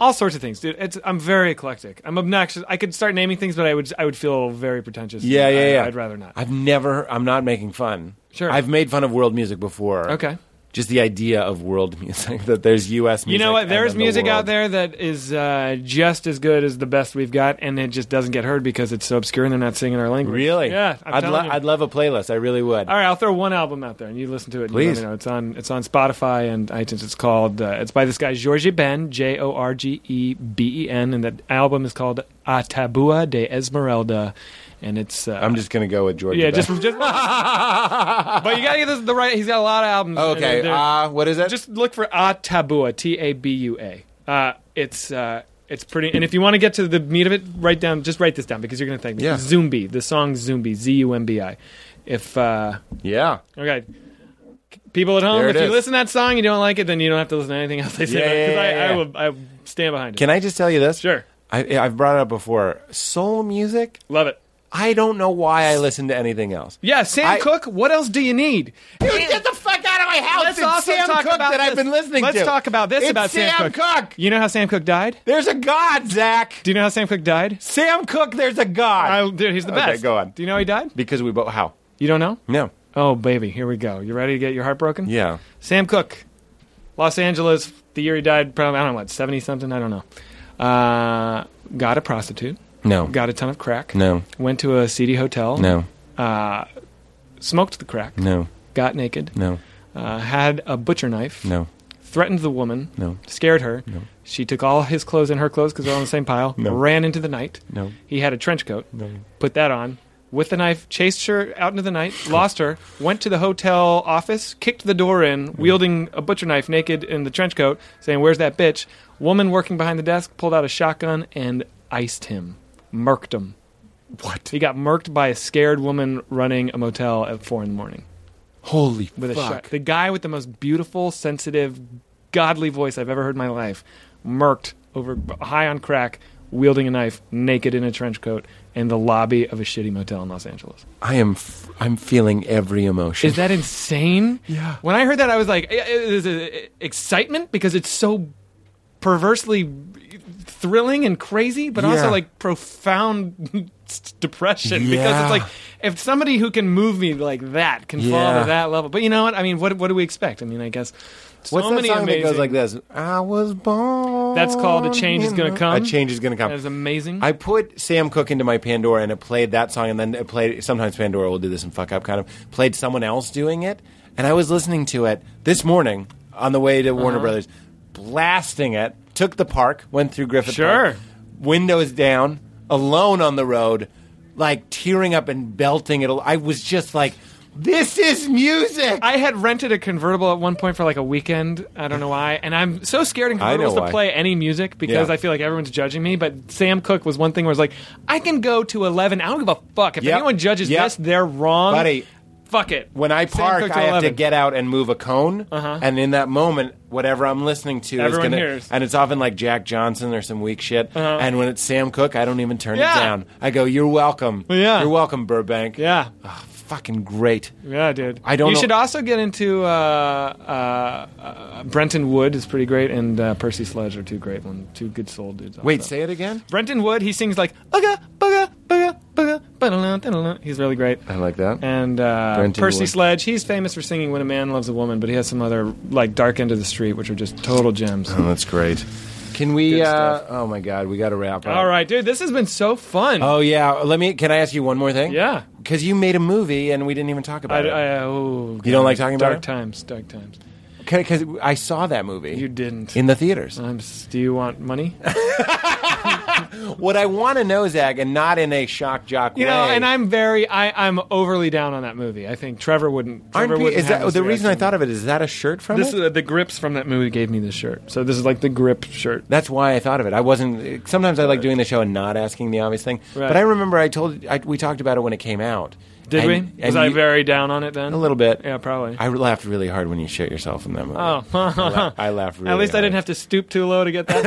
all sorts of things, dude. It's, I'm very eclectic. I'm obnoxious. I could start naming things, but I would I would feel very pretentious. Yeah, yeah, I, yeah. I'd rather not. I've never. I'm not making fun. Sure. I've made fun of world music before. Okay. Just the idea of world music that there's U.S. You music. know what? and There's then the music world. out there that is uh, just as good as the best we've got, and it just doesn't get heard because it's so obscure and they're not singing our language. Really? Yeah. I'm I'd, telling lo- you. I'd love a playlist. I really would. All right, I'll throw one album out there, and you listen to it. And you Please. let me know. It's on it's on Spotify and iTunes. It's called uh, it's by this guy George Ben J O R G E B E N, and the album is called A Tabua de Esmeralda, and it's uh, I'm just gonna go with Georgia. yeah Ben. just just but you gotta get this the right. He's got a lot of albums. and okay. they're- Uh, what is it? just look for A Tabua T A B U A. Uh, It's uh, it's pretty, and if you want to get to the meat of it, write down just write this down because you're gonna thank me. Yeah. Zumbi, the song Zumbi, Z U M B I. If uh, yeah. Okay. People at home, There if it you is. listen to that song and you don't like it, then you don't have to listen to anything else they say. Yeah, about it, yeah, 'cause yeah, yeah. I, I will I stand behind it. Can I just tell you this? Sure. I, I've brought it up before. Soul music. Love it. I don't know why I listen to anything else. Yeah, Sam I- Cook, what else do you need? You get the fuck out of my house. Let's It's also Sam talk Cook about that I've this. been listening Let's to. talk about this It's about Sam Sam Cooke. Cooke. You know how Sam Cook died? There's a god, Zach. Do you know how Sam Cook died? Sam Cook, there's a god. I, dude, he's the Okay, best. go on. Do you know how he died? because we both how? You don't know? No. Oh, baby, here we go. You ready to get your heart broken? Yeah. Sam Cook, Los Angeles, the year he died, probably, I don't know what, 70 something? I don't know. Uh, got a prostitute, No. got a ton of crack, No. went to a seedy hotel, No. uh, smoked the crack, No. got naked, No. uh, had a butcher knife, No. threatened the woman, No. scared her. She took all his clothes and her clothes because they're all in the same pile, No. ran into the night. No. He had a trench coat, No. put that on. With the knife, chased her out into the night, lost her, went to the hotel office, kicked the door in, wielding a butcher knife, naked in the trench coat, saying, Where's that bitch? Woman working behind the desk pulled out a shotgun and iced him, murked him. What? He got murked by a scared woman running a motel at four in the morning Holy with a shot. fuck! The guy with the most beautiful, sensitive, godly voice I've ever heard in my life, murked over high on crack, wielding a knife, naked in a trench coat, in the lobby of a shitty motel in Los Angeles. I am. F- I'm feeling every emotion. Is that insane? Yeah. When I heard that, I was like, "Eh, eh, is it excitement because it's so perversely thrilling and crazy, but Yeah. also like profound depression because Yeah. it's like if somebody who can move me like that can fall Yeah. to that level. But you know what? I mean, what what do we expect? I mean, I guess so What's that many song amazing. that goes like this? I was born. That's called "A Change Is Gonna Come." A change is gonna come. That is amazing. I put Sam Cooke into my Pandora and it played that song and then it played sometimes Pandora will do this and fuck up kind of played someone else doing it and I was listening to it this morning on the way to Uh-huh. Warner Brothers blasting it took the park went through Griffith Park Sure. windows down alone on the road like tearing up and belting it al- I was just like this is music I had rented a convertible at one point for like a weekend. I don't know why. And I'm so scared in I know convertibles to why. play any music because Yeah. I feel like everyone's judging me. But Sam Cooke was one thing where it's like, I can go to 11. I don't give a fuck. If Yep. anyone judges Yep. this, they're wrong. Buddy. Fuck it. when I Sam park, Cooke I have to 11. get out and move a cone, Uh-huh. and in that moment, whatever I'm listening to Everyone is gonna. hears. And it's often like Jack Johnson or some weak shit. Uh-huh. And when it's Sam Cooke, I don't even turn Yeah. it down. I go, "You're welcome. Yeah. You're welcome, Burbank. Yeah. Ah, fucking great. Yeah, dude. I don't You know- should also get into uh, uh, uh, Brenton Wood is pretty great, and uh, Percy Sledge are two great ones, two good soul dudes. Wait, also. say it again. Brenton Wood, he sings like booga booga booga booga. ba-da-la, da-da-la." He's really great. I like that. And uh, Brenton Percy Wood. Sledge, he's famous for singing "When a Man Loves a Woman," but he has some other like "Dark End of the Street," which are just total gems. Oh, that's great. Can we? Good Uh, stuff. oh my God, we got to wrap up. All right, dude, this has been so fun. Oh yeah. Let me. Can I ask you one more thing? Yeah. Because you made a movie and we didn't even talk I, about it. I, oh, You don't like talking about dark it? times, dark times. Because I saw that movie. You didn't. in the theaters. I'm Um, s- do you want money? What I want to know, Zach, and not in a shock jock You way. know, and I'm very, I, I'm overly down on that movie. I think Trevor wouldn't. Aren't Trevor pe- wouldn't is have that this the reason I reaction. thought of it? Is that a shirt from This it? uh, the grips from that movie gave me this shirt. So this is like the grip shirt. That's why I thought of it. I wasn't. Sometimes I like doing the show and not asking the obvious thing. Right. But I remember I told I, we talked about it when it came out. Did And- we? and Was I you- very down on it then? a little bit? Yeah, probably. I laughed really hard when you shit yourself in that movie. Oh. I, la- I laughed. Really At least I hard. didn't have to stoop too low to get that.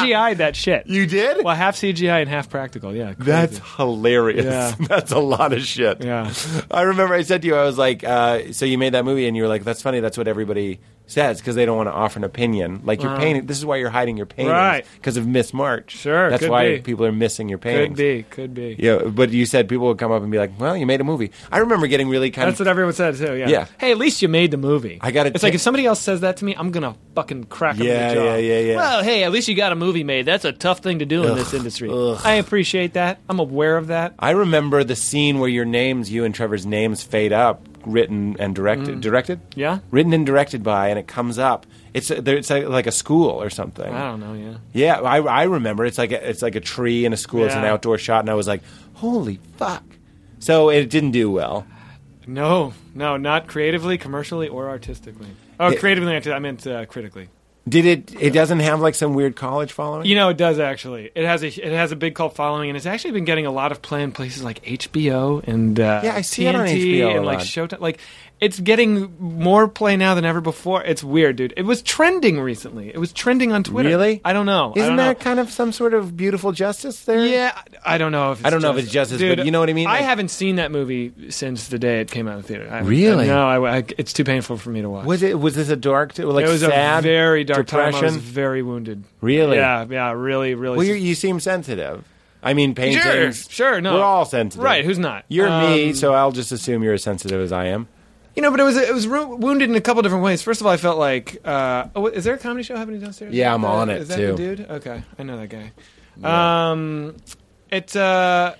over. we CGI'd that shit. Ah! You did? Well, half CGI and half practical. Yeah. crazy. That's hilarious. Yeah. That's a lot of shit. Yeah. I remember I said to you, I was like, uh, so you made that movie, and you were like, that's funny. That's what everybody says because they don't want to offer an opinion. Like your Uh-huh. painting. This is why you're hiding your paintings Right. because of Miss March. Sure, That's could why be. people are missing your paintings. could be. Could be. Yeah, but you said people would come up and be like, well, you made a movie. I remember getting really kind That's of. what everyone said too. Yeah. Yeah. Hey, at least you made the movie. I gotta It's ta- like if somebody else says that to me, I'm gonna fucking crack 'em Yeah, in the jaw. yeah, yeah, yeah. Well, hey, at least you got a movie made. That's a tough thing to do in this industry. ugh. I appreciate that. I'm aware of that. I remember the scene where your names, you and Trevor's names, fade up, written and directed. Directed? Mm. Yeah. Written and directed by, and it comes up. It's a, there- it's a, like a school or something. I don't know. Yeah. Yeah, I, I remember. It's like a, it's like a tree in a school. It's an Yeah. outdoor shot, and I was like, "Holy fuck!" So it didn't do well. No, no, not creatively, commercially, or artistically. Oh, Yeah. creatively, I meant uh, critically. Did it? It doesn't have like some weird college following. You know, it does actually. It has a it has a big cult following, and it's actually been getting a lot of play in places like HBO and uh, Yeah, I see it TNT on HBO a and like lot. Showtime. Like, it's getting more play now than ever before. It's weird, dude. It was trending recently. It was trending on Twitter. Really? I don't know. I Isn't don't that know. kind of some sort of beautiful justice there? Yeah, I I don't know if it's I don't know if it's justice, but Dude, you know what I mean? I Like- haven't seen that movie since the day it came out in the theater. I haven't- Really? No, I, I- it's too painful for me to watch. Was it? Was this a dark? Like it was sad, a very dark depression? time. I was very wounded. Really? Yeah, yeah, really, really. Well, you you seem sensitive. I mean, sure, paintings. sure, no, We're all sensitive, right? Who's not? You're me, Um, so I'll just assume you're as sensitive as I am. you know. But it was it was ru- wounded in a couple different ways. First of all, I felt like, uh, oh, is there a comedy show happening downstairs? Yeah, I'm Uh, on it, Is that too. the dude? Okay, I know that guy. Um, it's uh,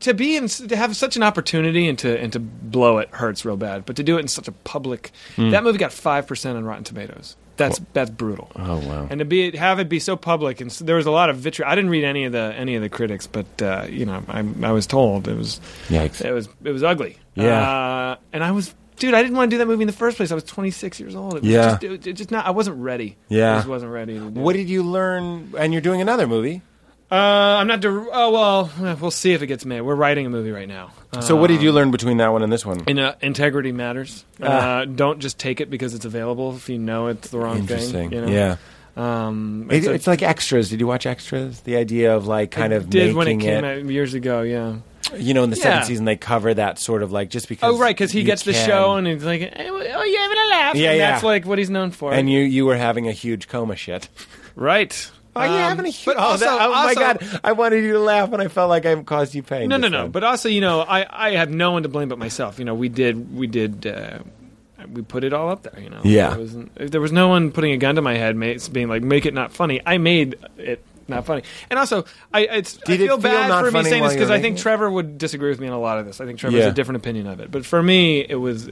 to be in s- to have such an opportunity and to and to blow it hurts real bad. But to do it in such a public, Hmm. that movie got five percent on Rotten Tomatoes. That's that's brutal. Oh wow. And to be have it be so public, and so, there was a lot of vitriol. I didn't read any of the any of the critics, but uh, you know, I, I was told it was Yikes. it was it was ugly. Yeah. Uh, and I was, dude, I didn't want to do that movie in the first place. I was 26 years old. It was Yeah. Just, it, it just not. I wasn't ready. Yeah. I just wasn't ready. To do What it. did you learn? And you're doing another movie. Uh, I'm not. dir- oh well, we'll see if it gets made. We're writing a movie right now. Uh, So what did Um, you learn between that one and this one? In uh, integrity matters. Uh, Ah. don't just take it because it's available. If you know it's the wrong Interesting. thing, you know? Yeah. Um, It, so- it's like extras. Did you watch extras? The idea of like kind I of did making when it came out years ago. Yeah. You know, in the second Yeah. season, they cover that sort of like just because. Oh right, because he you gets the can. show and he's like, "Hey, "Oh, you having a laugh?" Yeah, and yeah. That's like what he's known for. and you you were having a huge coma shit. right? Are you Um, having a huge? But also, oh, that- oh my also- god! I wanted you to laugh, and I felt like I caused you pain. No, no, just no. then. But also, you know, I, I have no one to blame but myself. You know, we did, we did, uh, we put it all up there. You know, Yeah. There, wasn't, if there was no one putting a gun to my head, ma- it's being like, make it not funny. I made it not funny. And also, I it's Did I it feel feel bad not for me funny saying this while you because were I think making it? Trevor would disagree with me on a lot of this. I think Trevor Yeah. has a different opinion of it. But for me, it was.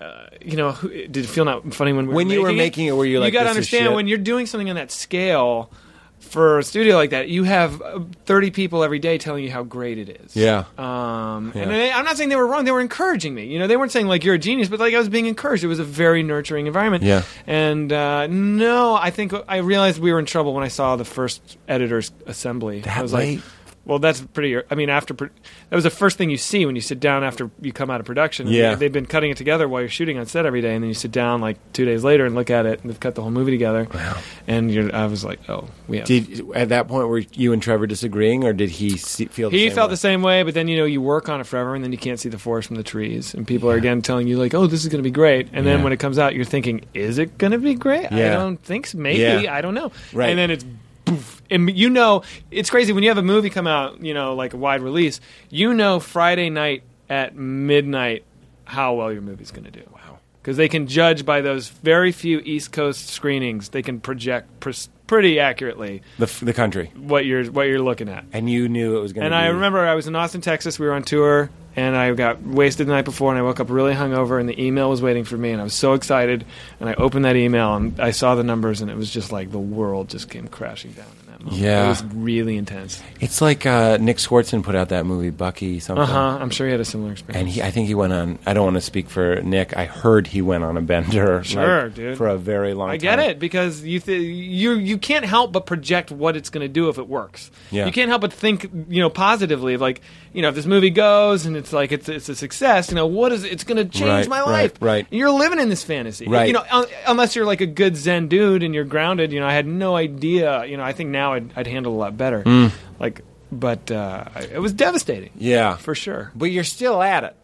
Uh, you know, who, did it feel not funny when we When were you were making making it, were you like, you gotta "This is understand shit"? when you're doing something on that scale for a studio like that, you have uh, 30 people every day telling you how great it is. Yeah. Um, Yeah. And they, I'm not saying they were wrong. They were encouraging me. You know, they weren't saying like you're a genius, but like I was being encouraged. It was a very nurturing environment. Yeah. And uh, no, I think I realized we were in trouble when I saw the first editor's assembly. I was late? like, uh, well, that's pretty. I mean, after pro- that was the first thing you see when you sit down after you come out of production. And Yeah. they- They've been cutting it together while you're shooting on set every day, and then you sit down like two days later and look at it, and they've cut the whole movie together. Wow. And you're, I was like, oh, we have Did at that point were you and Trevor disagreeing, or did he see, feel? The he same felt way? the same way, but then you know you work on it forever, and then you can't see the forest from the trees. And people are again telling you like, "Oh, this is going to be great," and then Yeah. when it comes out, you're thinking, "Is it going to be great? Yeah. I don't think so. Maybe Yeah. I don't know." Right. And then it's poof, and you know it's crazy when you have a movie come out, you know, like a wide release. You know, Friday night at midnight, how well your movie's going to do. Wow. Because they can judge by those very few East Coast screenings, they can project pres- pretty accurately the f- the country, what you're what you're looking at. and you knew it was going. And to I remember I was in Austin, Texas. We were on tour, and I got wasted the night before, and I woke up really hungover, and the email was waiting for me, and I was so excited. And I opened that email, and I saw the numbers, and it was just like the world just came crashing down in that moment. Yeah. it was really intense. it's like uh, Nick Swartzen put out that movie Bucky something. Uh huh. I'm sure you had a similar experience. And he, I think he went on. I don't want to speak for Nick. I heard he went on a bender. Sure, like, dude. For a very long. I get time. it because you th- you you can't help but project what it's going to do if it works. Yeah. You can't help but think you know positively of like you know if this movie goes and it's like it's it's a success. You know what is it's going to change Right, my right, life. right. You're living in this fantasy. Right. You know un- unless you're like a good Zen dude and you're grounded. You know I had no idea. You know I think now I'd, I'd handle a lot better. Like but uh, I- it was devastating. Hmm. Yeah, For sure. But you're still at it.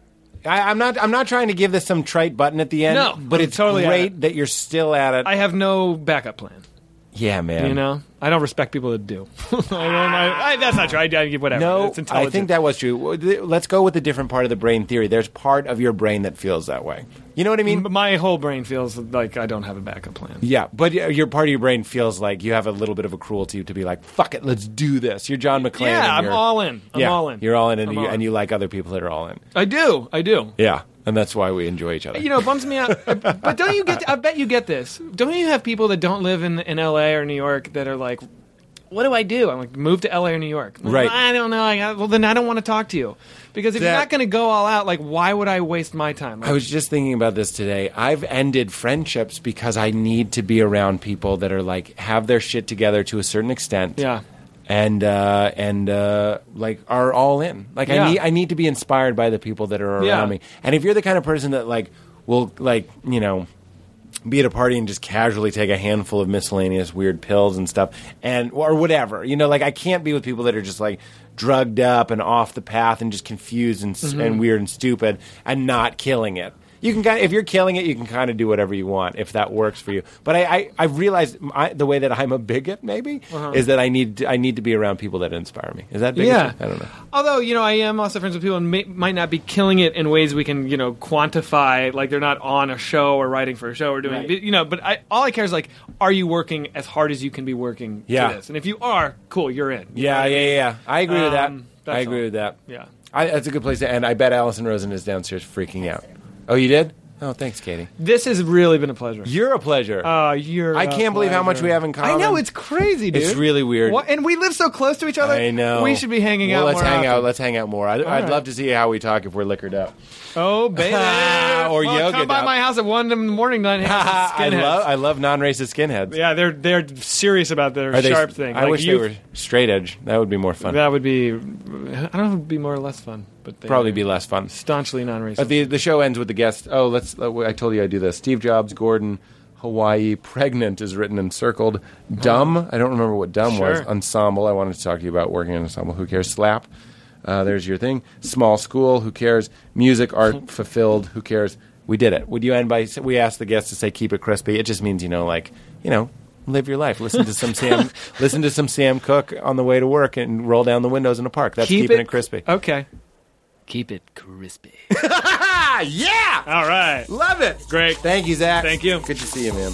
I, I'm not. I'm not trying to give this some trite button at the end. No, but I'm it's totally at great it. that you're still at it. I have no backup plan. yeah, man. You know, I don't respect people that do. I don't. I, I, that's not true. I, I give whatever. No, it's intelligent. I think that was true. Well, th- Let's go with the different part of the brain theory. There's part of your brain that feels that way. You know what I mean? M- my whole brain feels like I don't have a backup plan. Yeah, but y- your part of your brain feels like you have a little bit of a cruelty to be like, "Fuck it, let's do this." You're John McClane. and Yeah, I'm you're- all in. I'm yeah, all in. You're all in, and I'm you, all and you like other people that are all in. I do. I do. Yeah, and that's why we enjoy each other. You know, it bums me out. but don't you get? I bet you get this. Don't you have people that don't live in in L.A. or New York that are like, "What do I do?" I'm like, "Move to L.A. or New York." I'm like, Right. I don't know. I got, well, then I don't want to talk to you because if That- you're not going to go all out, like, why would I waste my time? Like, I was just thinking about this today. I've ended friendships because I need to be around people that are like have their shit together to a certain extent. Yeah. And uh, and uh, like are all in. Like Yeah. I need I need to be inspired by the people that are around Yeah. me. And if you're the kind of person that like will like you know be at a party and just casually take a handful of miscellaneous weird pills and stuff and or whatever you know like i can't be with people that are just like drugged up and off the path and just confused and, Mm-hmm. s and weird and stupid and not killing it you can kind of, if you're killing it you can kind of do whatever you want if that works for you but i i, I realized I, the way that i'm a bigot maybe Uh-huh. is that i need to, i need to be around people that inspire me is that bigotry? Yeah. i don't know Although you know, I am also friends with people and may, might not be killing it in ways we can you know quantify. Like they're not on a show or writing for a show or doing you know. But I, all I care is like, are you working as hard as you can be working Yeah. to this? And if you are, cool, you're in. You know yeah what I yeah mean? yeah i agree with that Um, I agree with that. Yeah. I, that's a good place to end. I bet Allison Rosen is downstairs freaking out. Oh, you did? Oh, thanks, Katie. This has really been a pleasure. You're a pleasure. Uh, you're. I a can't believe how much pleasure. we have in I know common. it's crazy, dude. It's really weird. What, and we live so close to each other. I know. We should be hanging well, out. Let's more hang out. often. Let's hang out more. I'd, I'd right. love to see how we talk if we're liquored up. Oh, baby. Or well, yoga Come by dump. my house at one in the morning. Nine I love I love non-racist skinheads. Yeah, they're they're serious about their Are they sharp thing. I Like, wish you- they were straight edge. That would be more fun. That would be. I don't know. if It would be more or less fun, but they Probably be less fun. staunchly non-racist. Uh, the the show ends with the guest. Oh, let's. Uh, I told you I do this. Steve Jobs, Gordon, Hawaii, pregnant is written and circled. Dumb. I don't remember what dumb was. Sure. Ensemble. I wanted to talk to you about working in ensemble. Who cares? Slap. Uh, there's your thing. Small school. Who cares? Music, art, fulfilled. Who cares? We did it. Would you end by? We asked the guest to say keep it crispy. It just means you know, like you know. Live your life. Listen to some Sam. listen to some Sam Cooke on the way to work, and roll down the windows in a park. That's keeping it, crispy. Okay. Keep it crispy. Ah, yeah. All right. Love it. Great. Thank you, Zach. Thank you. Good to see you, man.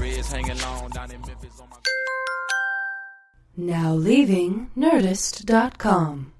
Reds hanging long down in Memphis on my. Now leaving Nerdist.com.